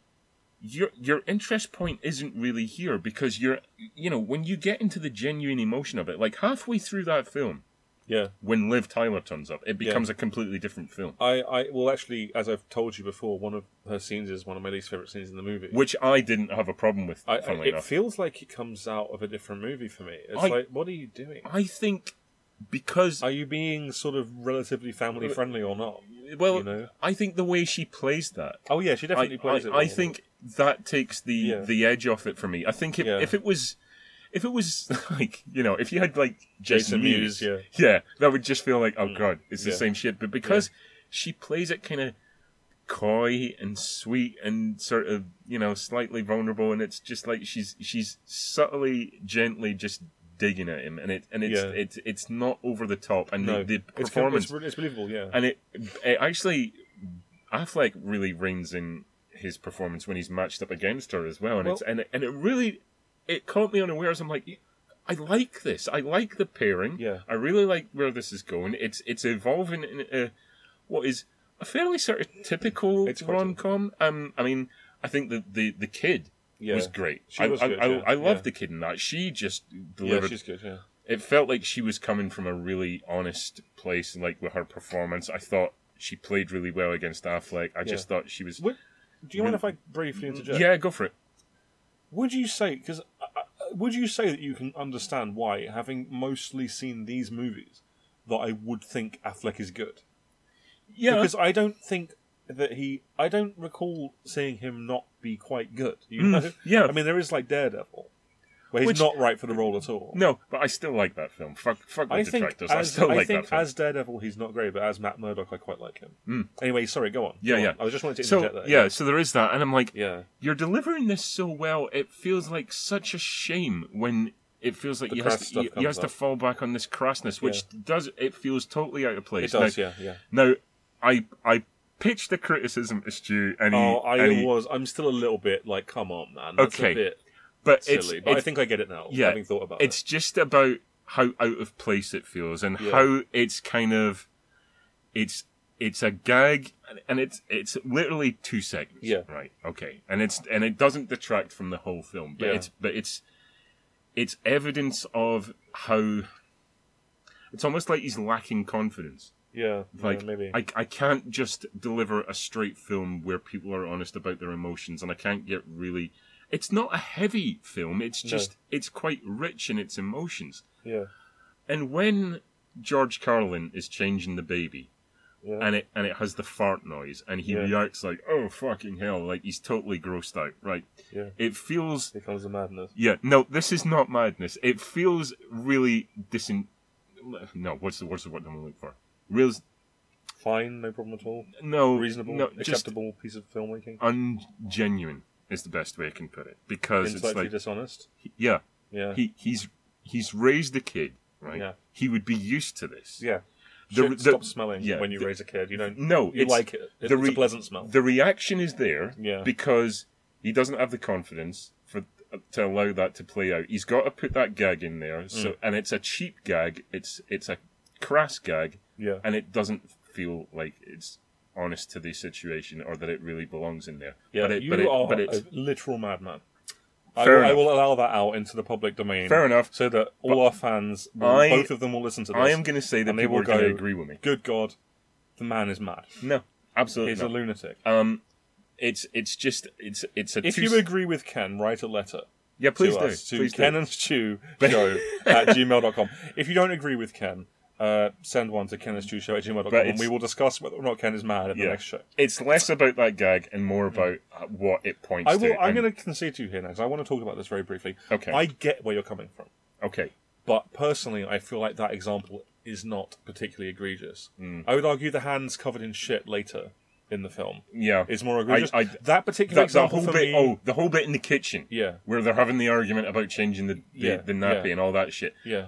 your your interest point isn't really here because you're you know when you get into the genuine emotion of it, like halfway through that film. yeah. When Liv Tyler turns up, it Yeah. becomes a completely different film, I, I well actually, as I've told you before, one of her scenes is one of my least favorite scenes in the movie. which I didn't have a problem with. I, I- funnily it enough. feels like it comes out of a different movie for me. It's I- like, what are you doing? I think because Are you being sort of relatively family friendly or not? Well, you know? I think the way she plays that, Oh yeah, she definitely I, plays I- it. I well. think that takes the Yeah. the edge off it for me. I think if, Yeah. if it was, if it was like you know, if you had like Jason Jason, Mewes, Mewes, yeah. Mm. that would just feel like oh god, it's the yeah. same shit. But because she plays it kind of coy and sweet and sort of you know slightly vulnerable, and it's just like she's she's subtly, gently just digging at him, and it and it's Yeah. it's it's not over the top, and no, the, the it's, performance It's, really- it's believable, yeah. and it, it actually, Affleck really reigns in his performance when he's matched up against her as well, and it's and it, and it really, it caught me unawares. I'm like, I like this. I like the pairing. Yeah. I really like where this is going. It's it's evolving in a, what is a fairly sort of typical It's quite rom com. Um, I mean, I think the the the kid. yeah. was great. She I, was I, good, I, yeah. I loved Yeah. the kid in that. She just Yeah, delivered she's good, yeah. it felt like she was coming from a really honest place like with her performance i thought she played really well against affleck i just thought she was Would, do you mind if I briefly interject? yeah go for it Would you say because would you say that you can understand why, having mostly seen these movies, that I would think Affleck is good? yeah Because I don't think that he. I don't recall seeing him not be quite good. You Mm, know? yeah. I mean, there is like Daredevil, where he's Which- not right for the role at all. no but i still like that film fuck fuck the I think, detractors i as, still I like think that film as Daredevil, he's not great, but as Matt Murdock, I quite like him. Anyway, sorry, go on. Yeah, Go on. yeah. I was just wanting to Mm. so interject that. yeah so there is that and i'm like yeah, you're delivering this so well it feels like such a shame when it feels like The you has, crass to, stuff you, comes has to up. fall back on this crassness which does it feels totally out of it place does. now, yeah, yeah. now i i pitched the criticism to stu and he, Oh, I and he- was. I'm still a little bit like, come on, man. That's Okay. a bit but silly, it's, but I it's- think I get it now. yeah, having thought about it's just about how out of place it feels and Yeah. how it's kind of it's it's a gag and- and it's it's literally two seconds Yeah. right okay and it's and it doesn't detract from the whole film but Yeah. it's but it's it's evidence of how it's almost like he's lacking confidence it. Yeah, like yeah, maybe. I, I can't just deliver a straight film where people are honest about their emotions and i can't get really it's not a heavy film it's just it's quite rich in its emotions yeah, and when george carlin is changing the baby yeah. and it and it has the fart noise and he Yeah. reacts like oh fucking hell like he's totally grossed out right Yeah. it feels Here comes the madness. yeah, no, this is not madness. It feels really disin. No, what's the what's the word I'm looking for? Real, Fine, no problem at all. no, Reasonable, no, just acceptable piece of filmmaking. ungenuine is the best way I can put it because it's Intellectually like dishonest. yeah, Yeah, he he's he's raised a kid, right? Yeah. He would be used to this. yeah. The- Shit the- stops smelling yeah, when you the- raise a kid. You don't. No, you it's- like it. It's the re- a pleasant smell. The reaction is there Yeah. because he doesn't have the confidence for to allow that to play out. He's got to put that gag in there. Mm. So and it's a cheap gag. It's it's a crass gag. yeah, and it doesn't feel like it's honest to the situation or that it really belongs in there. yeah. but it, you but it, are but it's, a literal madman. I Fair will, I enough. will allow that out into the public domain. Fair enough. So that all our fans, will- I- both of them, will listen to this. I am going to say that and they people will are going to go- agree with me. Good God, the man is mad. No, absolutely He's a not. lunatic. um, it's it's just it's it's a If two- you agree with Ken, write a letter yeah, please to do. us to please do. Ken and Stu show at gmail.com. If you don't agree with Ken, uh, send one to Ken and Stu show at gmail.com But and we it's- will discuss whether or not Ken is mad at Yeah. the next show. It's less about that gag and more about uh, what it points Mm-hmm. I will, to. I'm and- going to concede to you here now because I want to talk about this very briefly. Okay. I get where you're coming from, okay. but personally, I feel like Hmm. that example is not particularly egregious. I would argue the hands covered in shit later in the film. Yeah. It's more I- egregious. I- that particular Like the example whole for bit, me, oh, the whole bit in the kitchen. Yeah. Where they're having the argument about changing the, the, Yeah, the nappy yeah. and all that shit. yeah,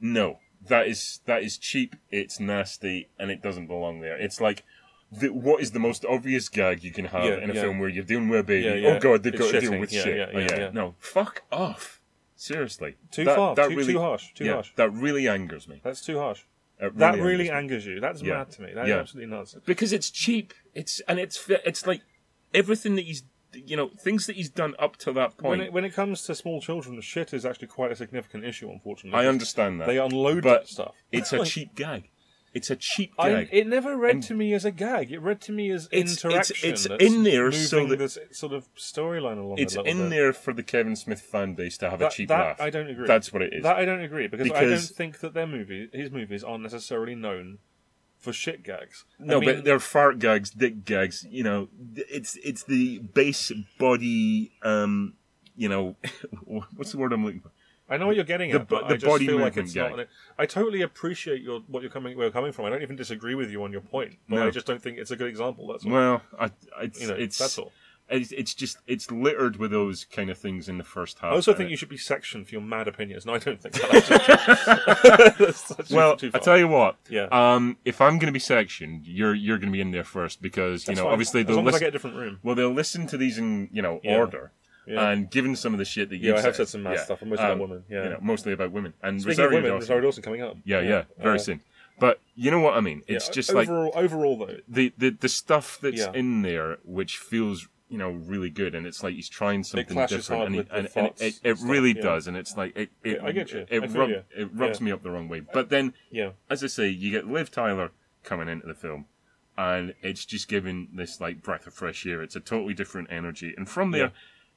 No, that is that is cheap. It's nasty, and it doesn't belong there. It's like, the, what is the most obvious gag you can have Yeah, in a yeah. film where you're dealing with a baby? Yeah, yeah. Oh god, they've It's got to deal shitting. with Yeah, shit. yeah, Oh, yeah, yeah. No, fuck off. Seriously, too That- far, that too, really- too harsh, too yeah, harsh. That really angers me. That's too harsh. It really That really angers me. angers you. That's Yeah. mad to me. That's Yeah. absolutely nuts. because it's cheap. It's and it's fi- it's like everything that he's you know things that he's done up to that When point. it, when it comes to small children, shit is actually quite a significant issue. Unfortunately, I understand that. they unload but stuff. It's a cheap gag. It's a cheap I, gag. it never read to me as a gag. It read to me as It's- it's- interaction. it's that's in there so moving that- this sort of storyline along. it's a little in bit. there for the Kevin Smith fan base to have That, a cheap that laugh. I don't agree. That's what it is. That I don't agree because, I don't Because- think that their movie, his movies, are necessarily known for shit gags. I no, mean, but they're fart gags, dick gags. You know, th- it's it's the base body. um You know, what's the word I'm looking for? I know what you're getting the at, but bo- I the just body feel like movement it's gag. not. An, I totally appreciate your what you're coming where you're coming from. I don't even disagree with you on your point, but No. I just don't think it's a good example. That's all. Well, I, it's you know, it's that's all. It's, it's just it's littered with those kind of things in the first half. Uh, I also and think it- you should be sectioned for your mad opinions. No, I don't think that. That's such a- Well, too far. I tell you what. Yeah. Um, if I'm going to be sectioned, you're you're going to be in there first because you That's know fine. obviously as they'll long as I listen. get a different room. Well, they'll listen to these in you know Yeah. order, Yeah. and given some of the shit that you Um, Yeah, I have said some mad stuff, and mostly about women, yeah. you know, mostly about women and Speaking Rosario of women, Dawson. Rosario Dawson coming up. Yeah, yeah, very Uh, soon. But you know what I mean? It's yeah, just like overall, overall though, the, the the stuff that's Yeah. in there, which feels you know really good, and it's like he's trying something clashes different, hard and, he- with the and, and thoughts it, and it stuff, really yeah. does, and it's like it it, I get you. it, I feel rub- you. it rubs Yeah. me up the wrong way. But then yeah. as I say, you get Liv Tyler coming into the film, and it's just giving this like breath of fresh air. It's a totally different energy, and from there, Yeah.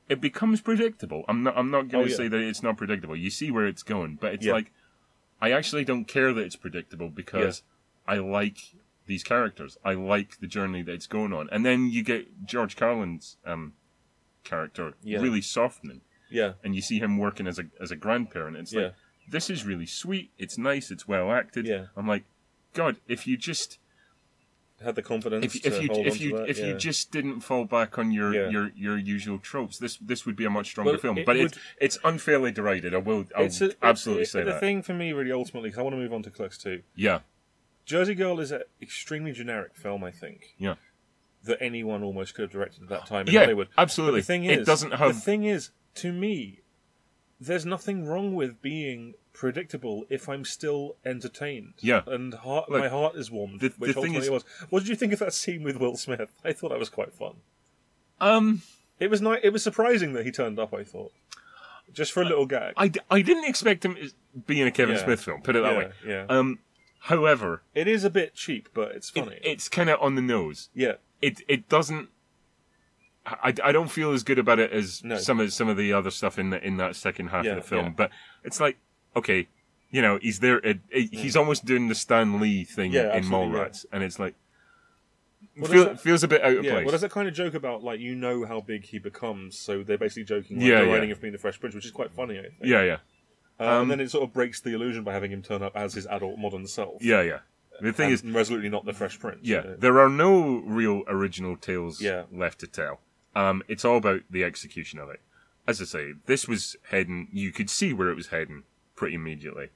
it becomes predictable. I'm not. I'm not going Oh, to yeah. say that it's not predictable. You see where it's going, but it's Yeah. like I actually don't care that it's predictable because I like these characters. I like the journey that it's going on, and then you get George Carlin's um, character Yeah. really softening, Yeah, and you see him working as a as a grandparent. It's like yeah, this is really sweet. It's nice. It's well acted. Yeah. I'm like, God, if you just had the confidence if if to you hold if on you to that, if yeah. you just didn't fall back on your Yeah. your your usual tropes, this this would be a much stronger Well, film. it but would- it's it's unfairly derided. I will I'll It's a- absolutely it's- say the that. thing for me, really, ultimately, because I want to move on to Clerks Two. yeah, Jersey Girl is an extremely generic film, I think. Yeah. That anyone almost could have directed at that time in yeah, Hollywood. absolutely. The thing is, it doesn't have. The thing is, to me, there's nothing wrong with being predictable if I'm still entertained. Yeah. and heart, Look, my heart is warmed. the- which the thing ultimately is- it was. What did you think of that scene with Will Smith? I thought that was quite fun. um, It was nice. It was surprising that he turned up. I thought, just for a little gag. I, d- I didn't expect him to be in a Kevin Yeah. Smith film. Put it that yeah, way. yeah. Um, however, it is a bit cheap, but it's funny. it, it's kind of on the nose. yeah, it it doesn't. I, I don't feel as good about it as No. some of some of the other stuff in the, in that second half Yeah, of the film, yeah. but it's like okay, you know, he's there. It, it- He's almost doing the Stan Lee thing Yeah, in absolutely, yeah. Mallrats, and it's like Well, feel, that's- feels a bit out of yeah. place. Well, there's that kind of joke about like you know how big he becomes, so they're basically joking. Like, Yeah, yeah, the yeah. writing of being the Fresh Prince, which is quite funny. I think. yeah, um, yeah, Uh, and then it sort of breaks the illusion by having him turn up as his adult modern self. yeah, yeah. The thing and is, resolutely not the Fresh Prince. yeah, Uh, there are no real original tales Yeah. left to tell. Um, it's all about the execution of it. As I say, this was heading. You could see where it was heading pretty immediately.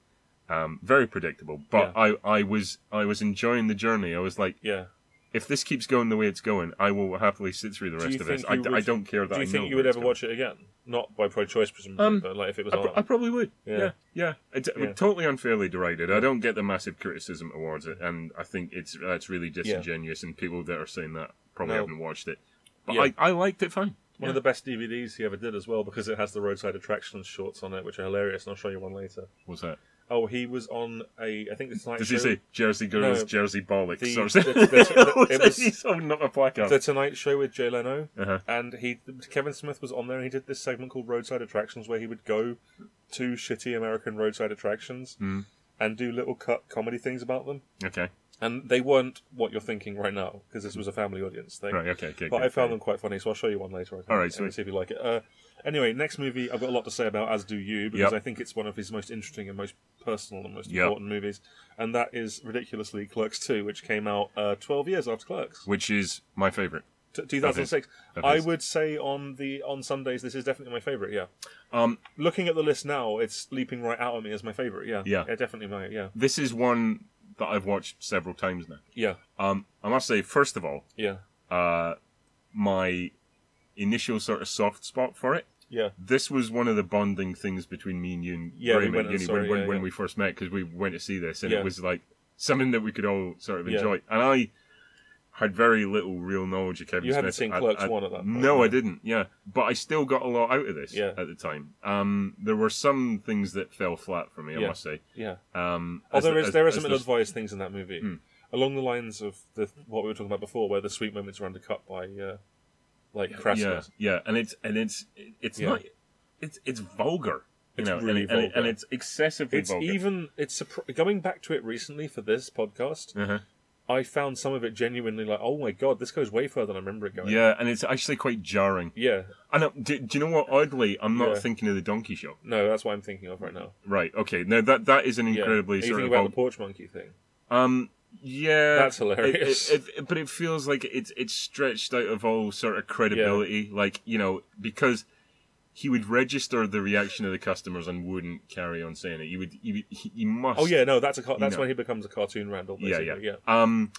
Um, very predictable. But I, I was, I was enjoying the journey. I was like, yeah. if this keeps going the way it's going, I will happily sit through the rest you of this. think I, you d- would- I don't care Do that. you I know think you where would it's ever going. watch it again? Not by pro choice, presumably, Um, but like if it was I, on. pr- I probably would. Yeah. Yeah, yeah. It's uh, Yeah. totally unfairly derided. I don't get the massive criticism towards it, and I think it's uh, it's really disingenuous. And people that are saying that probably No. haven't watched it. But Yeah. I, I liked it fine. One of the best DVDs he ever did as well because it has the roadside attractions shorts on it, which are hilarious, and I'll show you one later. What's that? Oh, he was on a. I think it's like. Does he say Jersey girls, No. Jersey bollocks? The- or something? the- the- the- it was- He's holding up a placard. The Tonight Show with Jay Leno, Oh. Uh-huh. and he Kevin Smith was on there. and He did this segment called Roadside Attractions, where he would go to shitty American roadside attractions Mm. and do little cut comedy things about them. okay, And they weren't what you're thinking right now because this was a family audience thing. right, okay, okay. But good. I found them quite funny, so I'll show you one later. I think, All right, and sweet. see if you like it. Uh, anyway, next movie I've got a lot to say about, as do you, because Yep. I think it's one of his most interesting and most personal and most Yeah. important movies, and that is ridiculously Clerks Two, which came out uh, twelve years after Clerks, which is my favorite. T- two thousand six. That I is- would say on the on Sundays, this is definitely my favorite. Yeah, Um, looking at the list now, it's leaping right out at me as my favorite. Yeah, Yeah. definitely my yeah, This is one that I've watched several times now. yeah, Um, I must say, first of all, yeah, uh, my initial sort of soft spot for it. yeah. This was one of the bonding things between me and you and Yeah, we Graham went at and uni saw when, it, when, yeah, when yeah. we first met because we went to see this, and Yeah. it was like something that we could all sort of Yeah. enjoy. And I had very little real knowledge of Kevin You Smith. hadn't seen I- Clerks I- One at that point, No, I yeah. didn't. Yeah, but I still got a lot out of this Yeah. at the time. Um, there were some things that fell flat for me, I Yeah. must say. Yeah. Um, as Although the- there is as- there are as some the- Hmm. ill-advised things in that movie, along the lines of the what we were talking about before, where the sweet moments are undercut by uh, like yeah, crassness. yeah, and it's and it's it's Yeah. not it's it's vulgar, you It's know, and really it- and, it- and vulgar. it's excessively It's vulgar. even it's surpri- going back to it recently for this podcast. Uh-huh. I found some of it genuinely like, oh my god, this goes way further than I remember it going. Yeah, and it's actually quite jarring. yeah. And uh, do, do you know what? Oddly, I'm not Yeah. thinking of the Donkey Show. No, that's what I'm thinking of right now. Right. Okay. No, that that is an Yeah. incredibly Are you sort thinking of about the vulgar. porch monkey thing? Um. Yeah. That's It- it- hilarious. It, it- but it feels like it's it's stretched out of all sort of credibility. Like you know because. He would register the reaction of the customers and wouldn't carry on saying it. He would. He, would- he, he must. Oh yeah, no, that's a car- that's No. when he becomes a cartoon Randall. yeah, Basically. yeah, yeah. Um,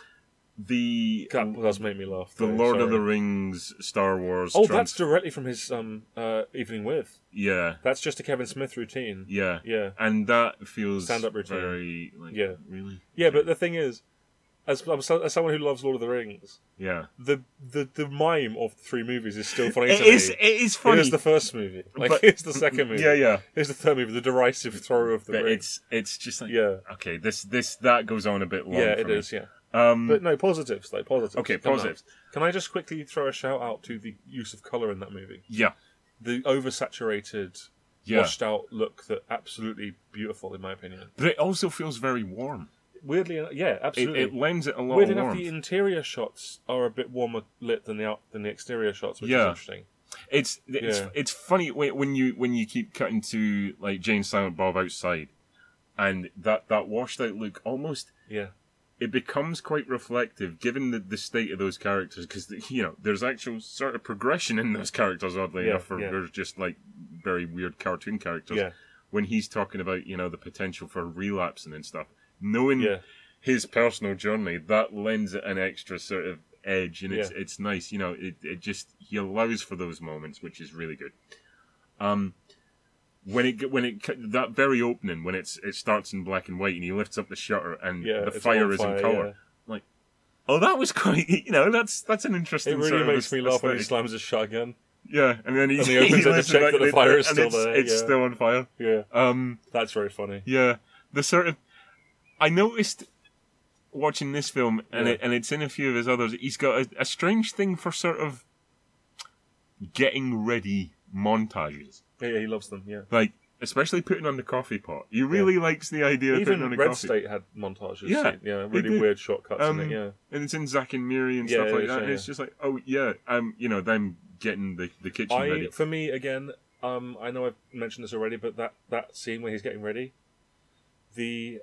the That does make me laugh. the though, Lord of sorry. the Rings, Star Wars. Oh, Trump- that's directly from his um uh, evening with. yeah, That's just a Kevin Smith routine. yeah, Yeah. and that feels Stand-up routine. Very, like, Yeah. really, Yeah, but the thing is, as, as so- as someone who loves Lord of the Rings, yeah. the the, the mime of the three movies is still funny It to is, me. it Here's is funny. the first movie. Like But- here's the second movie. yeah, yeah, Here's the third movie. The derisive throw of the but ring. it's it's just like Yeah. Okay, this this that goes on a bit long. Yeah, for it me. is. Yeah, Um, but no positives though. Positives. Okay, Come on. positives. Can I just quickly throw a shout out to the use of color in that movie? yeah, The oversaturated, yeah. washed out look that absolutely beautiful in my opinion. But it also feels very warm. Weirdly, en- yeah, It, absolutely. it lends it a lot Weird of enough, warmth. the interior shots are a bit warmer lit than the out than the exterior shots, which is Yeah. interesting. It's it's Yeah. it's funny when when you when you keep cutting to like Jane Silent Bob outside, and that that washed out look almost Yeah. it becomes quite reflective given the, the state of those characters because you know there's actual sort of progression in those characters oddly Yeah, enough for yeah. they're just like very weird cartoon characters Yeah. when he's talking about you know the potential for relapsing and stuff knowing Yeah. his personal journey that lends it an extra sort of edge and it's Yeah. it's nice you know it, it just he allows for those moments which is really good um when it when it that very opening when it's it starts in black and white and he lifts up the shutter and Yeah, the it's fire on is fire, in color yeah. oh that was quite you know that's that's an interesting It sort really of makes me laugh when he aesthetic. slams his shotgun. yeah and then he, And he opens it to lifts check back that the and fire it- is and still it's, there, it's yeah. still on fire Yeah, um that's very funny. yeah, the sort of I noticed watching this film, and Yeah. it, and it's in a few of his others. He's got a, a strange thing for sort of getting ready montages, Yeah, yeah, he loves them. Yeah, like especially putting on the coffee pot. He really likes the idea of putting even on a Red coffee, State had montages. Yeah, Yeah, yeah, they really did. weird shortcuts Um, in it. Yeah, and it's in Zack and Miri and Yeah, stuff yeah, like yeah, that. and sure, it's just like, oh yeah, um, you know, them getting the the kitchen I ready. for me again. Um, I know I've mentioned this already, but that that scene where he's getting ready, the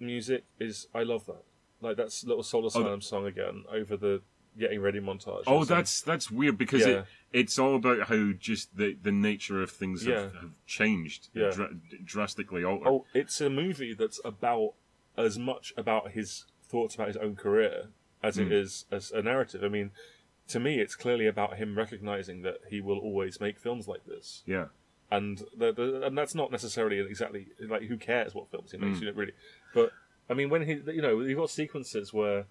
music is I love that. Like that's little Soul Asylum song again over the getting ready montage. Oh, that's that's weird because Yeah. it it's all about how just the, the nature of things have, Yeah. have changed Yeah. dra- drastically altered. oh, it's a movie that's about as much about his thoughts about his own career as Hmm. it is as a narrative. I mean, to me, it's clearly about him recognizing that he will always make films like this, Yeah. and the, the, and that's not necessarily exactly like who cares what films he Mm. makes, you know, really. But I mean, when he, you know, you've got sequences where.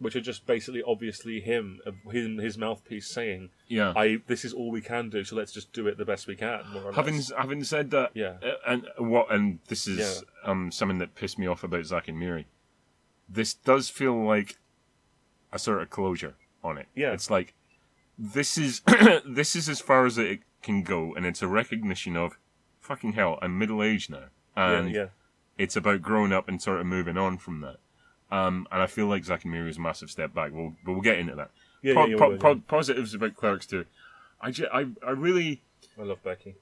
Which are just basically obviously him, him, his mouthpiece saying, Yeah. "I this is all we can do, so let's just do it the best we can." more or less. having having said that, Yeah. uh, and what and this is um something that pissed me off about Zack and Miri. This does feel like a sort of closure on it. Yeah. it's like this is this is as far as it can go, and it's a recognition of fucking hell. I'm middle aged now, yeah, and yeah, it's about growing up and sort of moving on from that. Um, and I feel like Zack and Miri was a massive step back. We'll, but we'll get into that. Yeah, Po- yeah, you po- will, po- yeah. Positives about Clerks too. I, ju- I, I really I love Becky.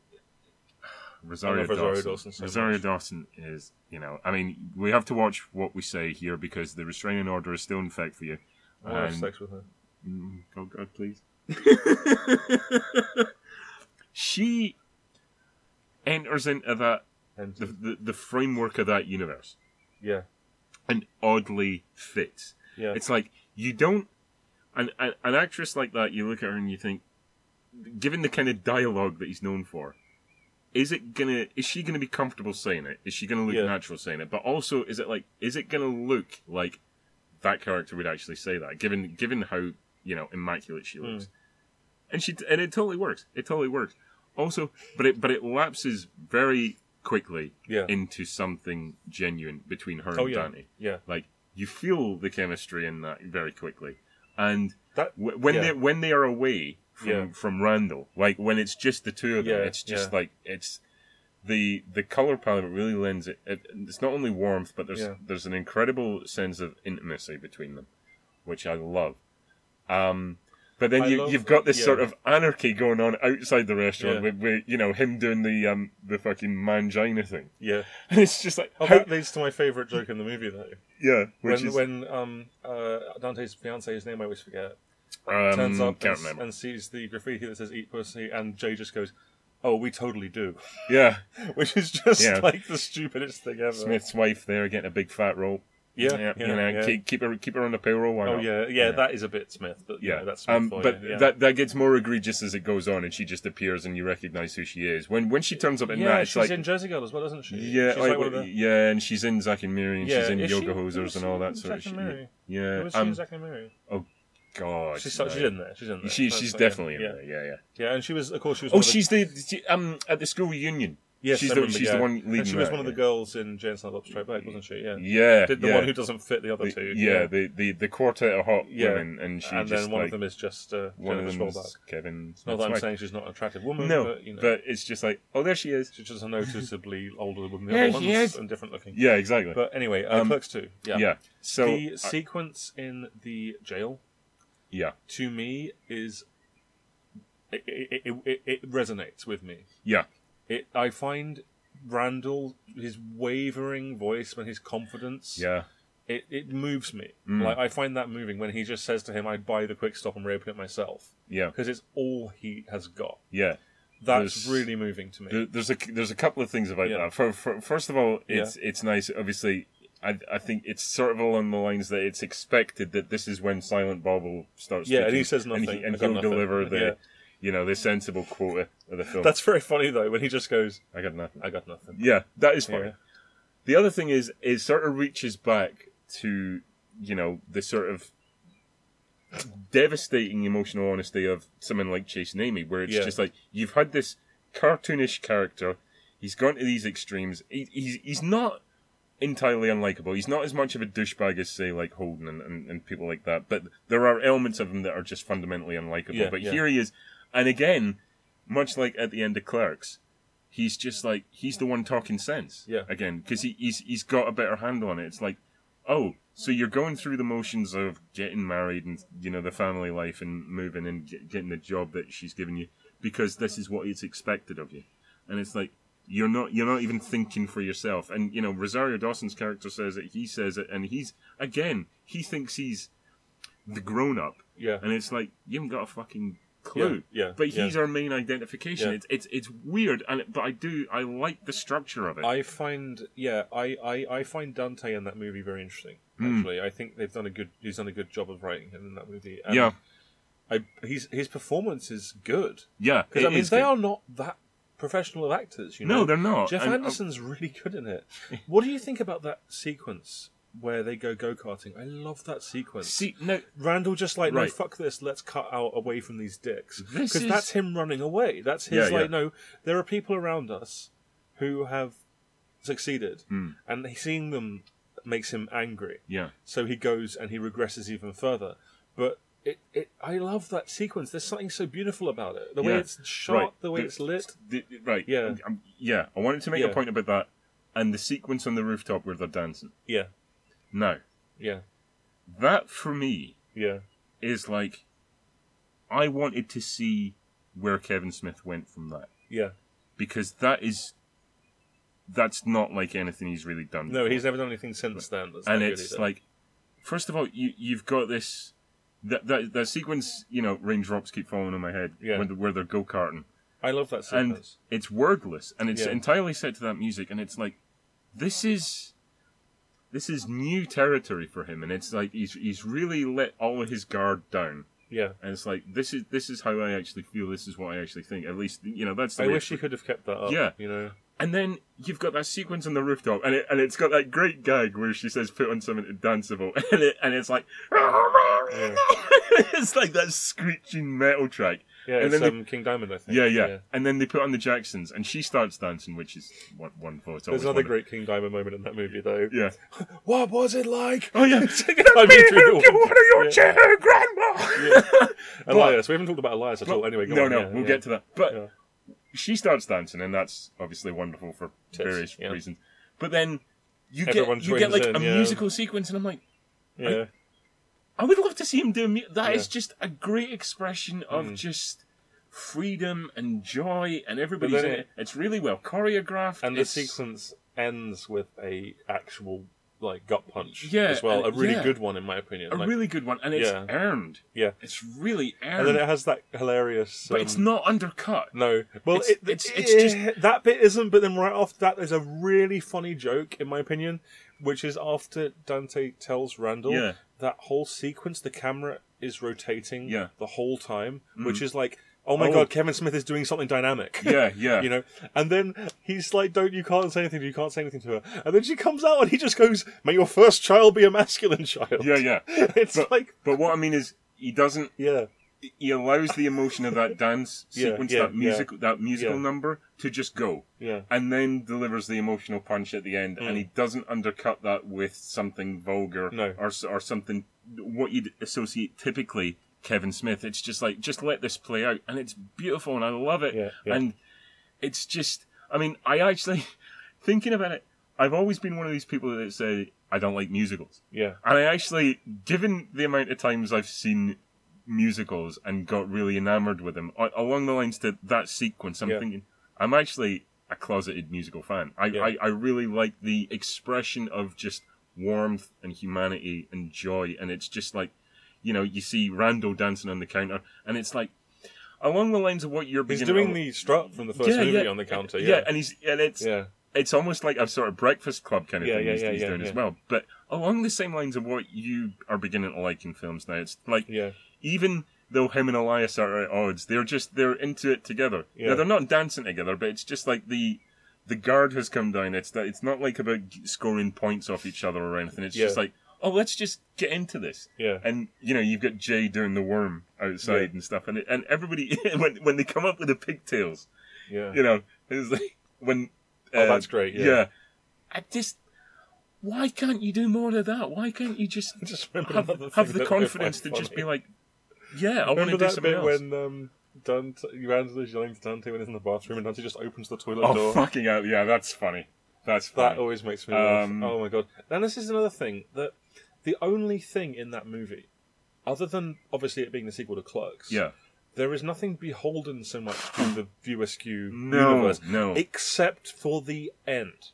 Rosario, I love Rosario Dawson. Dawson so Rosario much. Dawson is, you know, I mean, we have to watch what we say here because the restraining order is still in effect for you. Oh, I wanna have And- sex with her. Mm, oh God, please. she enters into that And the, the the framework of that universe yeah, and oddly fits. yeah, It's like you don't an, an an actress like that. You look at her and you think, given the kind of dialogue that he's known for, is it gonna? Is she gonna be comfortable saying it? Is she gonna look Yeah. natural saying it? But also, is it like? Is it gonna look like that character would actually say that? Given given how you know immaculate she looks, Hmm. and she and it totally works. It totally works. Also, but it but it lapses very quickly yeah, into something genuine between her Oh, and yeah. Danny yeah. like you feel the chemistry in that very quickly and That- w- when yeah. they when they are away from, Yeah. from Randall like when it's just the two of them Yeah, it's just yeah. like it's the the color palette really lends it, it it's not only warmth but there's Yeah. there's an incredible sense of intimacy between them which I love um but then I you, love- you've got this yeah. sort of anarchy going on outside the restaurant Yeah. with, with you know him doing the um the fucking mangina thing Yeah. and it's just like Oh, how- that leads to my favourite joke in the movie, though. yeah When which is when um uh, Dante's fiance's name I always forget um, turns up can't and, remember and sees the graffiti that says "Eat pussy," and Jay just goes, "Oh, we totally do," Yeah, which is just Yeah. like the stupidest thing ever. Smith's wife there getting a big fat roll. Yeah, you know, Keep, keep her keep her on the payroll. Why Oh not? yeah, yeah, that is a bit Smith, but yeah, yeah. that's Smith um, for but you, yeah. that that gets more egregious as it goes on, and she just appears, and you recognize who she is. When when she turns up in yeah, that, it's she's like in Jersey Girl as well, isn't she? yeah, she's like, like one of the yeah, and she's in Zack and Miri, and she's in is yoga she- who is hosers and she all in that sort of Zack and shit. Miri? Who Yeah, is she in um, Zack and Miri? God, Oh, She's, so- no. she's in there. She's in there. She- That's she's right, definitely yeah. in there. Yeah, yeah. Yeah. yeah, and she was, of course, she was. Oh, one of the- she's the she- um at the school reunion. Yes, she's I the- remember, she's yeah. the one leading And she was that, one of the yeah. girls in Jane Silent Bob Straight Back, wasn't she? Yeah. Yeah, Did the yeah. one who doesn't fit the other two. the, yeah, the, the the quartet of hot Yeah. women, and she and just then one like of them is just uh, one of Jennifer them Schwalbach. is Kevin. Not that I'm Smith's wife. saying she's not an attractive woman, No, but you know, but it's just like, oh, there she is. she's just a noticeably older than the Yeah, other she ones is. and different looking. Yeah, exactly. But anyway, uh, Um, Clerks Two. Yeah. yeah. So the I- sequence in the jail yeah, to me is it, it, it, it, it resonates with me. yeah, It I find Randall his wavering voice when his confidence yeah, it, it moves me. Mm. Like I find that moving when he just says to him, "I'd buy the quick stop and reopen it myself," yeah, because it's all he has got. yeah. That's There's- really moving to me. There, there's a there's a couple of things about Yeah. that. For, for, first of all, it's it's nice. Obviously, I I think it's sort of along the lines that it's expected that this is when Silent Bob will start. Yeah, and speaking, he says and, nothing. and I've got he'll nothing. deliver the Yeah. you know the sensible quota of the film. That's very funny though when he just goes, I got nothing. "I got nothing." Yeah, that is funny. Yeah. The other thing is, it sort of reaches back to, you know, the sort of devastating emotional honesty of someone like Chase and Amy, where it's Yeah. just like, you've had this cartoonish character, he's gone to these extremes, he, he's, he's not entirely unlikable, he's not as much of a douchebag as, say, like Holden and, and, and people like that, but there are elements of him that are just fundamentally unlikable. Yeah, but yeah. here he is, and again, much like at the end of Clerks, he's just like he's the one talking sense. Yeah. Again, because he, he's he's got a better handle on it. It's like, oh, so you're going through the motions of getting married and you know the family life and moving and get, getting the job that she's given you because this is what it's expected of you, and it's like you're not you're not even thinking for yourself. And you know Rosario Dawson's character says it. He says it, and he's again he thinks he's the grown up, Yeah, and it's like you haven't got a fucking clue Yeah, yeah, but yeah. he's our main identification. Yeah. It's it's it's weird, and but I do I like the structure of it. I find yeah, I, I, I find Dante in that movie very interesting. Hmm. Actually, I think they've done a good he's done a good job of writing him in that movie. And yeah, I, he's his performance is good yeah. because it I mean is they good. are not that professional of actors. You know, No, they're not. Jeff And, uh, Anderson's really good in it. What do you think about that sequence where they go go karting? I love that sequence. See, no, Randall just like no Right. fuck this let's cut out away from these dicks This because is- that's him running away that's his Yeah, like yeah. no there are people around us who have succeeded Hmm. and seeing them makes him angry yeah, so he goes and he regresses even further but it, it I love that sequence there's something so beautiful about it the way Yeah. it's shot Right. the way The- it's lit the, right. Yeah. Um, um, yeah. I wanted to make Yeah. a point about that, and the sequence on the rooftop where they're dancing. yeah Now, yeah that for me yeah is like, I wanted to see where Kevin Smith went from that yeah because that is that's not like anything he's really done. No, he's never done anything since then. That's and not it's really done. like, first of all, you you've got this that that, that sequence. You know, raindrops keep falling on my head Yeah. when, where they're go karting, I love that and sequence. it's wordless, and it's Yeah. entirely set to that music, and it's like, this is. This is new territory for him, and it's like he's he's really let all of his guard down, yeah, and it's like this is this is how I actually feel. This is what I actually think. At least you know that's. The I way wish it- he could have kept that up. Yeah. you know. and then you've got that sequence on the rooftop, and it, and it's got that great gag where she says, "Put on something danceable," and it, and it's like, it's like that screeching metal track. Yeah, And it's then they- um, King Diamond, I think. Yeah, yeah, And then they put on the Jacksons, and she starts dancing, which is one wonderful. It's There's always another wonderful. great King Diamond moment in that movie, though. Yeah. What was it like? Oh yeah. I've been through it all. One of your Yeah. chair, grandma. Elias. We haven't talked about Elias at all. Anyway, go no, on. no, yeah, we'll yeah. get to that. But Yeah. she starts dancing, and that's obviously wonderful for Tits, various yeah. reasons. But then you Everyone get you get joins like in, a yeah. musical sequence, and I'm like. Yeah, I would love to see him do. mu- That is Yeah. Mm. just a great expression of just freedom and joy, and everybody's then in it- it. It's really well choreographed. and the it's- sequence ends with a actual like gut punch. Yeah, as well, a and- really yeah. good one in my opinion. a like- really good one, and it's Yeah. earned. yeah, It's really and earned, then it has that hilarious. but um, it's not undercut. No, well, It's- it, it's- it's, it's just- that bit isn't. But then right off that, there's a really funny joke, in my opinion, which is after Dante tells Randall Yeah. that whole sequence, the camera is rotating Yeah. the whole time, which is like, oh my Oh. god, Kevin Smith is doing something dynamic. Yeah, yeah. you know, and then he's like, "Don't you can't say anything to her, you can't say anything to her," and then she comes out and he just goes, "May your first child be a masculine child." Yeah, yeah. it's But- like, But what I mean is, he doesn't. yeah, He allows the emotion of that dance Yeah, sequence, yeah, that music, that musical yeah. number, to just go. yeah. and then delivers the emotional punch at the end, and he doesn't undercut that with something vulgar Mm. No. or s- or something what you'd associate typically Kevin Smith. It's just like just let this play out, and it's beautiful, and I love it, Yeah, yeah. and it's just. I mean, I actually thinking about it, I've always been one of these people that say I don't like musicals. Yeah, And I actually, given the amount of times I've seen musicals and got really enamored with them, a- along the lines to that sequence, I'm Yeah. thinking, I'm actually a closeted musical fan. I, Yeah. I, I really like the expression of just warmth and humanity and joy. And it's just like, you know, you see Randall dancing on the counter, and it's like, along the lines of what you're he's beginning- doing the strut from the first Yeah, movie yeah. on the counter. yeah, and he's and it's Yeah, it's almost like a sort of breakfast club kind of Yeah, thing yeah, he's, yeah, he's yeah, doing as yeah. well. But along the same lines of what you are beginning to like in films now, it's like yeah, even though him and Elias are at odds, they're just they're into it together. Yeah. Yeah. they're not dancing together, but it's just like the the guard has come down. It's that it's not like about scoring points off each other or anything. It's Yeah. just like oh, let's just get into this. yeah, And you know you've got Jay doing the worm outside Yeah. and stuff, and it, and everybody when when they come up with the pigtails, yeah. you know, it's like when Oh, uh, that's great. Yeah. I just. Why can't you do more of that? Why can't you just I just remember have, another have thing the that I find confidence to just be funny. like, yeah, I want to Remember do that something bit else? when um, Dante, Randall is yelling to Dante when he's in the bathroom, and Dante just opens the toilet oh, door. fucking hell. Yeah, that's funny. That's That funny. always makes me Um, laugh. Oh my god! And this is another thing that the only thing in that movie, other than obviously it being the sequel to Clerks, yeah. there is nothing beholden so much to the view askew No, universe, no. except for the end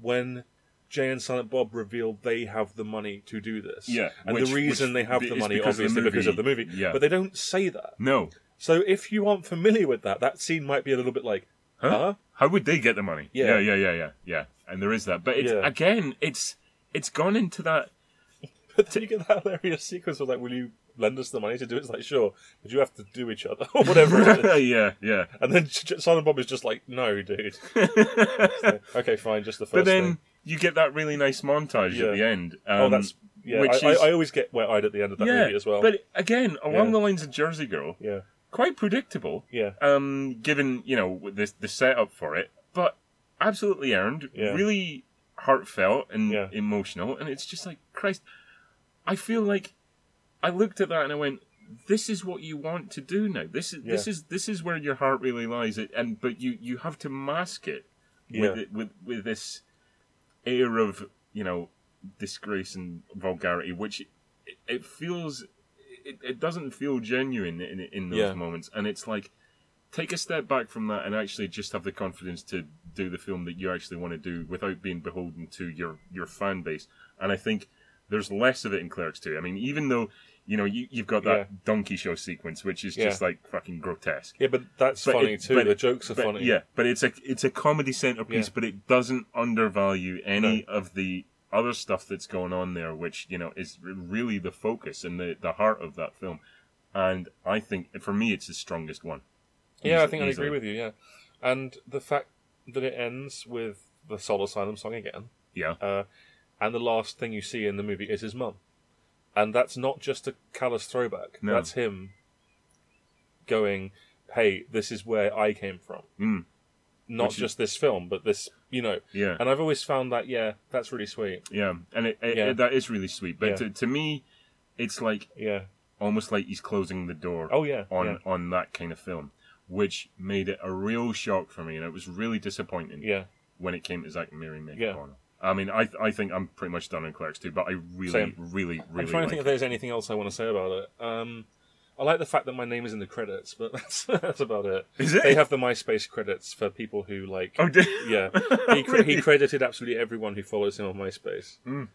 when Jay and Silent Bob reveal they have the money to do this. Yeah, and which- the reason which they have is the money, because of the obviously, because of the movie. movie. Yeah. but they don't say that. No. So if you aren't familiar with that, that scene might be a little bit like, Huh? huh? How would they get the money? Yeah. yeah, yeah, yeah, yeah. yeah. And there is that. But it's, Yeah. again, it's it's gone into that. But then you get that hilarious sequence of like, "Will you lend us the money to do it?" It's like, "Sure," but you have to do each other or whatever. it is. yeah, yeah. And then J- J- Silent Bob is just like, "No, dude." So, okay, fine, just the first. But then thing. you get that really nice montage Yeah. at the end. Um, oh, that's yeah. which I, is- I, I always get wet-eyed at the end of that yeah, movie as well. But again, along Yeah. the lines of Jersey Girl, yeah, quite predictable. yeah, um, given you know the the setup for it, but absolutely earned, Yeah. really heartfelt and Yeah. emotional, and it's just like Christ. I feel like I looked at that and I went, "This is what you want to do now. This is this Yeah. is this is where your heart really lies." It and but you you have to mask it with Yeah. it, with with this air of you know disgrace and vulgarity, which it, it feels it, it doesn't feel genuine in in those Yeah. moments, and it's like take a step back from that and actually just have the confidence to do the film that you actually want to do without being beholden to your your fan base. And I think there's less of it in Clerks 2. I mean, even though you know you, you've got that Yeah. donkey show sequence, which is Yeah. just like fucking grotesque. Yeah, but that's But funny it- too. but- the jokes are But- funny. Yeah, but it's a it's a comedy centerpiece, Yeah. but it doesn't undervalue any of the other stuff that's going on there, which you know is re- really the focus and the the heart of that film. And I think for me, it's the strongest one. Yeah, I Easy- think I would easily. agree with you. Yeah, and the fact that it ends with the Soul Asylum song again, Yeah, uh, and the last thing you see in the movie is his mum, and that's not just a callous throwback. No. That's him going, "Hey, this is where I came from." Mm. Not Which is- just this film, but this, you know. yeah. And I've always found that, yeah, that's really sweet. Yeah, and it, it, Yeah. it- that is really sweet. But Yeah. to, to me, it's like Yeah. almost like he's closing the door Oh yeah. on yeah. on that kind of film, which made it a real shock for me, and it was really disappointing Yeah. when it came to Zach and Mary Yeah. McConnell. I mean, I I think I'm pretty much done on Clerks too, but I really, Same. really, really. I'm trying to like think if it. there's anything else I want to say about it. Um, I like the fact that my name is in the credits, but that's that's about it. Is it? They have the MySpace credits for people who like. Oh, did, Yeah, he, cre- he credited absolutely everyone who follows him on MySpace. Mm.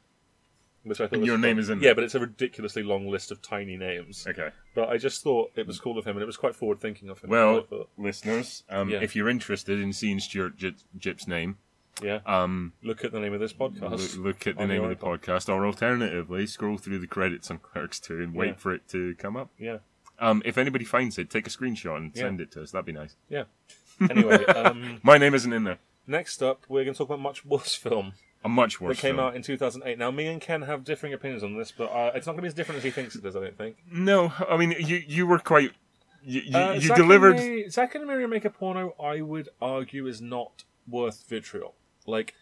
Which I thought And was your name fun. is in Yeah, there. but it's a ridiculously long list of tiny names. okay. But I just thought it was cool of him, and it was quite forward thinking of him. I Well, thought, listeners, um, Yeah. if you're interested in seeing Stuart Jip, Jip's name, yeah, um, look at the name of this podcast. Look, look at the on name your of the podcast, or alternatively, scroll through the credits on Clerks 2 and wait Yeah. for it to come up. Yeah. Um, if anybody finds it, take a screenshot and Yeah. send it to us. That'd be nice. anyway, um, My name isn't in there. next up, we're going to talk about much worse film. A much worse that came film. out in 2008. Now, me and Ken have differing opinions on this, but uh, it's not going to be as different as he thinks it is. I don't think. No, I mean you. You were quite. You, you, Uh, you Zack delivered. And Mary, Zack and Mary make a porno. I would argue is not worth vitriol. Like,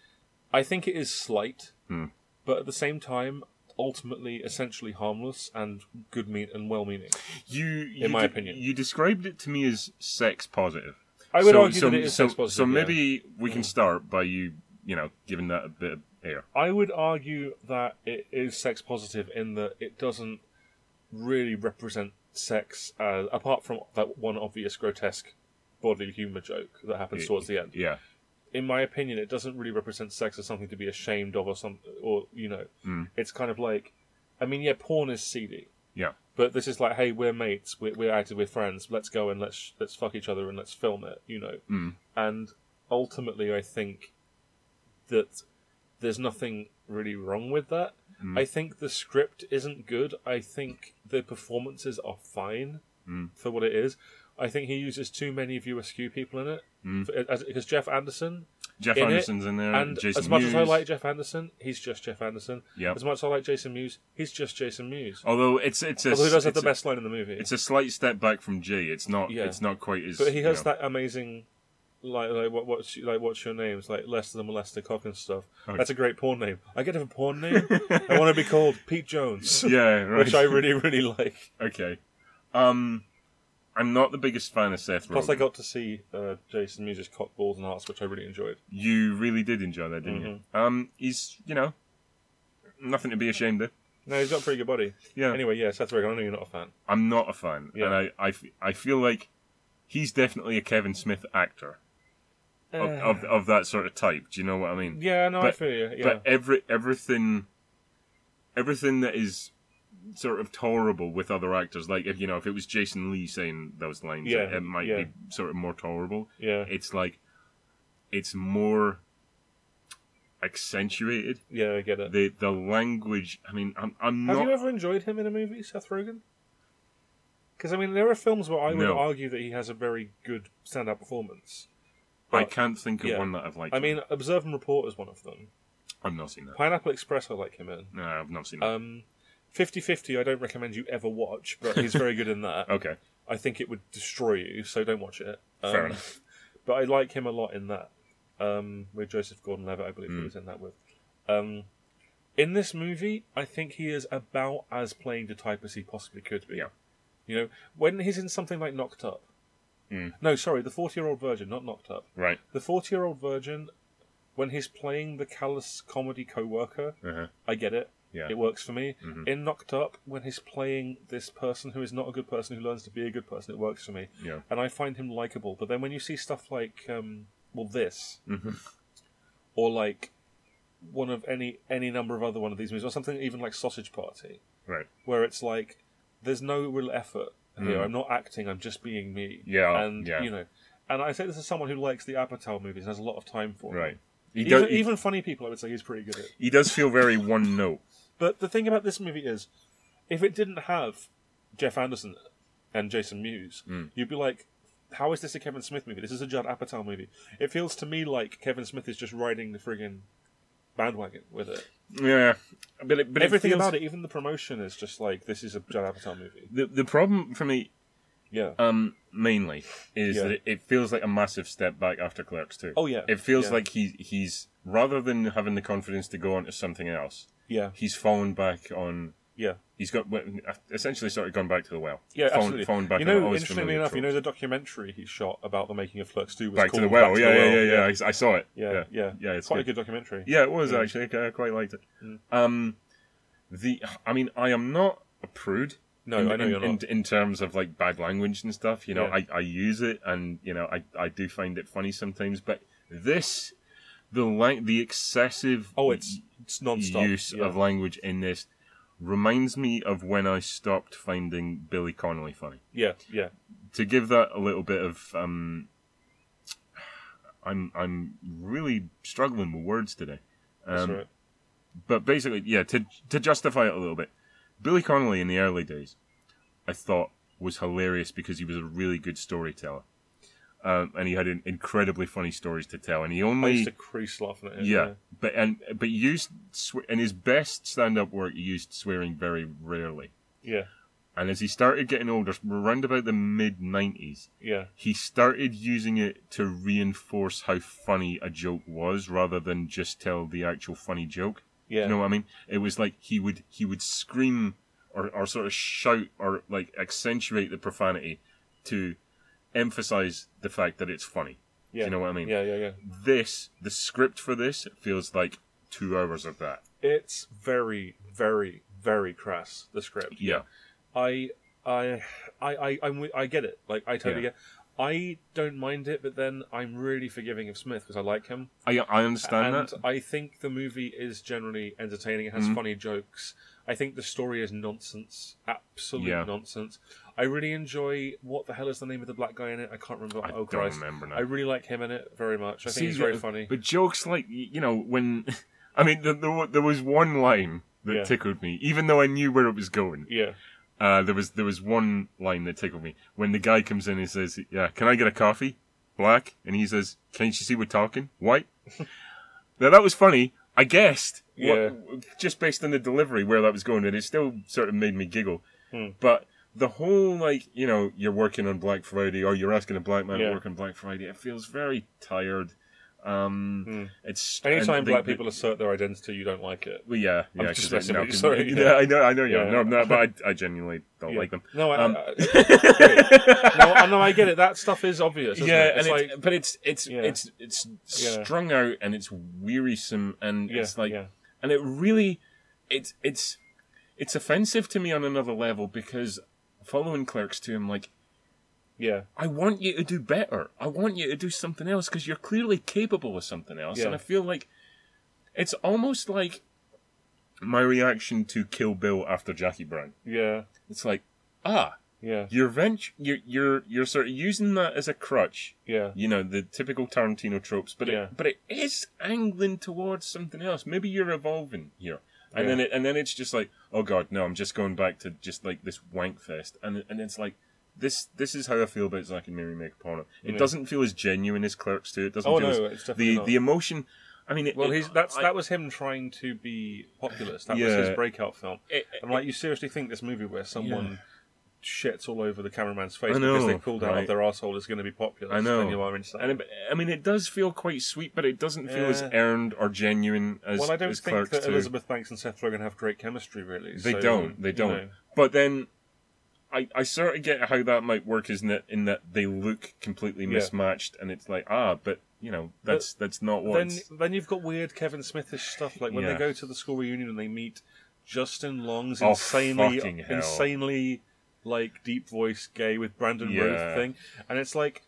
I think it is slight, Hmm. but at the same time, ultimately, essentially harmless and good mean and well-meaning. You, you my de- opinion. you described it to me as sex positive. I would so, argue so, that it is so, sex positive. So yeah. Mm. maybe we can start by you. You know, giving that a bit of air. I would argue that it is sex positive in that it doesn't really represent sex, uh, apart from that one obvious grotesque bodily humour joke that happens Yeah. towards the end. Yeah. In my opinion, it doesn't really represent sex as something to be ashamed of or some, or you know, Mm. it's kind of like, I mean, yeah, porn is seedy. Yeah. But this is like, hey, we're mates, we're, we're active, we're friends. Let's go and let's let's fuck each other and let's film it, you know. Mm. And ultimately, I think that there's nothing really wrong with that. Mm. I think the script isn't good. I think the performances are fine Mm. for what it is. I think he uses too many View Askew people in it. Mm. Because Jeff Anderson, Jeff In it, Anderson's in there. and Jason as much as I Mewes. like Jeff Anderson, he's just Jeff Anderson. Yeah. As much as I like Jason Mewes, he's just Jason Mewes. Although it's it's a Although he does have it's the a- best line in the movie. It's a slight step back from G. It's not. Yeah. It's not quite as. But he you has know. that amazing, like, like what, what's like what's your names? Like Lester the Molester Cock and stuff. Oh. That's a great porn name. I get a porn name. I want to be called Pete Jones, Yeah, right. which I really really like. Okay. Um, I'm not the biggest fan of Seth Rogen. Plus, I got to see uh, Jason Mewes' Cock Balls and Hearts, which I really enjoyed. You really did enjoy that, didn't Mm-hmm. you? Um, he's you know nothing to be ashamed of. No, he's got a pretty good body. Yeah, Anyway, yeah, Seth Rogen. I know you're not a fan. I'm not a fan, Yeah. and I, I, f- I feel like he's definitely a Kevin Smith actor of, Uh, of of that sort of type. Do you know what I mean? yeah, no, I but- feel you. Yeah, But every everything, everything that is sort of tolerable with other actors, like if you know if it was Jason Lee saying those lines, Yeah, it, it might yeah. be sort of more tolerable. yeah, It's like it's more accentuated. yeah. I get it. The the language. I mean, I'm I'm Have not. you ever enjoyed him in a movie, Seth Rogen? Because I mean, there are films where I would No. argue that he has a very good standout performance. I but- can't think of yeah. one that I've liked. I mean, uh, Observe and Report is one of them. I've not seen that. Pineapple Express, I like him in. No, I've not seen that. Um, 50-50, I don't recommend you ever watch, but he's very good in that. okay, I think it would destroy you, so don't watch it. Um, fair enough. But I like him a lot in that. Um, with Joseph Gordon-Levitt, I believe he Mm. was in that with. Um, in this movie, I think he is about as playing the type as he possibly could be. Yeah. You know, when he's in something like Knocked Up. Mm. No, sorry, the forty-year-old virgin, not Knocked Up. Right. The forty-year-old virgin, when he's playing the callous comedy co-worker, Uh-huh. I get it. Yeah. It works for me. Mhm. In Knocked Up, when he's playing this person who is not a good person who learns to be a good person, it works for me. Yeah. And I find him likable. But then when you see stuff like um, well this, Mm-hmm. or like one of any any number of other one of these movies, or something even like Sausage Party, Right. where it's like there's no real effort here. I'm not acting. I'm just being me. Mm. Yeah, and yeah. you know, and I say this as someone who likes the Apatow movies and has a lot of time for them. Right. He, Even, does, he, even funny people, I would say he's pretty good at. he does feel very one note. But the thing about this movie is, if it didn't have Jeff Anderson and Jason Mewes, Hmm. you'd be like, how is this a Kevin Smith movie? This is a Judd Apatow movie. It feels to me like Kevin Smith is just riding the friggin' bandwagon with it. Yeah. But, it, but it Everything feels- about it, even the promotion, is just like, this is a Judd Apatow movie. The, the problem for me, Yeah. um, mainly, is Yeah. that it, it feels like a massive step back after Clerks 2. Oh, yeah. It feels Yeah. like he, he's, rather than having the confidence to go on to something else, yeah. he's fallen back on. Yeah. He's got essentially sort of gone back to the well. Yeah, fallen, absolutely. fallen back you on know, all his interestingly familiar enough, you know tropes. the documentary he shot about the making of Flux 2 was back to called the well. Back to yeah, the yeah, Well. yeah, yeah, I, I saw it. yeah, yeah, yeah, it's quite good. a good documentary. Yeah, it was actually. I quite liked it. Mm. Um, the I mean, I am not a prude. No, in, I know in, you're not. In, in terms of like bad language and stuff, you know, Yeah. I, I use it, and you know, I, I do find it funny sometimes. But this, the like the excessive Oh, it's it's non-stop. use yeah. of language in this reminds me of when I stopped finding Billy Connolly funny. yeah, yeah, To give that a little bit of um, I'm I'm really struggling with words today Um, that's right. but basically, yeah, to to justify it a little bit, Billy Connolly in the early days, I thought was hilarious because he was a really good storyteller, um, and he had in- incredibly funny stories to tell. And I he used only to crease laughing at him. yeah, but and but used swe- in his best stand up work, he used swearing very rarely. yeah, And as he started getting older, around about the mid nineties, yeah, he started using it to reinforce how funny a joke was, rather than just tell the actual funny joke. yeah, You know what I mean? It was like he would he would scream or, or sort of shout or like accentuate the profanity to emphasize the fact that it's funny. yeah. You know what I mean? Yeah, yeah, yeah. This the script for this feels like two hours of that. It's very, very, very crass. The script. Yeah. I, I, I, I, I'm, wi- I get it. Like I totally Yeah. get. I don't mind it, but then I'm really forgiving of Smith because I like him, I I understand and that. Mm-hmm. I think the movie is generally entertaining. It has funny jokes. I think the story is nonsense, absolute Yeah. nonsense. I really enjoy what the hell is the name of the black guy in it? I can't remember. I oh don't Christ! remember now. I really like him in it very much. I think he's very funny. But jokes like you know when I mean there, there, wa- there was one line that Yeah. tickled me, even though I knew where it was going. Yeah, Uh, there was there was one line that tickled me when the guy comes in and says, "Yeah, can I get a coffee, black?" And he says, "Can't you see we're talking white?" now that was funny. I guessed, what- Yeah. just based on the delivery where that was going, and it still sort of made me giggle. Hmm. But the whole like you know you're working on Black Friday or you're asking a black man Yeah. to work on Black Friday, it feels very tired. Um, It's Hmm. Anytime and the- black the- people assert their identity, you don't like it. well, yeah, yeah, just 'cause messing I, with you, 'cause- sorry. Yeah, I know, I know, yeah, Yeah. no, I'm not, but I, I genuinely don't Yeah. like them. No, I, Um, I, I- no, I- no, I get it. That stuff is obvious. Isn't yeah, it? it's and like it, but it's it's Yeah. it's it's Yeah. strung out and it's wearisome and yeah, it's like yeah, and it really it's it's it's offensive to me on another level because following clerks to him like yeah, I want you to do better. I want you to do something else because you're clearly capable of something else. Yeah. And I feel like it's almost like my reaction to Kill Bill after Jackie Brown. yeah, It's like ah, yeah, you're vent- you're you're you're sort of using that as a crutch yeah, you know the typical Tarantino tropes, but Yeah. it, but it is angling towards something else. Maybe you're evolving here, and Yeah. then it, and then it's just like, oh god, no, I'm just going back to just like this wank fest, and and it's like this this is how I feel about Zack and Mary Make Porno. It Yeah. doesn't feel as genuine as Clerks do. It doesn't Oh, feel no, as, it's definitely the not. the emotion. I mean, it, Well, it- he's that's I- that was him trying to be populist. That was Yeah. his breakout film. It- I'm like, you seriously think this movie where someone shits all over the cameraman's face I because they know, pulled out right. of their asshole is going to be popular? I know. and you are insane. And it, I mean, it does feel quite sweet, but it doesn't feel as Yeah. earned or genuine as, well, I don't as think Clerks that do. Elizabeth Banks and Seth Rogen have great chemistry, really. They so, don't. They you don't. know. But then, I I sort of get how that might work, isn't it? In that they look completely Yeah. mismatched, and it's like ah, but you know that's that's not what. then it's- then you've got weird Kevin Smithish stuff like when Yeah. they go to the school reunion and they meet Justin Long's Oh, insanely fucking hell. insanely like deep voice gay with Brandon Yeah. Roth thing, and it's like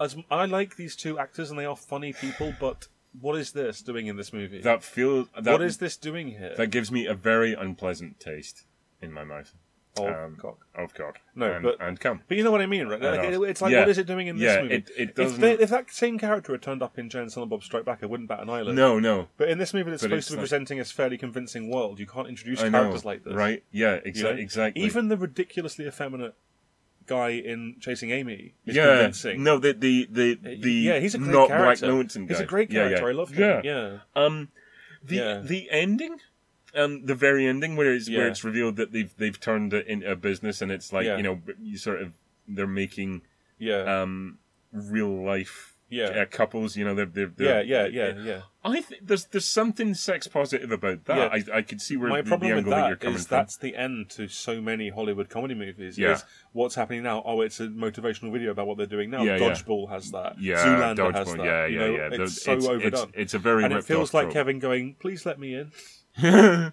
as I like these two actors and they are funny people, but what is this doing in this movie? That feels that, what is this doing here? that gives me a very unpleasant taste in my mouth Oh, um, cock. of God. No, and, but- and come. But you know what I mean, right? Like, know. it- it's like, Yeah. what is it doing in Yeah, this movie? it- it if, doesn't- they, if that same character had turned up in Jane and Silent Bob Strike Back, I wouldn't bat an eyelid. No, no. But in this movie, that's But supposed it's to be like- presenting a fairly convincing world. You can't introduce I know, characters like this, right? Yeah, you exa- know? exactly. Even the ridiculously effeminate guy in Chasing Amy is yeah, convincing. Uh, no, the the the, the yeah, he's a great not character. Black Lewinson guy. He's a great Yeah, character. yeah. I love him. Yeah. Um, the Yeah. the ending, um, the very ending where it's where Yeah. it's revealed that they've they've turned it into a business and it's like Yeah. you know you sort of they're making yeah, um real life Yeah. uh, couples. You know they're they're, yeah, they're yeah, yeah, yeah. I think there's there's something sex positive about that. I I could see where My the, problem the with angle you're that coming is from. that's the end to so many Hollywood comedy movies. Yeah. Is what's happening now? Oh, it's a motivational video about what they're doing now. Yeah, yeah. Dodgeball has that. yeah, Zoolander Dodgeball, has that. Yeah, yeah, you know, yeah. Those- It's so overdone. It's, it's a very and it ripped feels off like trope. Kevin going, "Please let me in.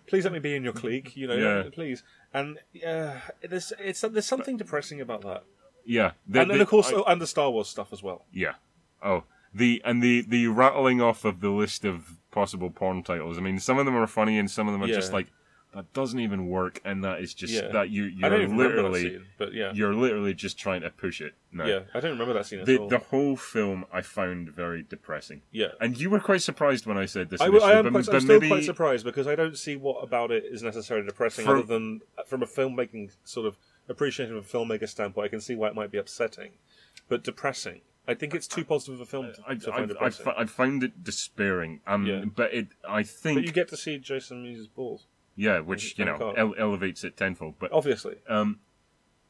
please let me be in your clique. You know, Yeah. please." And uh, there's it's there's something depressing about that. Yeah, the, and then the- of course, I- oh, and the Star Wars stuff as well. Yeah. Oh, the and the the rattling off of the list of possible porn titles. I mean, some of them are funny, and some of them are Yeah. just like that doesn't even work, and that is just Yeah. that you you're I don't even remember that literally scene, but yeah, you're literally just trying to push it. No. yeah, I don't remember that scene at The, all. the whole film I found very depressing, yeah, and you were quite surprised when I said this. I, w- I initially, am but, quite, but I'm still maybe quite surprised because I don't see what about it is necessarily depressing, From- other than uh, from a filmmaking sort of appreciation of a filmmaker standpoint. I can see why it might be upsetting, but depressing. I think it's too positive a film to, I, to I, find I, depressing. fi- I found it despairing. Um, Yeah. but it I but you think get to see Jason Mewes' balls, yeah, which you and know Carl. ele- elevates it tenfold. But obviously. um,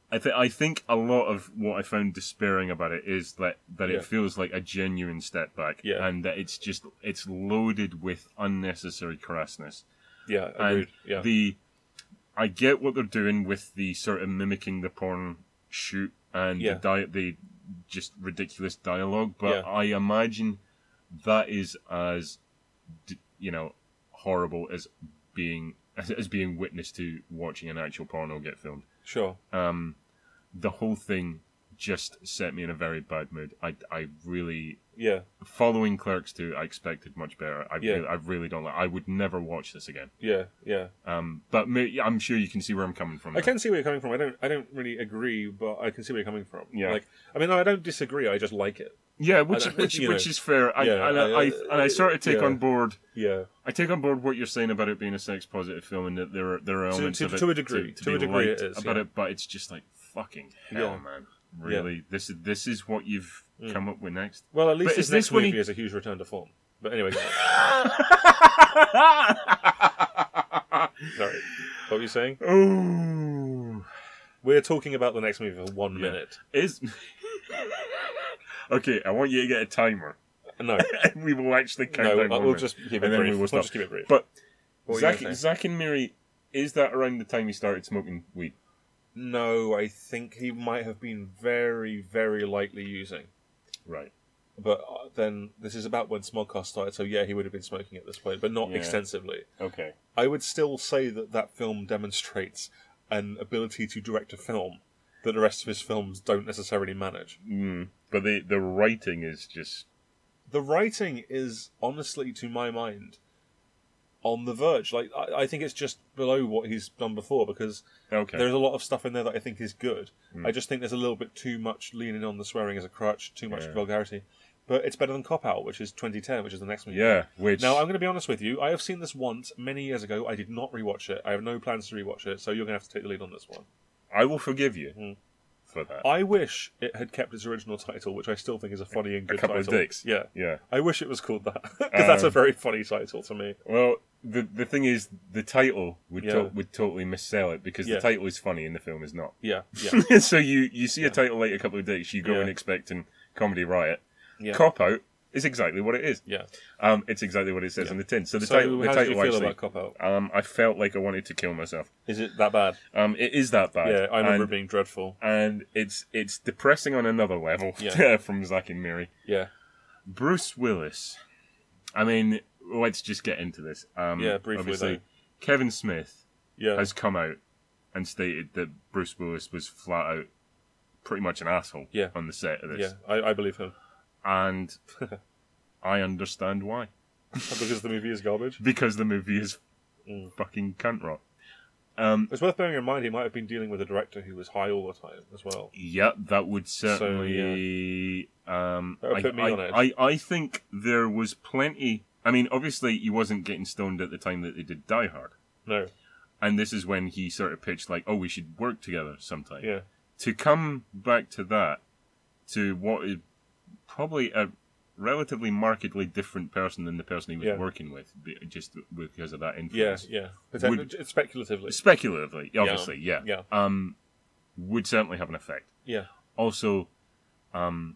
I, th- I think a lot of what I found despairing about it is that, that Yeah. it feels like a genuine step back, Yeah. and that it's just it's loaded with unnecessary crassness. Yeah, And agreed. Yeah, the I get what they're doing with the sort of mimicking the porn shoot and Yeah. the diet, the just ridiculous dialogue, but Yeah. I imagine that is as d- you know horrible as being as, as being witness to watching an actual porno get filmed sure. um, the whole thing just set me in a very bad mood. I, I really Yeah, following Clerks two. I expected much better. I Yeah. really, I really don't like. I would never watch this again. yeah, yeah. Um, but may, I'm sure you can see where I'm coming I from. there. can see where you're coming from. I don't. I don't really agree, but I can see where you're coming from. Yeah. Like, I mean, I don't disagree. I just like it. Yeah, which I don't- which you which know. is fair. I, Yeah, and I, I- I, and I sort of take yeah. on board. Yeah. I take on board what you're saying about it being a sex positive film and that there are there are elements to- of it to a degree. To be a degree it liked is, about yeah. it, but it's just like fucking hell, Yeah. Mm. man. Really, this is this is what you've come up with next. Well, at least But his is next this when he- movie is a huge return to form. But anyway, go on. sorry. What were you saying? Oh, We're talking about the next movie for one minute. is okay. I want you to get a timer, No, and we will actually count no, down. one we'll minute. just keep it And then brief. we will We'll stop. just keep it brief. But What were you Zach, gonna say? Zach and Mary, is that around the time you started smoking weed? No, I think he might have been very, very lightly using. Right. But uh, then this is about when Smodcast started, so yeah, he would have been smoking at this point, but not Yeah. extensively. Okay. I would still say that that film demonstrates an ability to direct a film that the rest of his films don't necessarily manage. Mm. But the the writing is just The writing is honestly, to my mind, on the verge. Like I, I think it's just below what he's done before because okay. Hmm. there's a lot of stuff in there that I think is good. I just think there's a little bit too much leaning on the swearing as a crutch, too much Yeah. vulgarity. But it's better than Cop Out, which is 2010, which is the next movie. yeah. Which Now, I'm going to be honest with you. I have seen this once many years ago. I did not rewatch it. I have no plans to rewatch it, so you're going to have to take the lead on this one. I will forgive you Mm. for that. I wish it had kept its original title, which I still think is a funny and good Couple of title. Dicks. Yeah. Yeah. I wish it was called that because that's a Um, very funny title to me. Well, the the thing is, the title would Yeah. to- would totally missell it because Yeah. the title is funny and the film is not. Yeah, yeah, so you you see a title like a couple of days, you go Yeah. in expecting comedy riot. yeah, Cop out is exactly what it is. yeah. Um, it's exactly what it says on the tin. So the so, title, the how title did you feel actually, about Cop Out? um, I felt like I wanted to kill myself. Is it that bad? Um, it is that bad. Yeah, I remember it And, being dreadful. and it's it's depressing on another level Yeah. from Zack and Mary. Yeah, Bruce Willis. I mean, let's just get into this. Um, Yeah, briefly, obviously, though. Kevin Smith yeah, has come out and stated that Bruce Willis was flat out pretty much an asshole Yeah. on the set of this. yeah. I, I believe him. and I understand why because the movie is garbage. because the movie is Mm. fucking cunt Um, rock. It's worth bearing in mind he might have been dealing with a director who was high all the time as well. Yeah, that would certainly. um, That would I, put me I, on edge. I, I think there was plenty. I mean, obviously, he wasn't getting stoned at the time that they did Die Hard, No, and this is when he sort of pitched like, "Oh, we should work together sometime." yeah, To come back to that, to what is probably a relatively markedly different person than the person he was Yeah. working with, be- just because of that yeah, influence. yeah. Potent- Would- it's speculatively, Speculatively, obviously, yeah. yeah, Um, would certainly have an effect. yeah. also um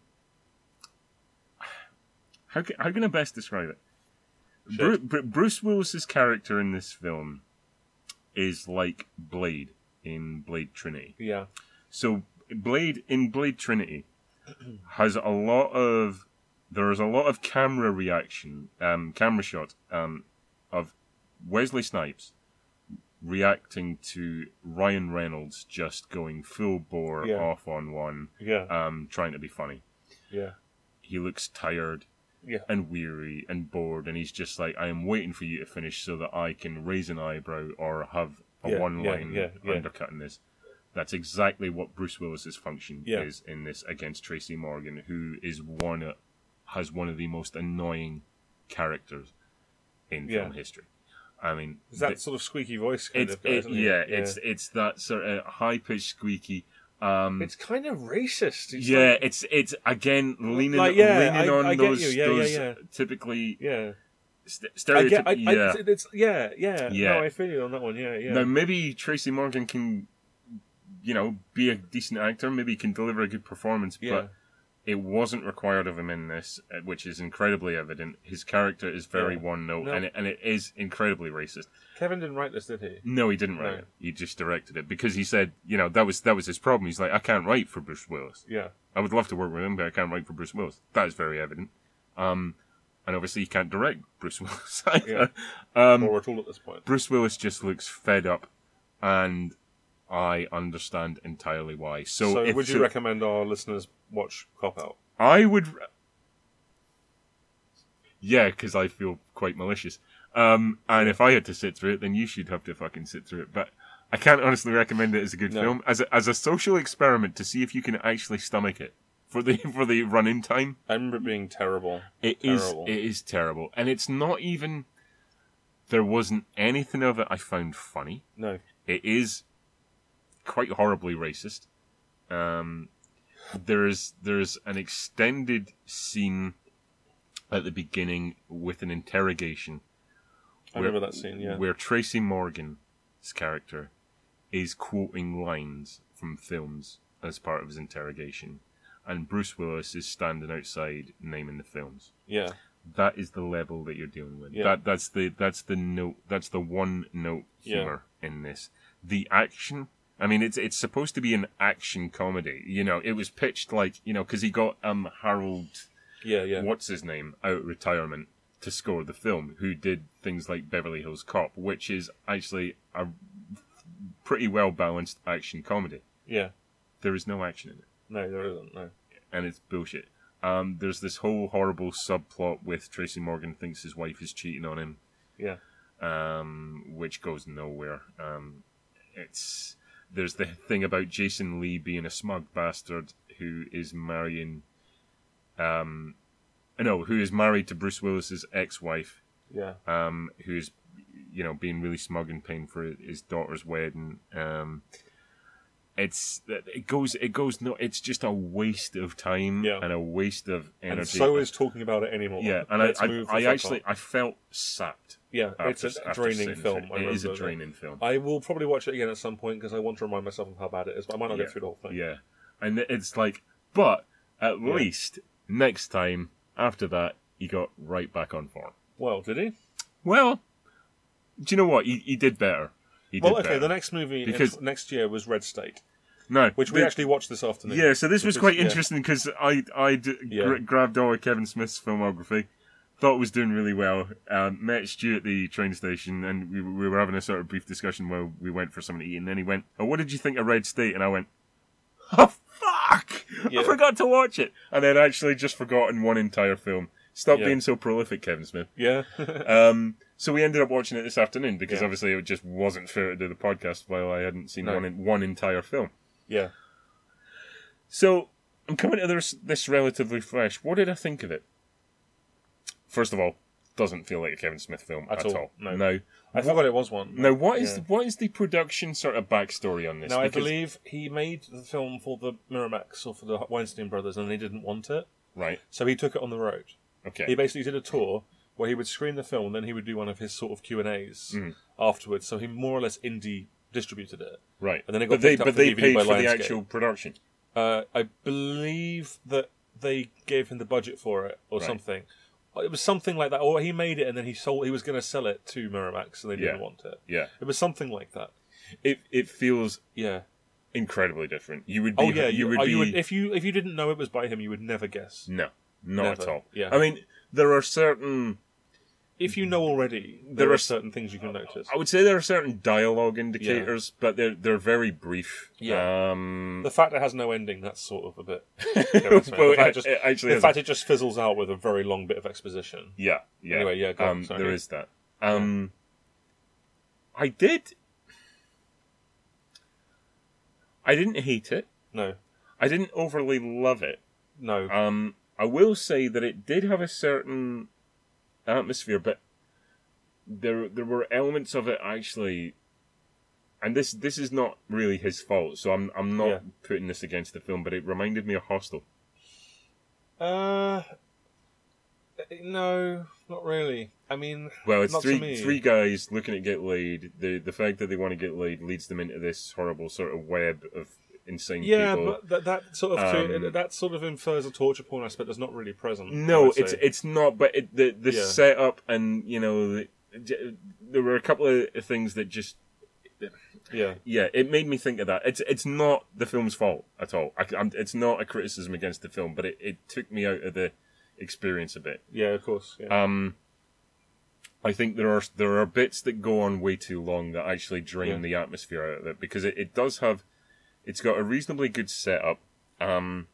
how can, how can I best describe it? Bru- Bru- Bruce Willis's character in this film is like Blade in Blade Trinity. Yeah, So Blade in Blade Trinity has a lot of there is a lot of camera reaction, um, camera shots um, of Wesley Snipes reacting to Ryan Reynolds just going full bore Yeah. off on one yeah, um, trying to be funny. yeah, He looks tired Yeah. and weary and bored, and he's just like, I am waiting for you to finish so that I can raise an eyebrow or have a Yeah, one yeah, line yeah, yeah. undercut in this. That's exactly what Bruce Willis's function Yeah. is in this against Tracy Morgan, who is one of, has one of the most annoying characters in Yeah. film history. I mean, It's that th- sort of squeaky voice kind it's of guy, it- isn't it? yeah, it's it's that sort of high pitched squeaky. Um, it's kind of racist. It's yeah, like- it's it's again leaning Like, yeah, leaning I- on I get those you. Yeah, yeah, those yeah. typically yeah. st- I get, I, stereotypical. Yeah. I, it's, yeah, yeah, Yeah. No, I feel you on that one. Yeah, yeah. Now maybe Tracy Morgan can, you know, be a decent actor. Maybe he can deliver a good performance, yeah, but it wasn't required of him in this, uh, which is incredibly evident. His character is very Yeah. one note, No. and it, and it is incredibly racist. Kevin didn't write this, did he? No, he didn't write No. it. He just directed it because he said, you know, that was that was his problem. He's like, I can't write for Bruce Willis. Yeah, I would love to work with him, but I can't write for Bruce Willis. That is very evident. Um, and obviously, you can't direct Bruce Willis either. Um, or at all at this point. Bruce Willis just looks fed up, and I understand entirely why. So, So, if would you to- recommend our listeners watch Cop Out? I would. re- Yeah, because I feel quite malicious. Um, and if I had to sit through it, then you should have to fucking sit through it. But I can't honestly recommend it as a good No. film, as a, as a social experiment to see if you can actually stomach it for the for the run in time. I remember it being terrible. It is. Terrible. It is terrible, and it's not even. There wasn't anything of it I found funny. No, It is quite horribly racist. Um, there is there is an extended scene at the beginning with an interrogation I remember that scene. Yeah, where Tracy Morgan's character is quoting lines from films as part of his interrogation, and Bruce Willis is standing outside naming the films yeah, that is the level that you're dealing with. Yeah. That that's the that's the note that's the one note Yeah. humor in this. The action. I mean, it's it's supposed to be an action comedy. You know, it was pitched like you know because he got um Harold yeah, yeah. what's his name out of retirement to score the film, who did things like Beverly Hills Cop, which is actually a pretty well balanced action comedy. Yeah. There is no action in it No, there isn't. No. and it's bullshit. Um, there's this whole horrible subplot with Tracy Morgan thinks his wife is cheating on him. Yeah. Um, which goes nowhere. Um, it's there's the thing about Jason Lee being a smug bastard who is marrying, um, no, who is married to Bruce Willis's ex-wife, Yeah. um, who's you know being really smug and paying for his daughter's wedding. Um, it's it goes it goes no, it's just a waste of time Yeah. and a waste of energy. And so is talking about it anymore. yeah, and Let's I I, move the I fuck actually on. I felt sapped. yeah, After, it's a after draining sitting film. through I It It is a remember that. draining film. I will probably watch it again at some point because I want to remind myself of how bad it is, but I might not Yeah. get through the whole thing. Yeah, and it's like, but at least next time after that, he got right back on form. Well, did he? Well, do you know what? He, he did better. He Well, did okay. better. The next movie in- Because- next year was Red State, no, which we the- actually watched this afternoon. Yeah, so this was Because- quite yeah. interesting because I I d- Yeah. gra- grabbed all of Kevin Smith's filmography, thought was doing really well. Um, met Stu at the train station, and we, we were having a sort of brief discussion where we went for something to eat, and then he went, "Oh, what did you think of Red State?" And I went, oh fuck, Yeah. I forgot to watch it, and then actually just forgotten one entire film. Stop Yeah. being so prolific, Kevin Smith. Yeah. Um, so we ended up watching it this afternoon because Yeah. obviously it just wasn't fair to do the podcast while I hadn't seen No. one in, one entire film. yeah. So I'm coming to this this relatively fresh. What did I think of it? First of all, doesn't feel like a Kevin Smith film At at, all, all. no. Now, I forgot it was one. now what is Yeah. the, what is the production sort of backstory on this? Now, I Because- believe he made the film for the Miramax or for the Weinstein brothers, and they didn't want it, right. so he took it on the road. Okay. He basically did a tour where he would screen the film, and then he would do one of his sort of Q and A's Mm. afterwards. So he more or less indie distributed it. right. and then it got but they picked up but for they DVD paid by for the Lionsgate. actual production. Uh, I believe that they gave him the budget for it or Right. something. Uh, It was something like that, or he made it and then he sold. He was going to sell it to Miramax, and they didn't Yeah. want it. Yeah. It was something like that. It it feels Yeah. incredibly different. You would be Oh yeah. you, would oh, be you would, if you if you didn't know it was by him, you would never guess. no, not at Never. all. Yeah. I mean, there are certain If you know already, there, Mm-hmm. There Oh, are are- certain things you can notice. I would say there are certain dialogue indicators, but they're they're very brief. Yeah. Um, The fact it has no ending, that's sort of a bit. well, Kevin Smith. the it, fact, it just, it actually the has fact it just fizzles out with a very long bit of exposition. Yeah, yeah. Anyway, yeah, go on, um, sorry. there is that. Um, I did. I didn't hate it. No, I didn't overly love it. no, Um, I will say that it did have a certain atmosphere, but there there were elements of it actually, and this this is not really his fault. So I'm I'm not Yeah. putting this against the film, but it reminded me of Hostel. Uh, no, not really. I mean, Well, it's Not to three me. three guys looking to get laid. The the fact that they want to get laid leads them into this horrible sort of web of insane yeah, people. but that, that sort of Um, that sort of infers a torture porn aspect that's not really present. I no, would it's say. it's not. But it, the the Yeah. setup and you know the, j- there were a couple of things that just yeah, yeah it made me think of that. It's it's not the film's fault at all. I, am it's not a criticism against the film, but it, it took me out of the experience a bit. yeah, of course. Yeah. Um, I think there are there are bits that go on way too long that actually drain Yeah. the atmosphere out of it because it, it does have it's got a reasonably good setup. Um,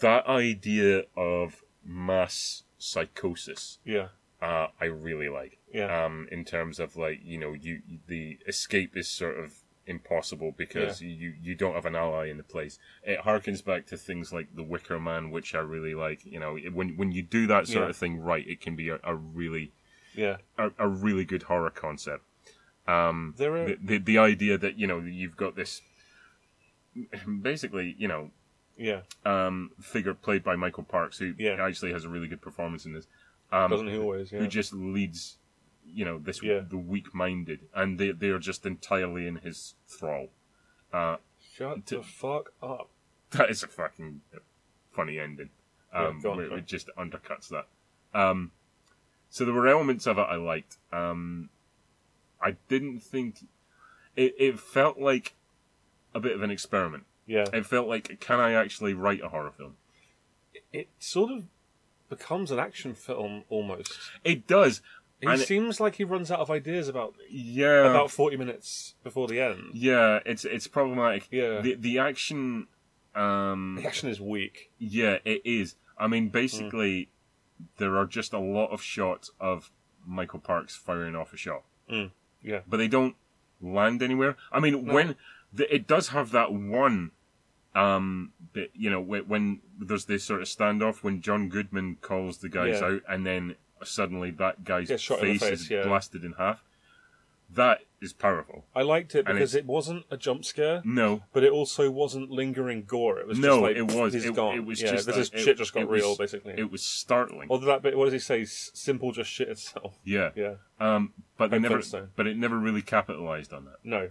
that idea of mass psychosis, yeah, uh, I really like. yeah, Um, in terms of like you know you the escape is sort of impossible because you you don't have an ally in the place. It harkens back to things like the Wicker Man, which I really like. You know when when you do that sort Yeah. of thing right, it can be a, a really yeah. a, a really good horror concept. Um, There are the, the the idea that you know you've got this basically you know yeah. um, figure played by Michael Parks who Yeah. actually has a really good performance in this. Um, Doesn't he always? who Yeah, just leads you know this Yeah. the weak minded and they they are just entirely in his thrall uh shut to- the fuck up. that is a fucking funny ending Yeah, um go on, where sorry. it just undercuts that um so there were elements of it i liked um i didn't think it, it felt like a bit of an experiment Yeah, it felt like can i actually write a horror film it sort of becomes an action film almost. it does He And it- seems like he runs out of ideas about yeah about forty minutes before the end. yeah it's it's problematic Yeah. the the action um The action is weak. Yeah, it is. I Hmm. mean, basically, there are just a lot of shots of Michael Parks firing off a shot. Mm, yeah. But they don't land anywhere. I mean, No. when the, it does have that one, um, that you know, when, when there's this sort of standoff when John Goodman calls the guys Yeah. out, and then suddenly that guy's Gets shot in the face, face, is yeah. blasted in half. That is powerful. I liked it And because it wasn't a jump scare. No, but it also wasn't lingering gore. It was no, just like, it was. he's It, gone. it was yeah, just this that- is, it- shit just got it was- real, basically. It was startling. Although that bit, what does he say? S- Simple just shit itself. yeah. Yeah, Um, but they Hope never, so. but it never really capitalized on that, no.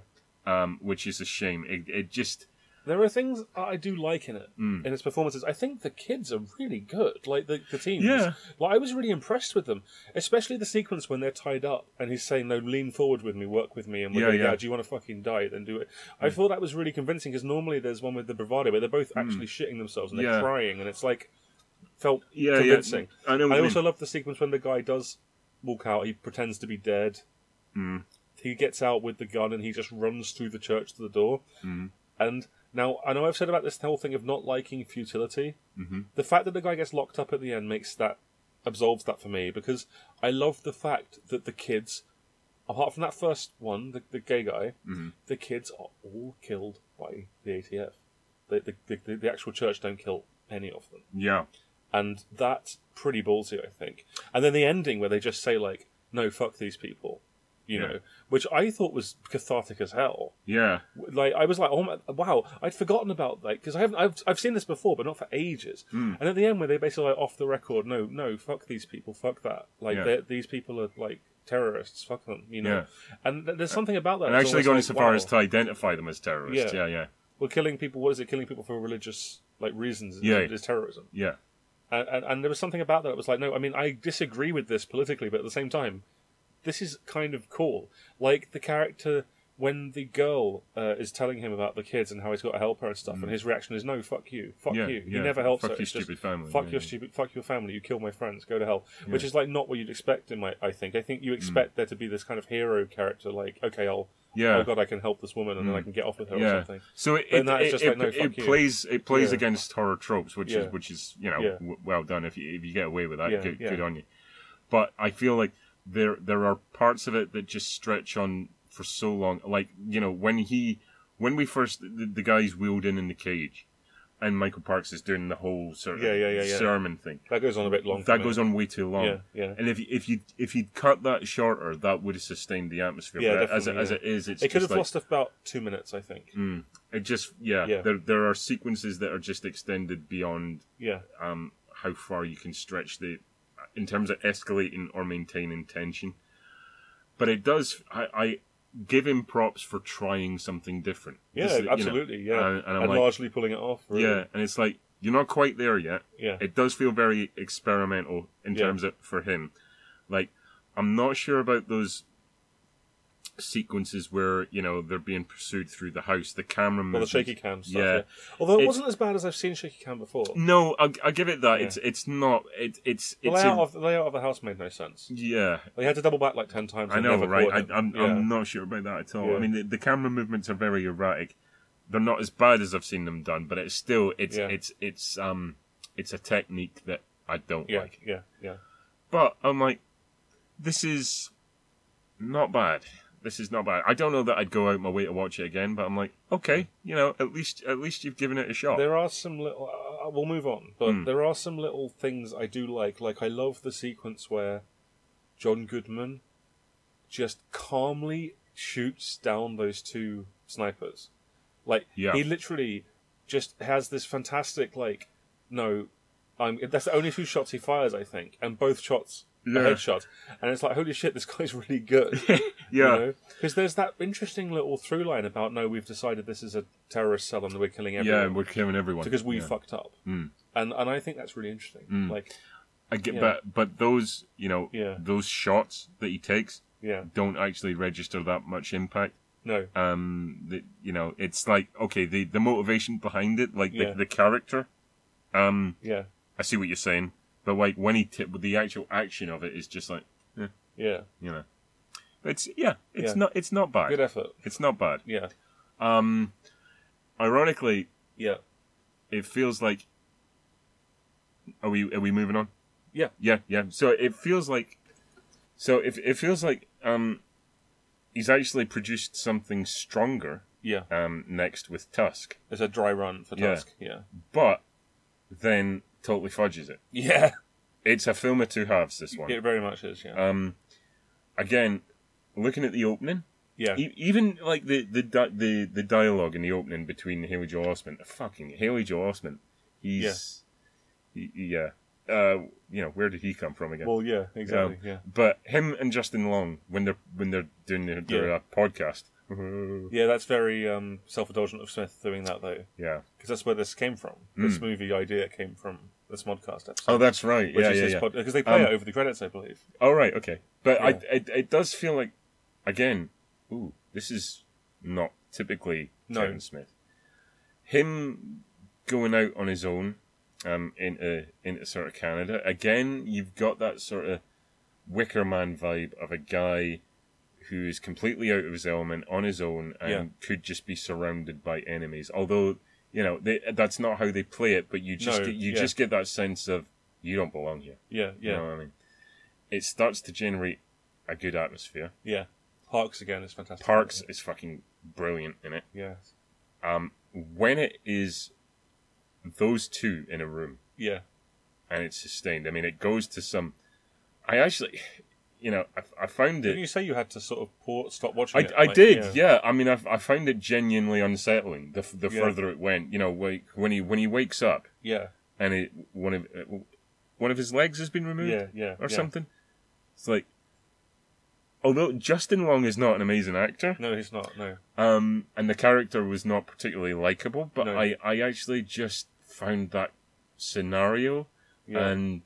um, which is a shame. It, it just, There are things I do like in it, Mm. in its performances. I think the kids are really good, like the, the teams. Yeah. Like, I was really impressed with them, especially the sequence when they're tied up and he's saying, no, lean forward with me, work with me, and we're Yeah, going, yeah. Hmm. yeah. do you want to fucking die? Then do it. I thought that was really convincing because normally there's one with the bravado where they're both actually shitting themselves and they're Yeah. crying, and it's like, felt yeah, convincing. yeah. I know. What I you also mean. love the sequence when the guy does walk out. He pretends to be dead. Mm. Mm. He gets out with the gun and he just runs through the church to the door. And Now, I know I've said about this whole thing of not liking futility. Mm-hmm. The fact that the guy gets locked up at the end makes that absolves that for me because I love the fact that the kids, apart from that first one, the, the gay guy, Mm-hmm. the kids are all killed by the ATF. The, the, the- the, the actual church don't kill any of them. Yeah. And that's pretty ballsy, I think. And then the ending where they just say, like, no, fuck these people, you Yeah. know, which I thought was cathartic as hell Yeah. like I was like, oh my, wow, I'd forgotten about like because I haven't I've, I've seen this before, but not for ages. Hmm. And at the end, where they basically like off the record, no, no, fuck these people, fuck that. Like Yeah. they're these people are like terrorists, fuck them, you know. And th- there's something about that. And that's actually going almost so like, far wow, as to identify them as terrorists. Yeah. Yeah. Yeah. we're killing people. What is it? Killing people for religious like reasons? Yeah. is, is terrorism. Yeah. And, and, and there was something about that. It was like, no, I mean, I disagree with this politically, but at the same time, this is kind of cool. Like the character when the girl uh, is telling him about the kids and how he's got to help her and stuff, and his reaction is, "No, fuck you, fuck Mm. Yeah, you, yeah. you never help Fuck her. your It's just, stupid family, fuck yeah, your yeah. stupid, fuck your family. You killed my friends. Go to hell." Which is like not what you'd expect. In my, I think, I think you Mm. expect there to be this kind of hero character, like, okay, I'll, Yeah. Mm. oh god, I can help this woman, and then I can get off with her or Yeah. something. So it But it, no, it's it, just it- like, no, it fuck you. plays it plays Yeah. against horror tropes, which Yeah. is which is you know Yeah. w- well done if you if you get away with that, Yeah, good, yeah. good on you. But I feel like there there are parts of it that just stretch on for so long. Like you know when he when we first the, the guy's wheeled in in the cage, and Michael Parks is doing the whole sort of Yeah, yeah, yeah, yeah. sermon thing. That goes on a bit long. That goes on way too long. Yeah, yeah. And if you, if you if you'd cut that shorter, that would have sustained the atmosphere. Yeah, but as it, definitely, as yeah. it is, it's It could just have like, lost about two minutes, I think. Mm. it just yeah, Yeah. There there are sequences that are just extended beyond Yeah, um, how far you can stretch the in terms of escalating or maintaining tension. But it does I, I give him props for trying something different. yeah, This is, you know, absolutely. yeah, and, and I'm and like largely pulling it off. Really. yeah, and it's like you're not quite there yet. yeah, It does feel very experimental in Yeah. terms of for him. Like I'm not sure about those sequences where you know they're being pursued through the house. The camera well, the movements. shaky cam stuff. Yeah. Yeah, although it It's- Mm, wasn't as bad as I've seen shaky cam before. No, I, I give it that. Yeah. It's it's not. It, it's The it's layout a- of the layout of the house made no sense. yeah. They had to double back like ten times. I and know, never right? caught I, him. I'm yeah. I'm not sure about that at all. I Yeah. mean, the, the camera movements are very erratic. They're not as bad as I've seen them done, but it's still it's Yeah. it's it's um it's a technique that I don't yeah, like. yeah, yeah, But I'm like, this is not bad. This is not bad. I don't know that I'd go out my way to watch it again, but I'm like, okay, you know, at least at least you've given it a shot. There are some little. Uh, we'll move on, but Hmm. there are some little things I do like. Like I love the sequence where John Goodman just calmly shoots down those two snipers. Like Yeah. he literally just has this fantastic like no, I'm. That's the only two shots he fires, I think, and both shots Yeah. are headshots. And it's like holy shit, this guy's really good. yeah, Because there's that interesting little through line about no, we've decided this is a terrorist cell and we're killing everyone yeah, we're killing everyone because we yeah. Mm. fucked up. And and I think that's really interesting. Like, I get, Yeah. but but those you know Yeah. those shots that he takes yeah, don't actually register that much impact. no, Um, the, you know, it's like okay, the the motivation behind it, like Yeah. the, the character. Um, yeah, I see what you're saying, but like when he t- with the actual action of it is just like yeah, you know, it's yeah, it's Yeah. not it's not bad. good effort. It's not bad. Yeah, Um, ironically, yeah, it feels like are we are we moving on Yeah. yeah yeah so it feels like so if it feels like um he's actually produced something stronger yeah. um next with tusk It's a dry run for Yeah. Tusk. Yeah, but then totally fudges it yeah, it's a film of two halves this one it very much is. Yeah, um again looking at the opening yeah, E- even like the the di- the the dialogue in the opening between Haley Joel Osment, fucking Haley Joel Osment, he's he- he- yeah, uh, you know where did he come from again? Well, yeah, exactly. Um, yeah, But him and Justin Long when they're when they're doing their, their Yeah. uh, podcast, yeah. That's very um, self-indulgent of Smith doing that though, yeah. because that's where this came from. Mm. This movie idea came from this modcast episode. Oh, that's right. Which yeah, is yeah, his yeah. pod because they play Um, it over the credits, I believe. All Oh, right, okay. But I, Yeah. it, it does feel like, again, ooh, this is not typically No. Kevin Smith. Him going out on his own um, into into sort of Canada again. You've got that sort of Wicker Man vibe of a guy who is completely out of his element on his own and Yeah. could just be surrounded by enemies. Although you know they, that's not how they play it, but you just No, get, you yeah. just get that sense of you don't belong here. Yeah, yeah, You know what I mean? It starts to generate a good atmosphere. yeah. Parks again is fantastic. Parks is fucking brilliant in it. Yeah, Um, when it is those two in a room, yeah, and it's sustained. I mean, it goes to some. I actually, you know, I, I found Didn't you it. say you had to sort of pause, stop watching? I, it? I Like, did, yeah. I mean, I, I found it genuinely unsettling. The f- the Yeah. further it went, you know, like when he when he wakes up yeah, and it one of uh, one of his legs has been removed yeah, yeah, or yeah. something. It's like, although Justin Long is not an amazing actor, No, he's not. No, um, and the character was not particularly likable, but No. I I actually just found that scenario yeah, and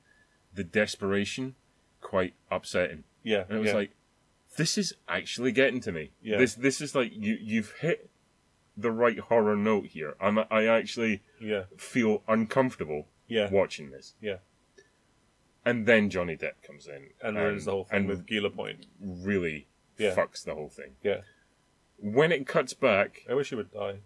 the desperation quite upsetting. yeah. And it was yeah. like, this is actually getting to me. Yeah. This this is like you you've hit the right horror note here. I'm I actually yeah, feel uncomfortable yeah, watching this. Yeah. And then Johnny Depp comes in and ruins the whole thing and with Gila Point. really Yeah. fucks the whole thing. Yeah. When it cuts back, I wish he would die.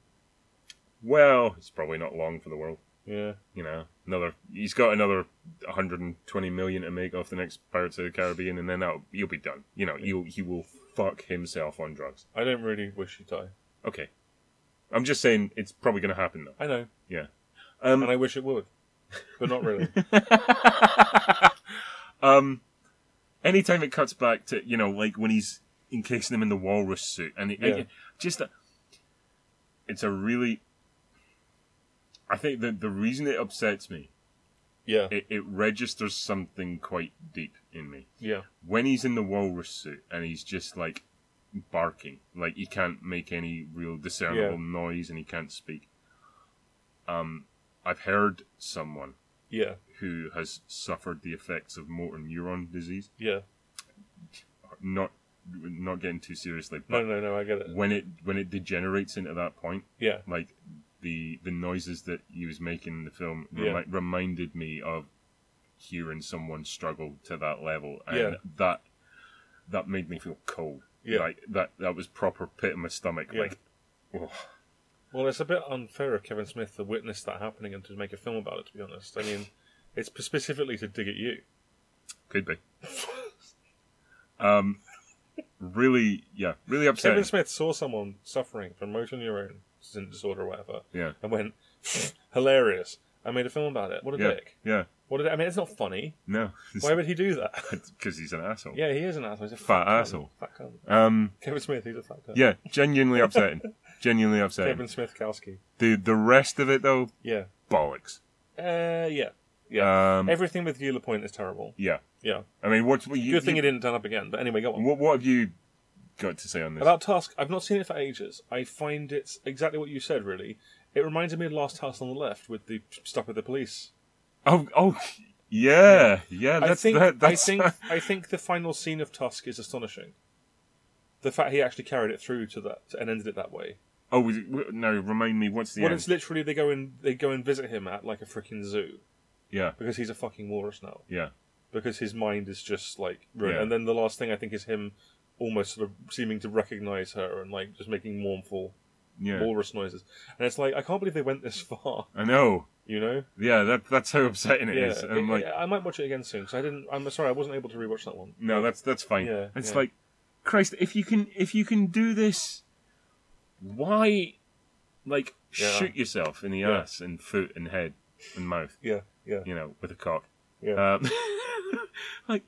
well, it's probably not long for the world. Yeah, you know, another. He's got another 120 million to make off the next Pirates of the Caribbean, and then that'll, you'll be done. You know, you he will fuck himself on drugs. I don't really wish he'd die. Okay, I'm just saying it's probably going to happen though. I know, and Um, I wish it would, but not really. um, anytime it cuts back to you know, like when he's encasing him in the walrus suit, and it, Yeah. just a, it's a really. I think the the reason it upsets me, yeah, it, it registers something quite deep in me. yeah, when he's in the walrus suit and he's just like barking, like he can't make any real discernible Yeah. noise and he can't speak. Um, I've heard someone yeah, who has suffered the effects of motor neuron disease. yeah. Not, not getting too seriously, No, but no, no. I get it. when it when it degenerates into that point, Yeah, like the the noises that he was making in the film remi- Yeah. reminded me of hearing someone struggle to that level, and Yeah. that that made me feel cold. yeah. Like that that was proper pit in my stomach. Yeah. Like, oh, Well, it's a bit unfair of Kevin Smith to witness that happening and to make a film about it. To be honest, I mean, it's specifically to dig at you. could be. um, really, yeah, really upsetting. Kevin Smith saw someone suffering from motor neuron sin- disorder or whatever, Yeah. and went hilarious. I made a film about it. What a yeah, dick! yeah, What did I mean? It's not funny. no, Why would he do that? because he's an asshole. yeah, he is an asshole. He's a Fat cunt. asshole. Fat cunt. Um, Kevin Smith. He's a fat cunt. yeah, genuinely upsetting. genuinely upsetting. Kevin Smith Kowski. The the rest of it though, Yeah. bollocks. Uh, yeah. Um, Everything with Gila Point is terrible. yeah. Yeah. I mean, what's what you, Good thing you- it didn't turn up again. But anyway, go on. What, what have you got to say on this? About Tusk, I've not seen it for ages. I find it's exactly what you said, really. It reminded me of Last House on the Left with the stuff with the police. oh, oh, yeah, yeah. I That's, think that, I that's, think I think the final scene of Tusk is astonishing. The fact he actually carried it through to that and ended it that way. oh, was it- w- no. Remind me, what's the Well, end? it's literally they go and they go and visit him at like a freaking zoo Yeah, because he's a fucking walrus now. yeah, Because his mind is just like, ruined. Yeah. and then the last thing I think is him almost sort of seeming to recognize her and like just making mournful yeah. walrus noises. And it's like I can't believe they went this far, I know. you know. Yeah, that that's how upsetting it yeah, is. it- And like, it- I might watch it again soon. So I didn't. I'm sorry, I wasn't able to rewatch that one. no, that's that's fine. Yeah, it's yeah. like, Christ, if you can if you can do this, why, like, Yeah. shoot yourself in the Yeah. ass and foot and head and mouth. Yeah, yeah, you know, with a cock. Yeah. Um, like,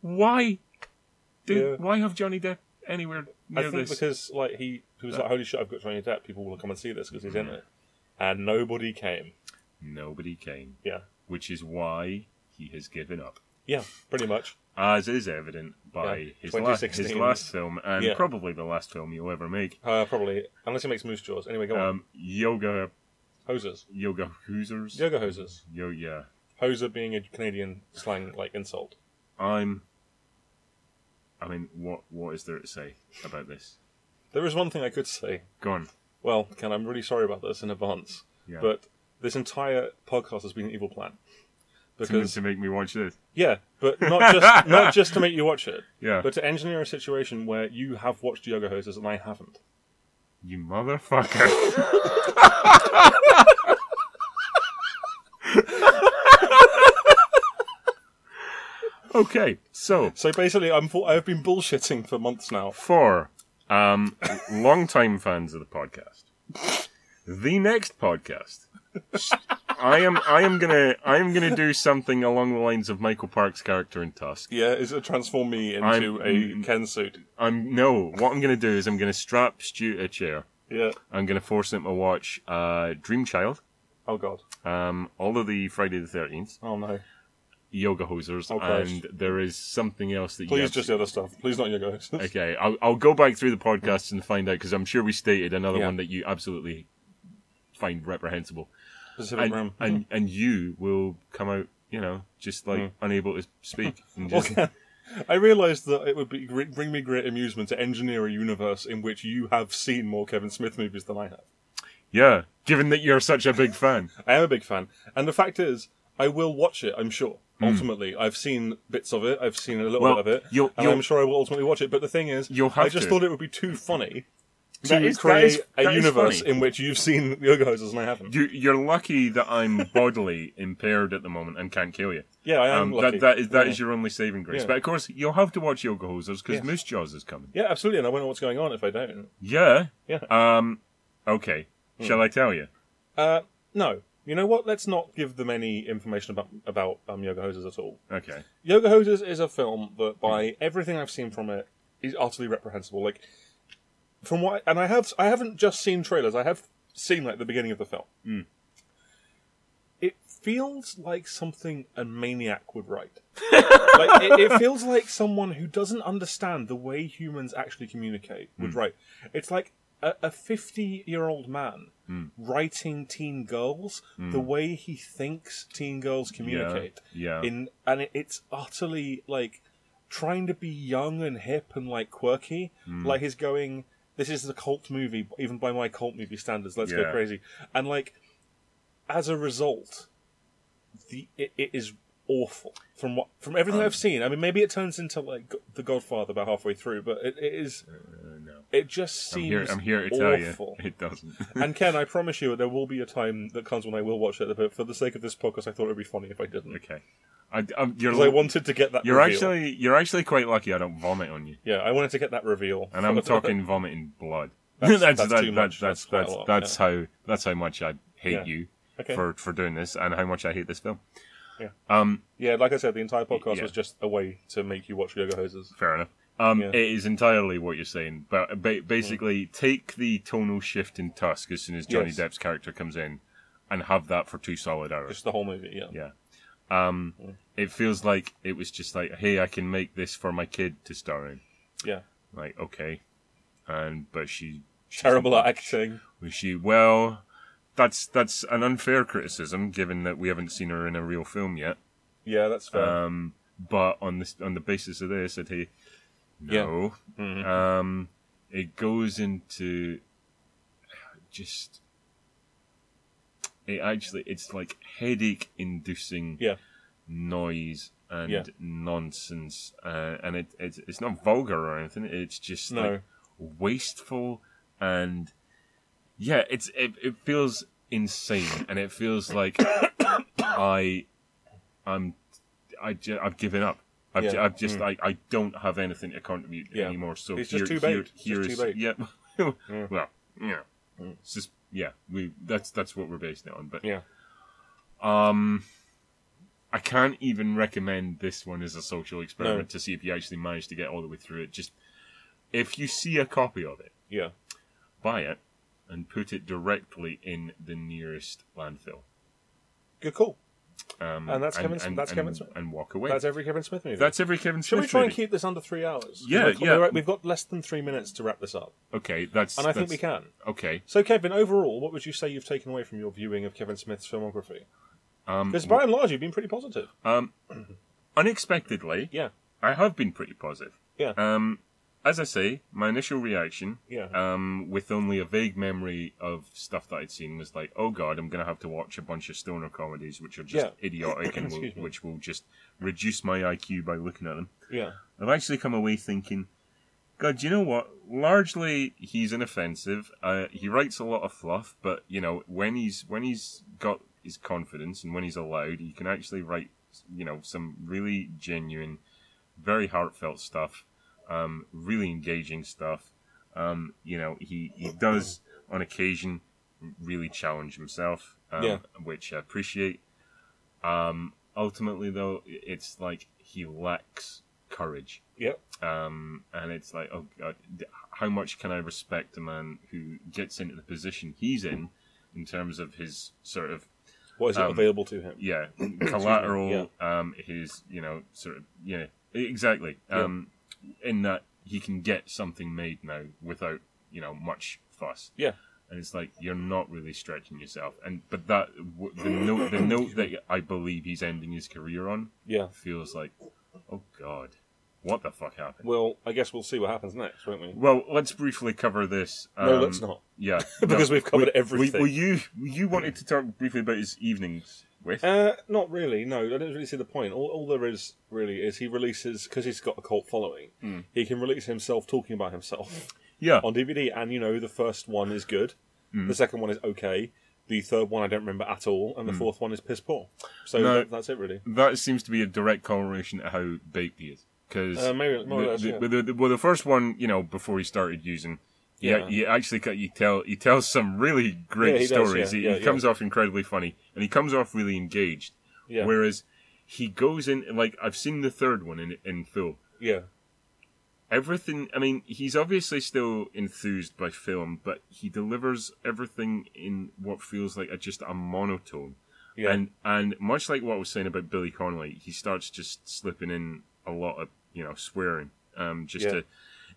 why? Do, Yeah. Why have Johnny Depp anywhere I near think this? because like he, he was like, "Holy shit, I've got Johnny Depp. People will come and see this because he's in Mm. it," and nobody came. Nobody came, Yeah, which is why he has given up, yeah, pretty much. as as is evident by Yeah, his, la- his 2016. last film and Yeah. probably the last film you'll ever make. uh, probably unless he makes moose jaws. Anyway, go on. Um, yoga, Hosers, yoga hoosers, yoga hosers. Yo, yeah. Hoser being a Canadian slang like insult. I'm. I mean, what what is there to say about this? There is one thing I could say. Go on. Well, Ken, I'm really sorry about this in advance, Yeah. but this entire podcast has been an evil plan to, because to make me watch this. yeah, but not just not just to make you watch it, Yeah. but to engineer a situation where you have watched Yoga Hoses and I haven't. You motherfucker. okay, so So basically, I'm full- I've been bullshitting for months now. for um, longtime fans of the podcast, the next podcast, I am I am gonna I am gonna do something along the lines of Michael Park's character in Tusk. Yeah, is it transform me into I'm- a Ken suit? I'm no. What I'm gonna do is I'm gonna strap Stu to a chair. Yeah. I'm gonna force him to watch uh, Dream Child, Oh god. um, all of the Friday the Thirteenth, Oh no. Yoga Hosers, Oh, Christ. and there is something else that Please you have just to- the other stuff. Please not Yoga Hoses. Okay, I'll, I'll go back through the podcasts and find out because I'm sure we stated another Yeah. one that you absolutely find reprehensible, Pacific and, Rim. and and you will come out, you know, just like unable to speak. And just, Mm. Okay. I realised that it would be gr- bring me great amusement to engineer a universe in which you have seen more Kevin Smith movies than I have. Yeah, given that you're such a big fan. I am a big fan, and the fact is, I will watch it. I'm sure. Ultimately, I've seen bits of it. I've seen a little Hmm. Well, bit of it, you'll- and you'll- I'm sure I will ultimately watch it. But the thing is, You'll have I just to. thought it would be too funny to That is- that create is- that a is universe funny. in which you've seen yoga hoses and I haven't. You, you're lucky that I'm bodily impaired at the moment and can't kill you. Yeah, I am Um, lucky. that, that is that is yeah. your only saving grace. Yeah. But of course, you'll have to watch Yoga Hosers because Yes. Moose Jaws is coming. Yeah, absolutely, and I won't know what's going on if I don't. Yeah. Yeah. Hmm. Um. Okay. Shall I tell you? Uh, no, you know what? Let's not give them any information about about um, yoga hoses at all. Okay. Yoga Hoses is a film that, by everything I've seen from it, is utterly reprehensible. Like, from what, and I have, I haven't just seen trailers. I have seen like the beginning of the film. It feels like something a maniac would write. like, it, it feels like someone who doesn't understand the way humans actually communicate would write. It's like a fifty-year-old man writing teen girls the way he thinks teen girls communicate yeah. in and it, it's utterly like trying to be young and hip and like quirky Hmm. like he's going this is the cult movie even by my cult movie standards let's go Yeah. crazy and like as a result the it, it is awful from what from everything Um, i've seen i mean maybe it turns into like Go- the godfather about halfway through but it, it is Uh, no. it just seems I'm here. I'm here to awful tell you, it doesn't. and Ken, I promise you, there will be a time that comes when I will watch it. But for the sake of this podcast, I thought it would be funny if I didn't. okay. I, I'm, you're Because I wanted to get that. you're reveal. actually you're actually quite lucky. I don't vomit on you, yeah. I wanted to get that reveal. and I'm talking vomiting blood. That's- that- that's that- too much. That's That's quite a that's lot, that's how that's how much I hate Yeah. you Okay. for for doing this, and how much I hate this film. yeah, like I said, the entire podcast Yeah. was just a way to make you watch Yoga Hoses. Fair enough. Um, Yeah. Hmm. It is entirely what you're saying, but ba- basically, take the tonal shift in Tusk as soon as Johnny Yes. Depp's character comes in, and have that for two solid hours. Just the whole movie. Yeah. Yeah. Um, It feels like it was just like, hey, I can make this for my kid to star in. Yeah. Like, okay, and but she she's- Terrible at acting. Was she well? That's that's an unfair criticism, given that we haven't seen her in a real film yet. Yeah, that's fair. Um, but on this on the basis of this, I'd say Yeah. no. Um, it goes into just it actually it's like headache inducing Yeah. noise and Yeah. nonsense, uh, and it, it's it's not vulgar or anything. It's just No. like wasteful and yeah, it's it, it feels insane, and it feels like I I'm I ju- I've given up. I've, ju- Yeah. Hmm. I've just like I don't have anything to contribute Yeah. anymore. So It's here, just too here, bait. It's here just is- too bait. yeah. Well, yeah. It's just yeah. We that's that's what we're basing it on. But Yeah. um, I can't even recommend this one as a social experiment No. to see if you actually manage to get all the way through it. Just if you see a copy of it, yeah. buy it and put it directly in the nearest landfill. Good call. Um, And that's Kevin- that's and, Kevin Smith. And walk away. That's That's, every Kevin Smith movie. every Kevin Should Smith. we try and movie. keep this under three hours? Yeah, We've got- yeah. We've got less than three minutes to wrap this up, Okay, that's. and I think we that's- can. Okay. So, Kevin, overall, what would you say you've taken away from your viewing of Kevin Smith's filmography? Um, Because by and large, you've been pretty positive. um, unexpectedly, Yeah. I have been pretty positive. Yeah. Um, as I say, my initial reaction, Yeah. um, with only a vague memory of stuff that I'd seen, was like, "Oh God, I'm going to have to watch a bunch of stoner comedies, which are just Yeah. idiotic and will, Excuse me. which will just reduce my IQ by looking at them." Yeah. I've actually come away thinking, God, you know what? Largely, he's inoffensive. Uh, he writes a lot of fluff, but you know, when he's when he's got his confidence and when he's allowed, he can actually write, you know, some really genuine, very heartfelt stuff, um, really engaging stuff. Um, you know, he he does on occasion really challenge himself, um, Yeah. which I appreciate. Um, ultimately, though, it's like he lacks courage Yep. um, and it's like, oh God, d- how much can I respect a man who gets into the position he's in, in terms of his sort of What is it Um, available to him? yeah collateral, um, his you know sort of yeah exactly, Yeah. um, in that he can get something made now without you know much fuss. Yeah. And it's like you're not really stretching yourself, and but that w- the note the note that I believe he's ending his career on Yeah. feels like, oh God, what the fuck happened? Well, I guess we'll see what happens next, won't we? Well, let's briefly cover this. No, let's not. Yeah, Because we've covered um, We- everything. We, well, you you wanted to talk briefly about his evenings with. Uh, not really. No, I don't really see the point. All, all there is really is he releases because he's got a cult following. Hmm. He can release himself talking about himself yeah, on DVD, and you know the first one is good, Hmm. the second one is okay, the third one I don't remember at all, and the fourth one is piss poor. So Hmm. No. that, that's it really. that seems to be a direct correlation to how baked he is. Because Uh, maybe more or less. yeah. the, the, the- well, the first one, you know, before he started using, yeah, Yeah. he actually ca- he tell he tells some really great Yeah, he does, stories. yeah, he yeah, he yeah. comes off incredibly funny, and he comes off really engaged. Yeah. Whereas he goes in like I've seen the third one in in full. yeah, everything i mean he's obviously still enthused by film but he delivers everything in what feels like a, just a monotone yeah, and and much like what i was saying about billy connolly he starts just slipping in a lot of you know swearing um just Yeah. to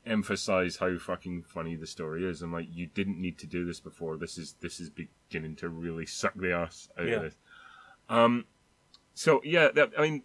emphasize how fucking funny the story is i'm like you didn't need to do this before this is this is beginning to really suck the ass out Yeah. of this um so yeah that, i mean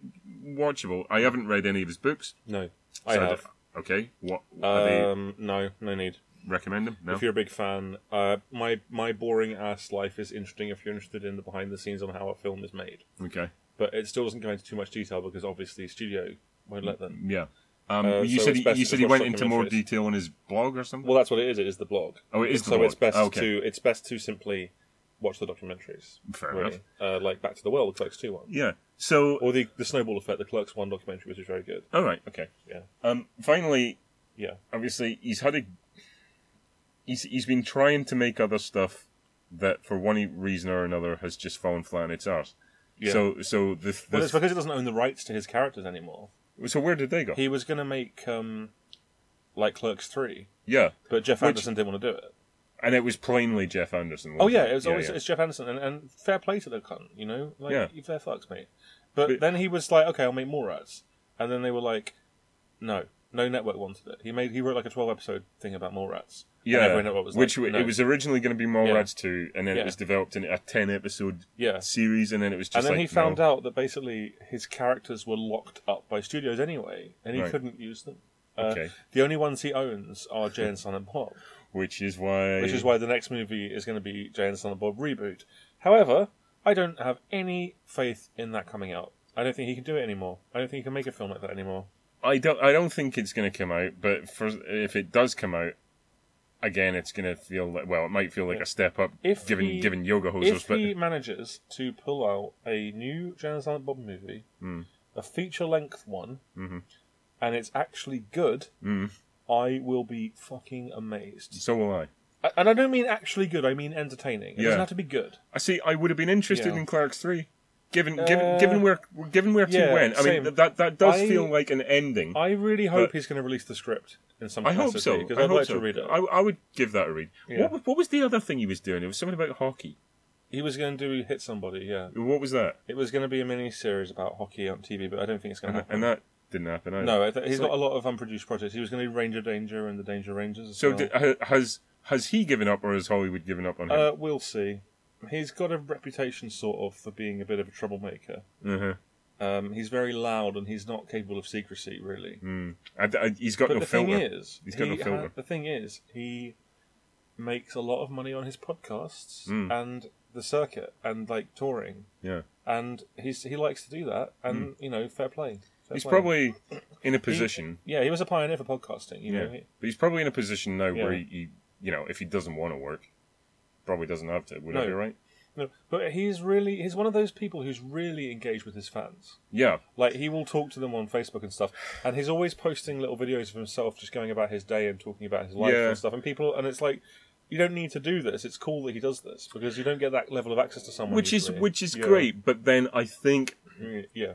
watchable i haven't read any of his books no, I so have. that- okay. What are they Um, no, no need. recommend them? No. If you're a big fan, uh, my my boring ass life is interesting if you're interested in the behind the scenes on how a film is made. Okay. but it still doesn't go into too much detail because obviously studio won't let them. Yeah. Um, Uh, you so said it's he, best you to said he watch went into more documentaries. detail on his blog or something. Well, that's what it is. It is the blog. oh, Mm. it is the so blog. it's best okay. to it's best to simply watch the documentaries. Fair really. Uh, like Back to the World, the Clerks Two one, Yeah. So or the the Snowball Effect, the Clerks One documentary, which is very good. all right. Okay, yeah, Um, finally, yeah, obviously he's had a he's he's been trying to make other stuff that for one reason or another has just fallen flat on its arse. yeah. So so the, the well, it's because he doesn't own the rights to his characters anymore. so where did they go? He was going to make um, like Clerks Three, yeah. but Jeff Which- Anderson didn't want to do it. And it was plainly Jeff Anderson. Oh wasn't yeah, it was always yeah. it's Jeff Anderson, and, and fair play to the cunt, you know, like Yeah. you fair fucks, mate. But, But- then he was like, okay, I'll make more ads, and then they were like, no, no network wanted it. He made he wrote like a twelve episode thing about more ads. And Yeah, every network was which like, w- no. it was originally going to be Mallrats two, and then it Yeah. was developed into a ten episode yeah. series, and then it was just. And then like, he found out that basically his characters were locked up by studios anyway, and he Right. couldn't use them. Uh, Okay, The only ones he owns are Jay and Silent Bob, which is why. which is why the next movie is going to be Jay and Silent Bob reboot. However, I don't have any faith in that coming out. I don't think he can do it anymore. I don't think he can make a film like that anymore. I don't. I don't think it's going to come out, but for if it does come out, again, it's going to feel like. Well, it might feel like a step up, If given he- given yoga hosers, If but he manages to pull out a new Jay and Silent Bob movie, Mm. a feature length one, Mhm. and it's actually good, Mm. I will be fucking amazed. so will I. A- And I don't mean actually good, I mean entertaining. It Yeah. doesn't have to be good. I see. I would have been interested Yeah. in Clerks three, given given Uh, given where given where two yeah, went. I mean, same. th- that that does I- feel like an ending. I really hope But- he's going to release the script in some I hope capacity so. because I I'd hope like so. to read it. I, I would give that a read. Yeah. What, wa- what was the other thing he was doing? It was something about hockey. He was going to do hit somebody, yeah. What was that? It was going to be a mini series about hockey on TV, but I don't think it's going to happen. And that didn't happen. Either. no, I th- he's So- got a lot of unproduced projects. He was going to do Ranger Danger and the Danger Rangers. As So well. did, ha- has has he given up, or has Hollywood given up on him? uh, we'll see. He's got a reputation, sort of, for being a bit of a troublemaker. uh-huh. Um, he's very loud and he's not capable of secrecy, really. I, I, he's got But no the filter. thing is, He's got he no filter. ha- the thing is, he makes a lot of money on his podcasts and the circuit and like touring, Hmm. yeah, Hmm. and he's he likes to do that. And you know, fair play. Fair he's play. probably in a position. yeah, he was a pioneer for podcasting. You yeah, know, but he's probably in a position now where Yeah. he, he, you know, if he doesn't want to work, probably doesn't have to. Would I No. be right? no, but he's really he's one of those people who's really engaged with his fans. Yeah, Like he will talk to them on Facebook and stuff, and he's always posting little videos of himself just going about his day and talking about his life Yeah. and stuff. And people, and it's like, you don't need to do this. It's cool that he does this because you don't get that level of access to someone. which is usually. which is Yeah. great. But then I think Mm, Yeah,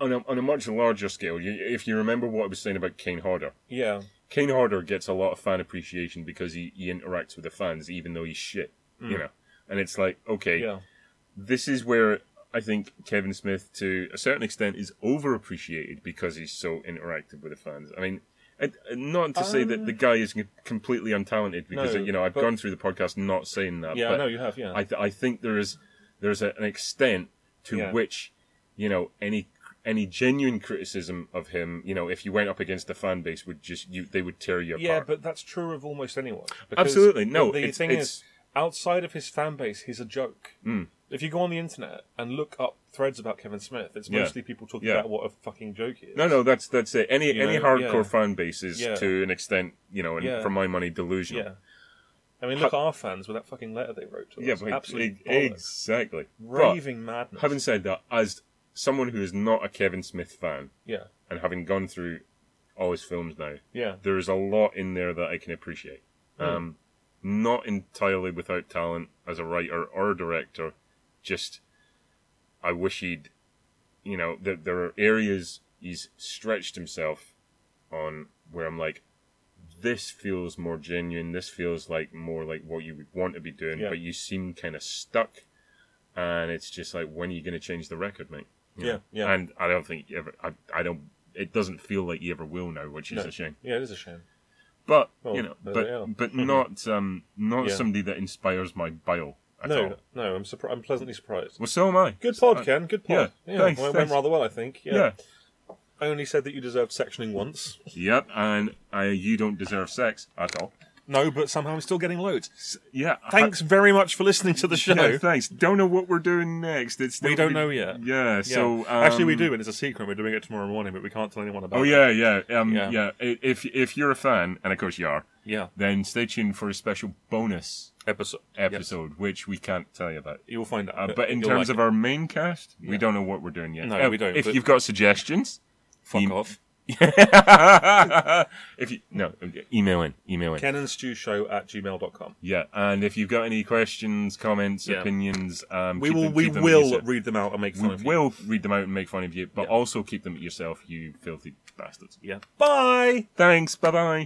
on a, on a much larger scale, you, if you remember what I was saying about Kane Hodder, yeah, Kane Hodder gets a lot of fan appreciation because he, he interacts with the fans, even though he's shit, you know. And it's like, okay, Mm. yeah, this is where I think Kevin Smith, to a certain extent, is overappreciated because he's so interactive with the fans. I mean, and- and not to say that the guy is completely untalented because Uh, no, you know I've but- gone through the podcast not saying that. yeah. but I know you have. Yeah, I, th- I think there is there's a, an extent to Yeah. which you know any any genuine criticism of him, you know, if you went up against the fan base, would just you they would tear you yeah, apart. but that's true of almost anyone. because Absolutely no. The it's, thing it's is, outside of his fan base, he's a joke. Hmm. If you go on the internet and look up threads about Kevin Smith, it's Yeah. mostly people talking Yeah. about what a fucking joke he is. no, no. That's that's it. Any You any know, hardcore yeah. fan base is Yeah. to an extent, you know, and Yeah. for my money, delusional. Yeah. I mean, look, our fans with that fucking letter they wrote to us. Yeah, but absolutely e- exactly. But raving madness. having said that, as someone who is not a Kevin Smith fan Yeah, and having gone through all his films now, yeah, there is a lot in there that I can appreciate. Hmm. Um, not entirely without talent as a writer or a director. Just, I wish he'd, you know, there, there are areas he's stretched himself on where I'm like, this feels more genuine. This feels like more like what you would want to be doing, Yeah. but you seem kind of stuck. And it's just like, when are you going to change the record, mate? You Yeah, know? yeah. And I don't think you ever. I, I don't. It doesn't feel like you ever will now, which is No. a shame yeah. It is a shame. but Well, you know, Oh, there but they are. but not um not Yeah. somebody that inspires my bile at no, all. no, I'm surprised. I'm pleasantly surprised. Well, so am I. Good pod, Ken. Good pod. yeah, Yeah, thanks, went, went thanks. rather well, I think. Yeah. Yeah. I only said that you deserved sectioning once. Yep. And I, you don't deserve sex at all. No, but somehow I'm still getting loads. Yeah. I- Thanks very much for listening to the show. yeah, thanks. Don't know what we're doing next. It's We still don't be- know yet. Yeah. Yeah. So um, actually, we do, and it's a secret. and We're doing it tomorrow morning, but we can't tell anyone about. Oh it. yeah, yeah, um, yeah. Yeah. I- If if you're a fan, and of course you are, yeah. then stay tuned for a special bonus Episode. episode, which we can't tell you about. You'll find Uh, out. but in You'll terms like of our main cast, we don't know what we're doing yet. No, Uh, we don't, If but- you've got suggestions, it. fuck you- off. if you no email in email in Ken and Stew Show at gmail.com. yeah and if you've got any questions comments Yeah. opinions um We keep will them- we keep them to will yourself. read them out and make fun we of you. will read them out and make fun of you but also keep them to yourself you filthy bastards Yeah. Bye. thanks bye bye